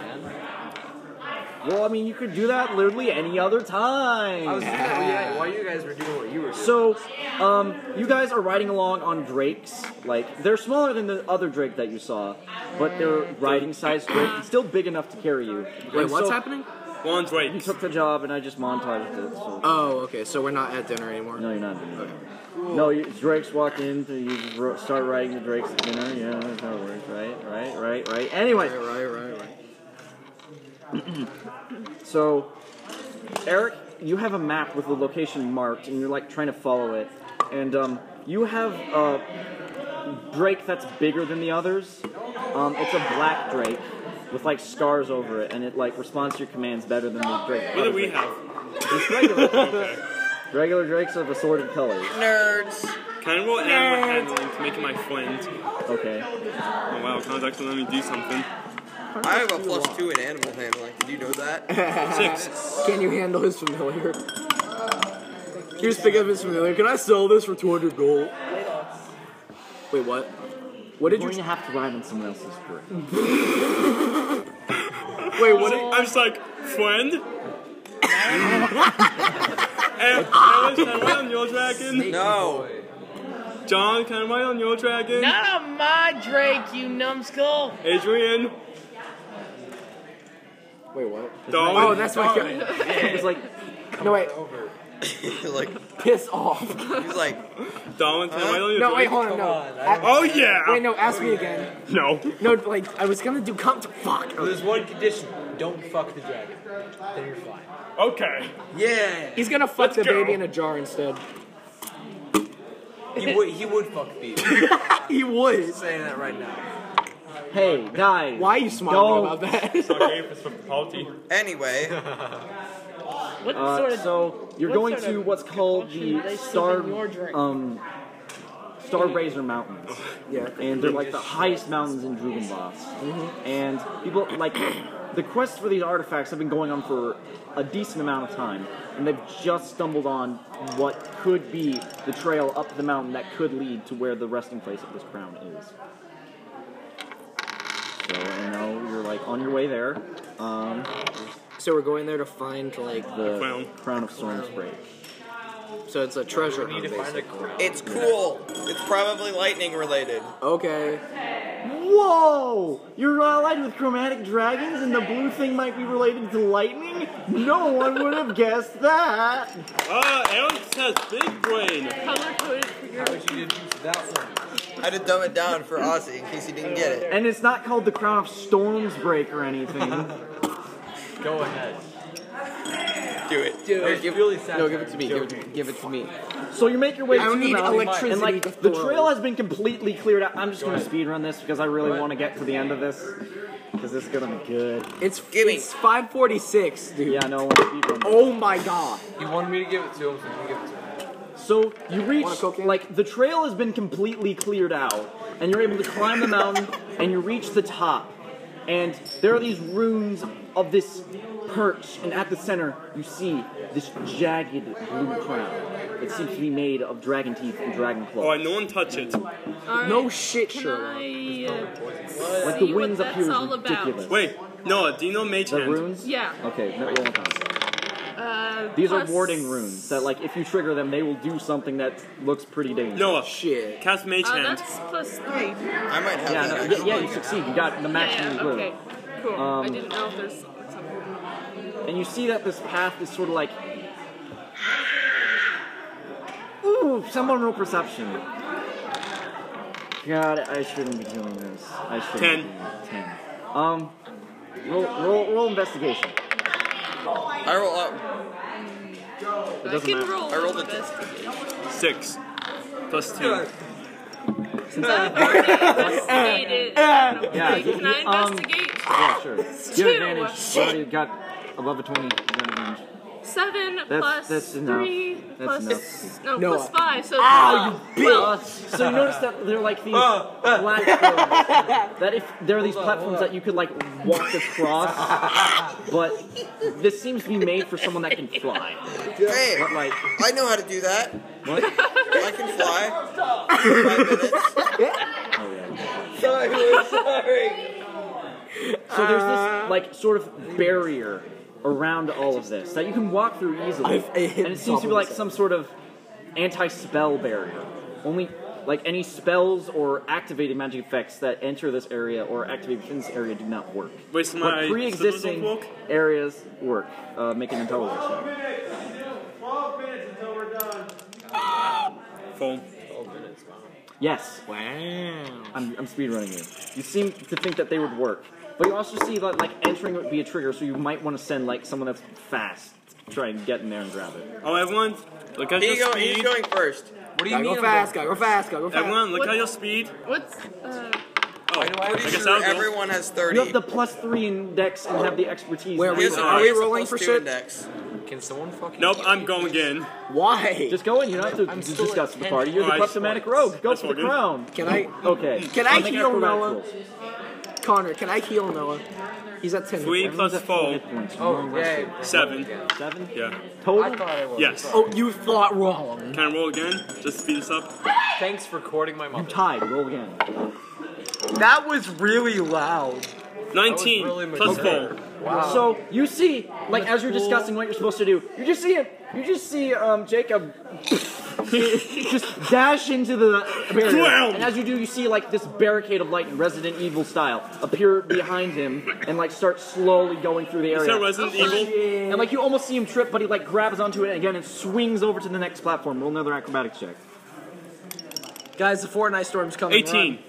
Well, I mean, you could do that literally any other time.
I was. oh, yeah. While you guys were doing what you were
So, um, you guys are riding along on drakes. Like they're smaller than the other drake that you saw, but they're riding size drake, and still big enough to carry you.
Wait,
And
what's
so-
happening?
One drake.
You took the job, and I just montaged it. So.
Oh, okay. So we're not at dinner anymore.
No, you're not. No, you, drakes walk in, so you just ro- start riding the drakes at dinner. Yeah, that's how it works, right? Right? Right? Right? Anyways.
Right, right, right, right.
so, Eric, you have a map with the location marked, and you're like trying to follow it. And um, you have a drake that's bigger than the others. Um, it's a black drake with like scars over it, and it like responds to your commands better than the drake.
What do we have?
It's regular. Regular drakes of assorted colors.
Nerds.
Can I roll animal handling to make it my friend?
Okay.
Oh wow, Con's actually let me do something.
I have a plus two in animal handling. Did you know that?
Can you handle his familiar? You just pick up his familiar. Can I sell this for 200 gold? Wait, what? What did
You're going
you?
to have to ride on someone else's drake.
Wait, what? I'm just like, friend? and Alice, can I ride on your dragon?
No.
John, can I ride on your dragon?
Not on my Drake, you numbskull.
Adrian?
Wait, what?
Darwin?
Oh, that's my
Darwin.
guy. It's like, no wait.
like,
piss off.
He's like,
Darwin, can I ride on your
No, wait,
dragon?
hold on, no. A-
Oh yeah.
Wait, no, ask me again.
No.
No, like I was gonna do come to fuck.
There's one condition: don't fuck the dragon. Then you're fine.
Okay.
Yeah.
He's gonna fuck the baby in a jar instead.
He would. He would fuck the.
he would.
saying that right now.
Hey, guys.
Why are you
smiling
about that?
It's okay if it's from Palti.
Anyway.
What
Uh,
sort of
so you're
what
going
sort
to
of
what's called
concoction
the
they
Star
serve in your drink?
um Star Razor Mountains.
Yeah,
and they're like the highest mountains in Drugenboss. And people like the quest for these artifacts have been going on for a decent amount of time, and they've just stumbled on what could be the trail up the mountain that could lead to where the resting place of this crown is. So I know you're like on your way there. Um,
So we're going there to find like
the crown of Storm's break.
So it's a treasure
need to
hunt,
find a
basically.
It's cool. It's probably lightning related.
Okay.
Whoa! You're allied with chromatic dragons, and the blue thing might be related to lightning? No one would have guessed that!
Uh, Eric says big brain.
I had to dumb it down for Ozzy in case he didn't get it.
And it's not called the Crown of Storms break or anything.
Go ahead.
Do it.
Do it. really sad.
No, give it to me. Give it, give it to me.
so you make your way
I
to the
need
mountain,
electricity
and like
to
the
throw.
trail has been completely cleared out. I'm just
Go
gonna
ahead.
speedrun this because I really want to get to the end of this because this is gonna be good.
It's it's 546, dude.
Yeah, no one speedrun.
Oh my god.
He wanted me to give it to him, so I'm gonna give it to him.
So you reach like the trail has been completely cleared out, and you're able to climb the mountain, and you reach the top, and there are these runes of this perch, and at the center you see this jagged blue crown. It seems to be made of dragon teeth and dragon claws.
Alright, no one touch it.
No shit,
Can
Sherlock.
I, uh,
Like
see
the winds
what
up here is
that's all
ridiculous.
about?
Wait, Noah, do you know Mage
The
Hand?
runes?
Yeah.
Okay, no, roll on top.
Uh,
These are
plus-
warding runes that, like, if you trigger them, they will do something that looks pretty dangerous.
Noah,
shit.
Cast Mage
Uh,
Hand.
that's plus three.
I might have
Yeah,
that.
no,
actually.
yeah, yeah, you succeed. You got the
yeah,
maximum
yeah,
clue.
okay. Cool. I
Um,
didn't know if there's something.
And you see that this path is sort of like. Ooh, someone roll perception. God, I shouldn't be doing this. I should.
Ten.
Ten. Um, roll, roll, roll investigation.
I roll up.
It doesn't matter.
I rolled a
Six. Plus two.
Yeah,
Wait, can I
um,
investigate?
yeah, sure. You have
Two.
advantage. You
Shit.
already got above a 20. You got advantage.
Seven
That's-
plus
that's enough.
three
That's
plus
enough.
no
Noah.
plus five. So
Ah,
uh,
you
well,
bitch! So you notice that they're like these platforms. That if there are these platforms that you could like walk across, but this seems to be made for someone that can fly.
Hey,
But like,
I know how to do that.
what?
I can fly. Five minutes. Sorry, sorry.
So there's
Uh.
this like sort of barrier around all of this that you can walk through easily,
I've- I hit
and it seems to be like some sort of anti-spell barrier. Only like any spells or activated magic effects that enter this area or activate within this area do not work.
Wait, so my
what pre-existing
symbols
areas work. Uh, make an intelligence. check.
Phone.
Yes. Wow. I'm, I'm speedrunning you. You seem to think that they would work. But you also see that like entering would be a trigger, so you might want to send like someone that's fast to try and get in there and grab it.
Oh, everyone, look at
He
your
go- he's
speed.
going first.
What
do you Gotta go mean I'm fast, going- gotta go fast, gotta go fast.
Everyone, look
What-
at your speed.
What's uh,
Oh,
Pretty
I guess
sure
I'll go.
everyone has
You
30.
have the plus three in dex and have the expertise.
Wait,
now.
are we- Yes, are we it's a rolling plus for two shit? in dex.
Can someone fucking?
Nope, I'm going in.
Why? Just go in. You don't have to
I'm still
discuss
at
with the
ten.
party. You're the
Alright,
kleptomatic rogue. Go
that's
for
all
the
good.
crown.
Can I?
Okay.
Can I
I'll make
heal
acrobatic
Noah?
rolls.
Connor, can I heal Noah? He's at ten.
Three plus four.
Oh, yay.
Seven.
Seven?
Yeah.
Total?
I thought it was.
Yes.
Oh, you thought wrong.
Can I roll again? Just speed this up.
Thanks for courting my mother.
Tied. Roll again.
That was really loud.
19 plus
mature.
four.
Wow.
So you see, like
That's
as you're discussing what you're supposed to do, you just see it. You just see um, Jacob just dash into the barrier,
Drown!
and as you do, you see like this barricade of light, in Resident Evil style, appear behind him and like start slowly going through the area.
Is that Resident Evil?
And like you almost see him trip, but he like grabs onto it again and swings over to the next platform. Roll another acrobatics check.
Guys, the Fortnite storm's coming.
18.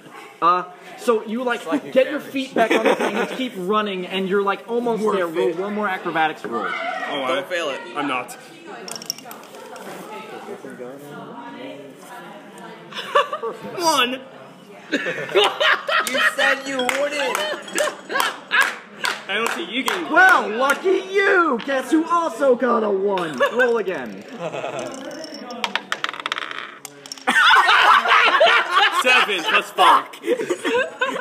Uh, so you like
Slap your
get your
cabbage.
feet back on the thing and keep running, and you're like almost
Worth
there. Roll
it.
one more acrobatics roll.
Oh,
Don't
I,
fail it.
I'm not. One.
you said you wouldn't.
I don't see you getting.
Well, lucky you! Guess who also got a one? Roll again.
Seven plus four.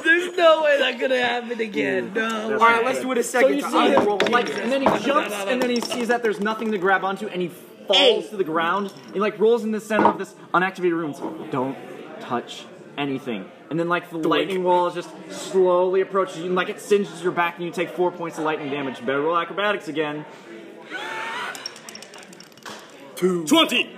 There's no way that could have happened again. No.
All right, let's do it a
So
second
you
time.
see
I'll
him,
roll
like,
again.
and then he jumps, and then he sees that there's nothing to grab onto, and he falls to the ground. He like rolls in the center of this unactivated room. So, Don't touch anything. And then like the lightning wall just slowly approaches you, and like it singes your back, and you take four points of lightning damage. Better roll acrobatics again.
Two. Twenty.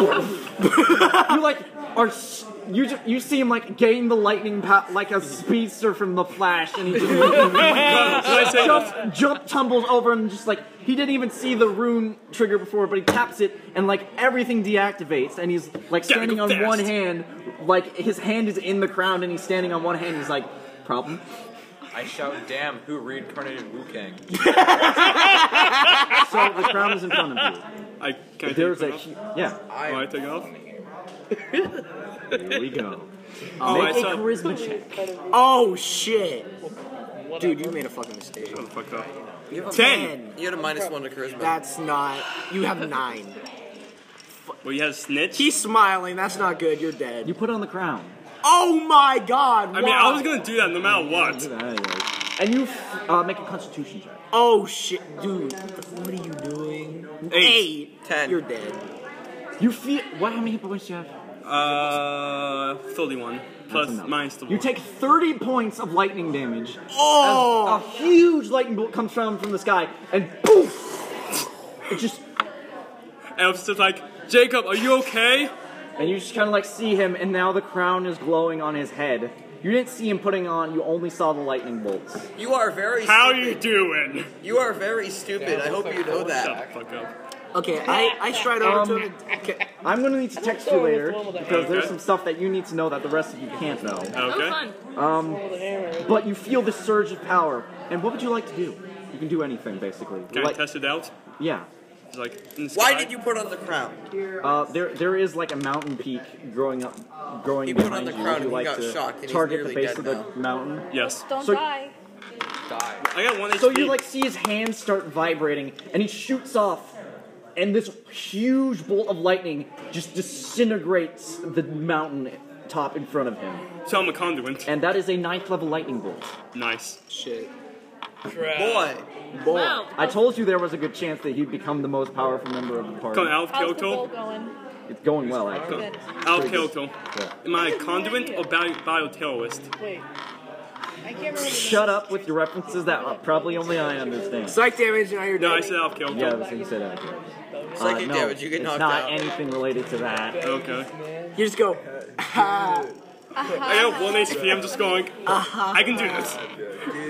you like are s- you just, you see him like gain the lightning pow- like a speedster from the Flash, and he
I
just
say
jump, jump tumbles over and just like he didn't even see the rune trigger before, but he taps it and like everything deactivates, and he's like
Gotta
standing
go
on one
fast.
hand, like his hand is in the crown, and he's standing on one hand. He's like, problem.
I shout, damn, who reincarnated Wu Kang?
So the crown is in front of you.
I can I take
There's
it
a
off?
hu- yeah.
I, oh, I take it off.
Here we go.
Oh,
Make
I
a
saw-
charisma check.
Oh shit. Dude, you made a fucking mistake.
Shut the fuck up.
You have a
Ten.
You had a minus one to charisma.
That's not. You have nine.
Well, you had a snitch.
He's smiling. That's not good. You're dead.
You put on the crown.
Oh my god.
I mean, I was gonna do that no matter what.
Do that anyway. And you f- uh, make a Constitution check.
Oh shit, dude. What are you doing?
Eight.
Ten.
You're dead.
You feel what? How many hit points do you have?
Uh, thirty-one plus
enough.
minus the
You
one.
take 30 points of lightning damage.
Oh!
As a huge lightning bolt comes down from the sky, and poof! It just
And I was just like, Jacob, are you okay?
and you just kind of like see him, and now the crown is glowing on his head. You didn't see him putting on; you only saw the lightning bolts.
You are very.
How
stupid.
you doing?
You are very stupid. I hope you know
Shut
that.
the fuck up.
Okay, I, I stride over to him. and- Okay.
I'm gonna need to text you later because there's
Okay.
some stuff that you need to know that the rest of you can't know.
Okay.
Um, but you feel the surge of power. And what would you like to do? You can do anything basically.
Can I
Like-
test it out?
yeah.
It's like, in the
Why
sky.
did you put on the crown?
Uh, there, there is like a mountain peak growing up, growing
He put on
behind
the
you.
crown
if you
and he
like
got
to
shocked and he's
target the
nearly
base
dead
of the
now.
mountain.
Yes.
Don't
So-
die.
I got one HP.
So you like see his hands start vibrating, and he shoots off, and this huge bolt of lightning just disintegrates the mountain top in front of him.
So I'm a conduit.
And that is a ninth level lightning bolt.
Nice.
Shit.
Boy,
Boy,
Wow.
I told you there was a good chance that he'd become the most powerful member of the party.
Come out of
How's the bowl
Kyoto.
going?
It's going well, actually.
Good.
Out of Kyoto.
Yeah.
Am I a conduit or bio- bioterrorist?
Wait. I can't remember.
Shut up with your references that probably only I understand.
Psych damage, now you're
No, I
dead.
said out of Kyoto.
Yeah, I was gonna say that.
Psychic
Uh, no,
damage, you get
it's
knocked
not
out.
anything related to that.
Okay.
You just go. Ha.
I got one HP. I'm just going. I can do this.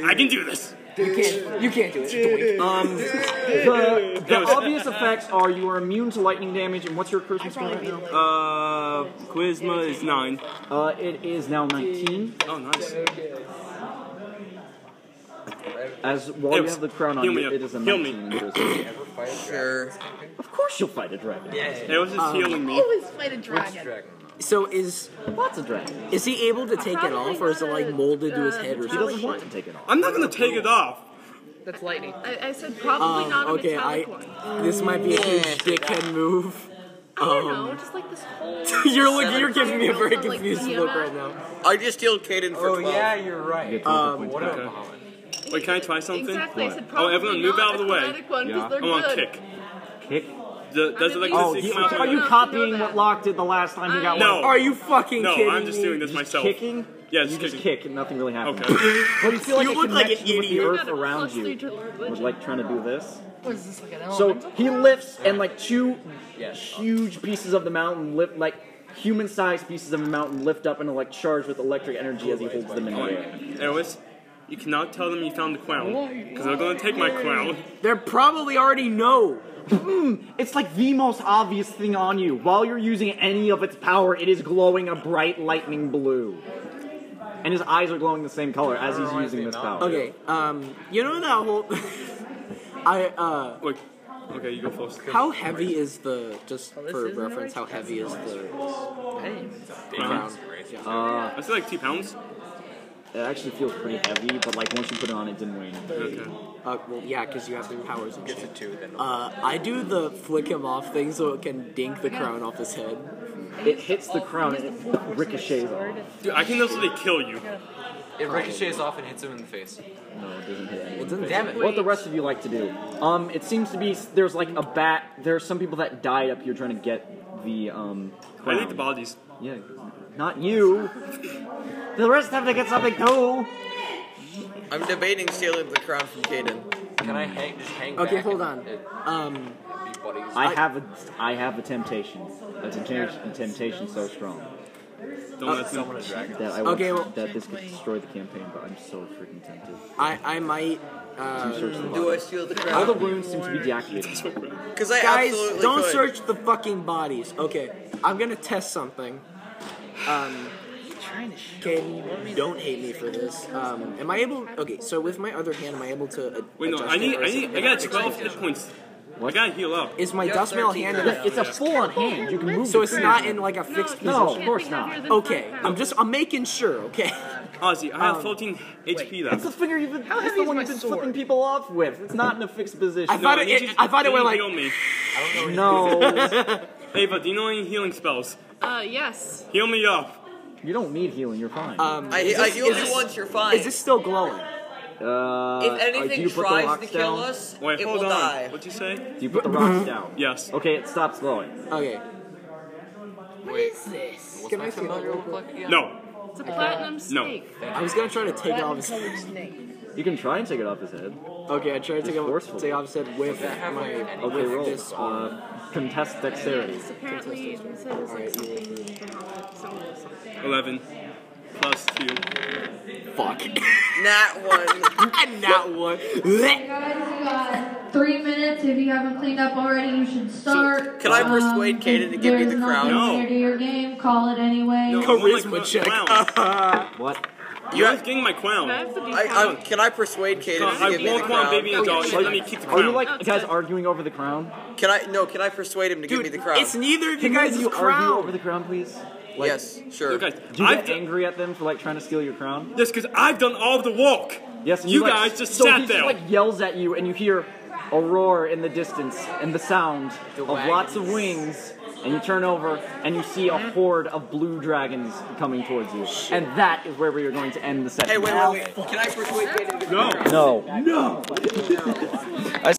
I can do this.
You can't. You can't do it.
Um, the the obvious effects are you are immune to lightning damage, and what's your charisma score right now?
Uh, Quizma is nine.
Uh, it is now 19.
Oh, nice.
As while you
Oops.
have the crown on,
Heal me
you,
up.
it is a
Heal me.
19. charisma.
Sure.
Of course you'll fight a dragon.
It was just
Um,
healing me.
Always fight a dragon.
So is
lots of dragon?
Is he able to take it off, or is it like molded to his head or something?
to take it off.
I'm not gonna take it off.
That's lightning.
I, I said probably
Um,
not a
okay,
metallic
I-
one.
This might be a huge dickhead move.
I don't know,
Um,
just like this whole.
you're looking. You're
entire
giving me a very
built on, like,
confused
the
look
amount-
right now.
I just healed Caden for
Oh
12.
yeah, you're right.
Um,
what
okay. Wait, can I try something?
Exactly, I said
oh,
probably
everyone, move
not
out of
a
the way.
chromatic one, 'cause Yeah. they're
I'm on
good.
kick.
Kick.
does it like
oh,
the
you,
six
are you copying what Locke did the last time he got
No.
one?
Are
you fucking
No, kidding I'm just me? doing this
You just
myself.
Kicking?
Yeah, just
you just kick and nothing really happens.
Okay.
but you feel like
You
a
look like an
connection with the
idiot.
earth around
Closely
you.
to the
Was
religion.
like trying to do this.
What is this like an
So
elemental?
he lifts and like two huge pieces of the mountain lift like human-sized pieces of the mountain lift up and are like charged with electric energy as he holds them in the air.
Anyways, you cannot tell them you found the crown because they're gonna take my crown.
They're probably already know.
Mm, it's like the most obvious thing on you. While you're using any of its power, it is glowing a bright lightning blue. And his eyes are glowing the same color as he's using this power.
Okay. Um, you know that whole. I uh.
Wait. Okay, you go first.
How heavy is the? Just
Oh, this
for
isn't
reference, how heavy is the?
Crown.
Uh,
I say like two pounds.
It actually feels pretty heavy, but like once you put it on, it didn't weigh anything.
Okay.
Uh, well, yeah, because you have the powers. Gets a two. Then. Uh, I do the flick him off thing so it can dink the crown off his head.
It hits the crown and it ricochets off.
Dude, I can literally kill you.
It ricochets off and hits him in the face.
No, it doesn't hit anyone.
doesn't Damn hit it.
What the rest of you like to do? Um, it seems to be there's like a bat. There's some people that died up here trying to get the um.
I
Crown.
need the bodies.
Yeah, not you. the rest have to get something too.
I'm debating stealing the crown from Caden.
Can I hang, just hang
Okay,
back
hold
and-
on.
and
Um,
be buddies?
I have a I have a temptation. A temptation, a temptation so strong
Don't let them.
that I would,
Okay, well-
that this could destroy the campaign, but I'm so freaking tempted.
I I might. Uh,
Two search the
Do I
body.
steal the
All the
crown?
wounds seem to be deactivated.
Because I
guys,
absolutely
don't
could.
search the fucking bodies. Okay, I'm gonna test something. Um, Caden, don't hate me for this. Um, am I able? Okay, so with my other hand, am I able to? uh,
Wait, no,
adjust
I
it,
need,
or
I
is it
need, I
gonna
got
fix
12
it?
hit points. I gotta heal up.
Is my dust mail hand?
Yeah, it's a full-on hand. You can move.
So
the
it's
creature.
not in like a fixed
No, of
position.
course not.
Okay, I'm just I'm making sure. Okay.
Ozzy, I have
Um,
14 HP left.
It's the finger you've been.
How
It's
heavy
the
is
one
my
you've been
sword?
flipping people off with. It's not in a fixed position.
I thought
No,
it.
you
it
just-
I thought it
you
went like.
heal me.
No.
Ava, do you know any healing spells?
Uh, yes.
Heal me up.
you don't need healing. You're fine.
Um,
I,
is
I
this-
healed
is
you
this-
once, you're fine.
Is this still glowing?
Uh,
if anything
do you put the
tries to
rocks
kill
down?
us,
Wait,
it
hold
will
on.
die.
What'd you say?
Do you put the rocks down?
Yes.
Okay, it stops glowing.
Okay.
What is this?
What's my familiar look like again?
No.
It's a platinum snake.
I was gonna try to take it off
Platinum
his.
colored snake.
You can try and take it off his head.
Okay, I tried to take off,
forceful.
take off his head with my
Okay,
with
roll.
this arm.
Uh, contest dexterity.
Yes, apparently they said it was like something. something- something.
11. Plus 2.
Fuck.
Nat one.
And that one. Blech.
Guys, we got three minutes. If you haven't cleaned up already, you should start.
Can I
Um,
persuade
if
Caden to give me
there's
the
nothing
crown?
No.
fair to your game. Call it anyway.
Oh
Charisma check.
What?
You're getting my crown.
Can I have the
I,
decal?
I'm, Um, can I persuade Caden
I
to give me the
won't want
crown?
baby and
Okay.
dog. Let me kick the
Are you
crown.
like guys arguing over the crown?
Can I no? Can I persuade him to give me the crown?
It's neither of you
Can
guys'
you argue over
crown.
the crown, please?
yes, sure.
Look, guys,
Do you
I've
get angry at them for like trying to steal your crown?
Yes, because I've done all the work.
Yes, and
You
like,
guys just
so
sat
he
there.
Just, like yells at you, and you hear a roar in the distance and the sound of lots of wings. And you turn over, and you see
Mm-hmm.
a horde of blue dragons coming towards you. And that is where we are going to end the session.
Hey, wait, wait, wait. Can I persuade Caden? to give me the
No.
crown?
No. No.